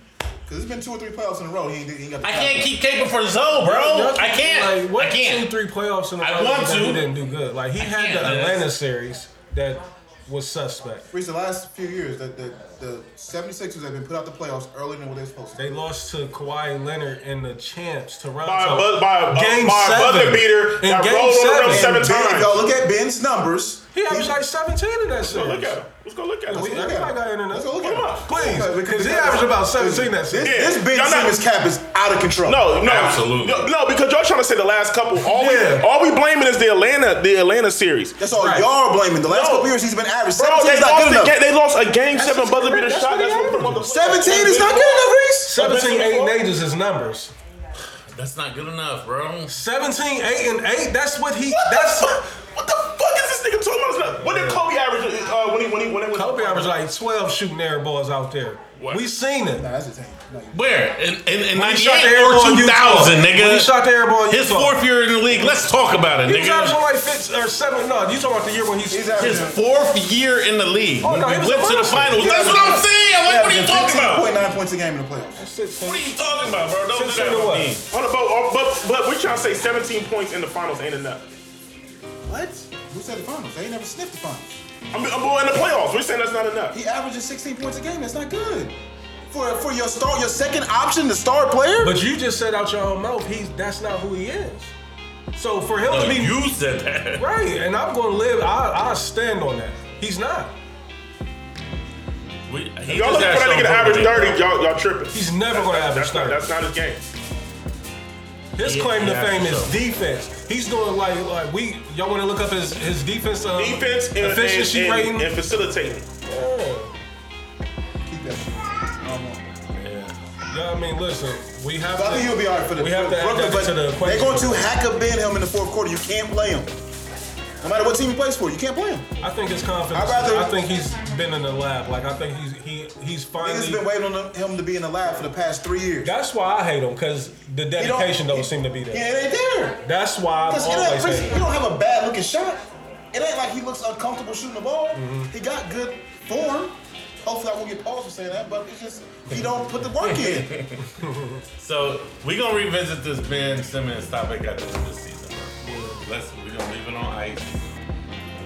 Speaker 3: because it's been two or three playoffs in a row. He ain't, he ain't got. The
Speaker 7: I can't keep caping for Zoe, bro. I can't.
Speaker 1: Like, what
Speaker 7: I can't.
Speaker 1: two, three playoffs in a
Speaker 7: I
Speaker 1: row
Speaker 7: want
Speaker 1: that
Speaker 7: to.
Speaker 1: He didn't do good. Like he had
Speaker 7: can't,
Speaker 1: the
Speaker 7: man.
Speaker 1: Atlanta series that was suspect.
Speaker 3: Reese, the last few years, the, the, the 76ers have been put out the playoffs earlier than what they're supposed to.
Speaker 1: They lost to Kawhi Leonard in the champs Toronto.
Speaker 4: By a, bu- by a,
Speaker 1: Game
Speaker 4: by a buzzer
Speaker 1: seven.
Speaker 4: beater
Speaker 1: In
Speaker 4: that
Speaker 1: game
Speaker 4: rolled on the rim
Speaker 1: seven.
Speaker 4: seven
Speaker 3: Ben, if y'all
Speaker 4: times.
Speaker 3: look at Ben's numbers.
Speaker 1: he averaged like 17 in that series.
Speaker 4: Look at him. Let's go look at him.
Speaker 1: We-
Speaker 3: look at
Speaker 1: everybody
Speaker 3: him.
Speaker 1: got internet.
Speaker 3: Let's go look
Speaker 4: Put
Speaker 3: at
Speaker 4: him
Speaker 3: him.
Speaker 4: up.
Speaker 1: Please,
Speaker 3: Okay,
Speaker 1: because he averaged about 17 that
Speaker 3: This,
Speaker 1: season.
Speaker 4: Yeah.
Speaker 3: this Ben
Speaker 4: Y'all not-
Speaker 3: Simmons cap is out of control.
Speaker 4: No, no,
Speaker 7: Absolutely.
Speaker 4: No, no, because y'all trying to say the last couple. All
Speaker 1: Yeah.
Speaker 4: we all we blaming is the Atlanta, the Atlanta series.
Speaker 3: That's all
Speaker 1: Right.
Speaker 3: y'all are blaming. The last
Speaker 4: No.
Speaker 3: couple years, he's been average.
Speaker 4: Bro,
Speaker 3: 17
Speaker 4: they
Speaker 3: is not
Speaker 4: lost,
Speaker 3: good
Speaker 4: a
Speaker 3: enough.
Speaker 4: game, they lost a game seven
Speaker 1: his
Speaker 4: buzzer beater
Speaker 1: career. That's what
Speaker 4: shot.
Speaker 1: he
Speaker 4: That's
Speaker 1: averaged.
Speaker 4: what motherfucker-
Speaker 3: 17 is not good enough, Reese.
Speaker 1: 17, 8, and 8 is his numbers.
Speaker 7: That's not good enough, bro.
Speaker 1: 17, 8, and 8, that's what he. That's.
Speaker 4: What the fuck is this nigga talking about? What did Kobe average uh, when he when he when it was
Speaker 1: Kobe averaged like 12 shooting air balls out there.
Speaker 4: What?
Speaker 1: We seen it.
Speaker 3: Nah, that's the thing. Like,
Speaker 7: Where? In, in, in
Speaker 1: When
Speaker 7: 98
Speaker 1: he shot the air
Speaker 7: or
Speaker 1: ball in Utah.
Speaker 7: 2000,
Speaker 1: When he
Speaker 7: nigga.
Speaker 1: shot the air ball in
Speaker 7: His
Speaker 1: Utah.
Speaker 7: fourth year in the league. Let's talk about it,
Speaker 1: He was averaging
Speaker 7: nigga.
Speaker 1: like six or seven. No, you talking about the year when he's.
Speaker 3: He's
Speaker 7: His
Speaker 3: averaging.
Speaker 7: fourth year in the league.
Speaker 1: Oh, no,
Speaker 7: we
Speaker 1: he was a
Speaker 7: went to the
Speaker 1: monster.
Speaker 7: finals.
Speaker 1: Yeah,
Speaker 7: That's what I'm saying. Like, what are you talking about?
Speaker 3: 15.9 points a game in the playoffs.
Speaker 7: What are you talking about, bro? Don't do
Speaker 1: Sixteen
Speaker 7: that
Speaker 1: to
Speaker 7: on
Speaker 1: what?
Speaker 7: me.
Speaker 4: Hold on, but, oh, but but we're trying to say 17 points in the finals ain't enough.
Speaker 3: What? Who said the finals? They ain't never sniffed the finals.
Speaker 4: I'm, I'm going uh, in the playoffs. We're saying that's not enough.
Speaker 3: He averages 16 points a game. That's not good. For for your star, your second option, the star player.
Speaker 1: But you just said out your own mouth, he's that's not who he is. So for him to
Speaker 7: No,
Speaker 1: be
Speaker 7: you said that.
Speaker 1: right, and I'm gonna live, I I stand on that. He's not.
Speaker 7: We- he just got
Speaker 4: Y'all looking for that nigga to
Speaker 7: something
Speaker 4: average
Speaker 7: over there.
Speaker 4: 30? Y'all y'all tripping.
Speaker 1: He's never gonna average
Speaker 4: That's not
Speaker 1: 30.
Speaker 4: that's not his game.
Speaker 1: His
Speaker 7: Yeah,
Speaker 1: claim to
Speaker 7: yeah,
Speaker 1: fame is
Speaker 7: so.
Speaker 1: defense. He's doing like like we y'all want to look up his his defense um,
Speaker 4: Defense and,
Speaker 1: efficiency
Speaker 4: and,
Speaker 1: rating.
Speaker 4: and, and facilitating.
Speaker 1: Oh.
Speaker 3: Keep that. Um,
Speaker 1: Yeah, I mean, listen, we have.
Speaker 3: I think he'll be all right for the
Speaker 1: We have to add
Speaker 3: Brooklyn,
Speaker 1: that
Speaker 3: but
Speaker 1: to the equation.
Speaker 3: They're going to hack up Ben Hill in the fourth quarter. You can't play him. No matter what team he plays for, you can't play him.
Speaker 1: I think his confidence.
Speaker 3: I'd rather-
Speaker 1: I think he's been in the lab. Like I think he's he he's
Speaker 3: Niggas
Speaker 1: finally.
Speaker 3: been waiting on him to be in the lab for the past three years.
Speaker 1: That's why I hate him because the
Speaker 3: He don't-
Speaker 1: dedication don't, seem to be there.
Speaker 3: Yeah, it ain't there.
Speaker 1: That's why I've
Speaker 3: Because it ain't
Speaker 1: always
Speaker 3: Chris,
Speaker 1: hated
Speaker 3: he
Speaker 1: him.
Speaker 3: don't have a bad looking shot. It ain't like he looks uncomfortable shooting the ball.
Speaker 1: Mm-hmm.
Speaker 3: He got good form. Hopefully, I won't get paused for saying that, but it's just he don't put the work in.
Speaker 7: So we gonna revisit this Ben Simmons topic at the end of the season. bro. Let's we gonna leave it on ice.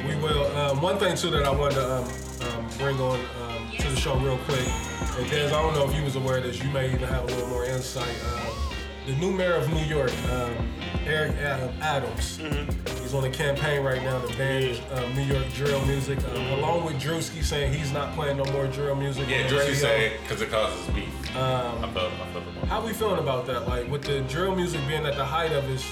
Speaker 1: We will. Um, one thing too that I wanted to um, um, bring on um, to the show real quick, and Des, I don't know if you was aware of this. You may even have a little more insight. Um, the new mayor of New York, um, Eric Adam- Adams,
Speaker 4: Mm-hmm.
Speaker 1: he's on a campaign right now to ban um, New York drill music, um,
Speaker 4: Mm-hmm.
Speaker 1: along with Drewski saying he's not playing no more drill music.
Speaker 7: Yeah,
Speaker 1: on the
Speaker 7: Jersey
Speaker 1: radio.
Speaker 7: say because it causes beef. I felt I felt the
Speaker 1: How we feeling about that? Like with the drill music being at the height of his,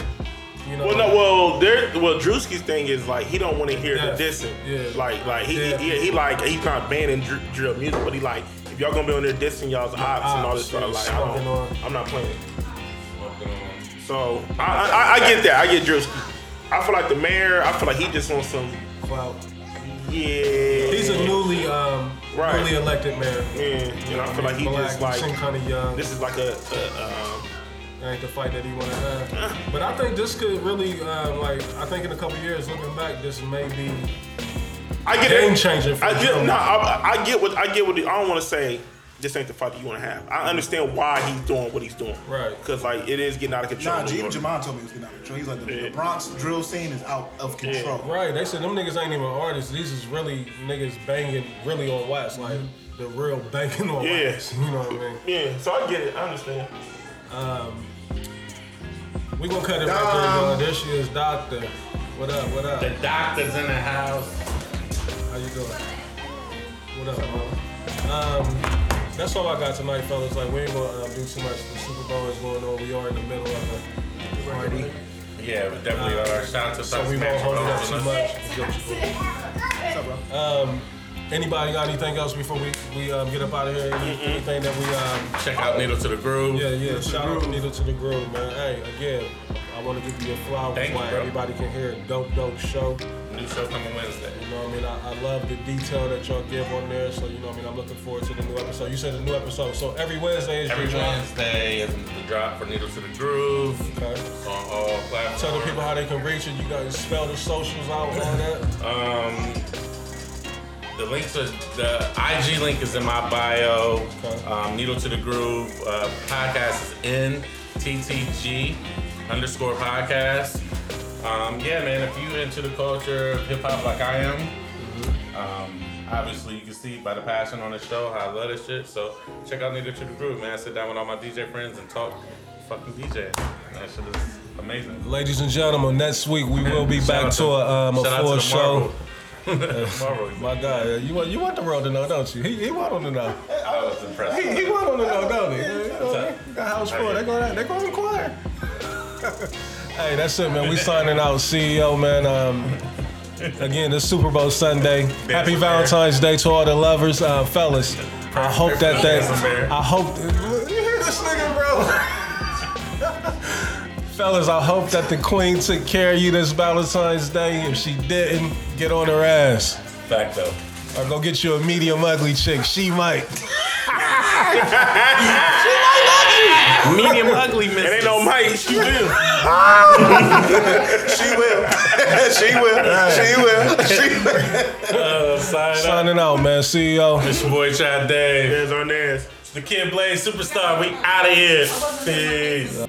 Speaker 1: you know.
Speaker 4: Well, no, well, there, well, Drewski's thing is like he don't want to hear the
Speaker 1: Yeah.
Speaker 4: dissing.
Speaker 1: Yeah.
Speaker 4: Like, like he,
Speaker 1: Yeah.
Speaker 4: yeah. he, he like he's not banning dr- drill music, but he like if y'all gonna be on there dissing y'all's ops and all this stuff,
Speaker 1: ops,
Speaker 4: like
Speaker 1: yeah,
Speaker 4: I
Speaker 1: smoking on.
Speaker 4: don't, I'm not playing.
Speaker 7: one.
Speaker 4: So I, I, I- I get that. I get Drewski. I feel like the mayor. I feel like he just wants some.
Speaker 1: Well,
Speaker 4: Yeah.
Speaker 1: he's a newly um,
Speaker 4: Right.
Speaker 1: newly elected mayor.
Speaker 4: Yeah, and I feel like he
Speaker 1: Black,
Speaker 4: just like
Speaker 1: seem kind of young.
Speaker 4: this is like a, a um,
Speaker 1: That ain't the fight that he want to have. But I think this could really, um, like, I think in a couple years, looking back, this may be.
Speaker 4: I get
Speaker 1: Game
Speaker 4: it.
Speaker 1: changer for
Speaker 4: I
Speaker 1: the
Speaker 4: get
Speaker 1: film.
Speaker 4: no. I, I get what I get. What I don't want to say this ain't the fight that you want to have. I understand why he's doing what he's doing.
Speaker 1: Right.
Speaker 4: Because like it is getting out of
Speaker 3: (laughs)
Speaker 4: control.
Speaker 3: Nah,
Speaker 4: in New
Speaker 3: G-
Speaker 4: York.
Speaker 3: Jamon told me it was getting out of control. He's like, the,
Speaker 4: Yeah.
Speaker 3: the Bronx drill scene is out of control.
Speaker 1: Right, they said them niggas ain't even artists. These is really niggas banging really on wax, like the real banging on
Speaker 4: Mm-hmm. Yeah.
Speaker 1: wax. You know what I mean?
Speaker 4: Yeah. So I get it. I understand.
Speaker 1: We gonna cut it right there, y'all. There she is, doctor. What up? What up?
Speaker 2: The doctor's in the house.
Speaker 1: How you doing? What up, bro? Um, that's all I got tonight, fellas. Like we ain't gonna um, do too much. The Super Bowl is going on. We are in the middle of a party,
Speaker 2: Yeah, we definitely are. Shout out to
Speaker 1: so we won't hold it up too
Speaker 6: (laughs)
Speaker 1: much. Anybody got anything else before we we um, get up out of here? Any- Anything that we um,
Speaker 2: Check out Needle to the Groove.
Speaker 1: Yeah, yeah. Shout out to Needle to the Groove, man. Hey, again, I want to give you your flowers
Speaker 2: Thank you,
Speaker 1: while
Speaker 2: bro.
Speaker 1: everybody can hear it. Dope, dope show.
Speaker 2: New show coming Wednesday.
Speaker 1: You know what I mean? I, I love the detail that y'all give on there. So, you know what I mean? I'm looking forward to the new episode. You said the new episode. So, every Wednesday is
Speaker 2: Every
Speaker 1: your drop.
Speaker 2: Wednesday is the drop for Needle to the Groove
Speaker 1: Okay.
Speaker 2: on all platforms.
Speaker 1: Tell the people how they can reach you. You got to spell the socials out and all that.
Speaker 2: Um, the links are the IG link is in my bio.
Speaker 1: Okay.
Speaker 2: Um, Needle to the Groove uh, podcast is NTTG underscore podcast. Um, yeah, man, if you into the culture of hip hop like I am,
Speaker 1: Mm-hmm.
Speaker 2: um, obviously you can see by the passion on the show how I love this shit. So check out Needle to the Groove, man. I sit down with all my DJ friends and talk fucking DJ. That shit is amazing.
Speaker 1: Ladies and gentlemen, next week we will be
Speaker 2: Shout
Speaker 1: back
Speaker 2: out
Speaker 1: to a, um, a
Speaker 2: shout out to
Speaker 1: full
Speaker 2: the
Speaker 1: show.
Speaker 2: Marvel. (laughs) Marvel.
Speaker 1: My God, you want, you want the world to know, don't you? He, he want them to know.
Speaker 2: I was impressed.
Speaker 1: He, he want them to know, don't he? You know what I mean? Got house full. They go, they go inquire. (laughs) Hey, that's it, man. We signing out, CEO, man. Um, again, it's Super Bowl Sunday. Happy Valentine's Day to all the lovers, uh, fellas. I hope that that I hope you hear this nigga, bro. (laughs) Fellas, I hope that the queen took care of you this Valentine's Day. If she didn't, get on her ass.
Speaker 2: Fact though.
Speaker 1: Or go get you a medium ugly chick. She might.
Speaker 2: (laughs) Medium ugly
Speaker 4: It
Speaker 2: misses.
Speaker 4: ain't no Mike. She will.
Speaker 8: She will.
Speaker 2: (laughs)
Speaker 8: she will. She will. She will.
Speaker 2: Uh, sign up.
Speaker 1: Signing out, man. E CEO.
Speaker 2: It's your boy Chad Dave.
Speaker 4: There's on theirs.
Speaker 2: It's the Kid Blaze Superstar. We out of here. Peace.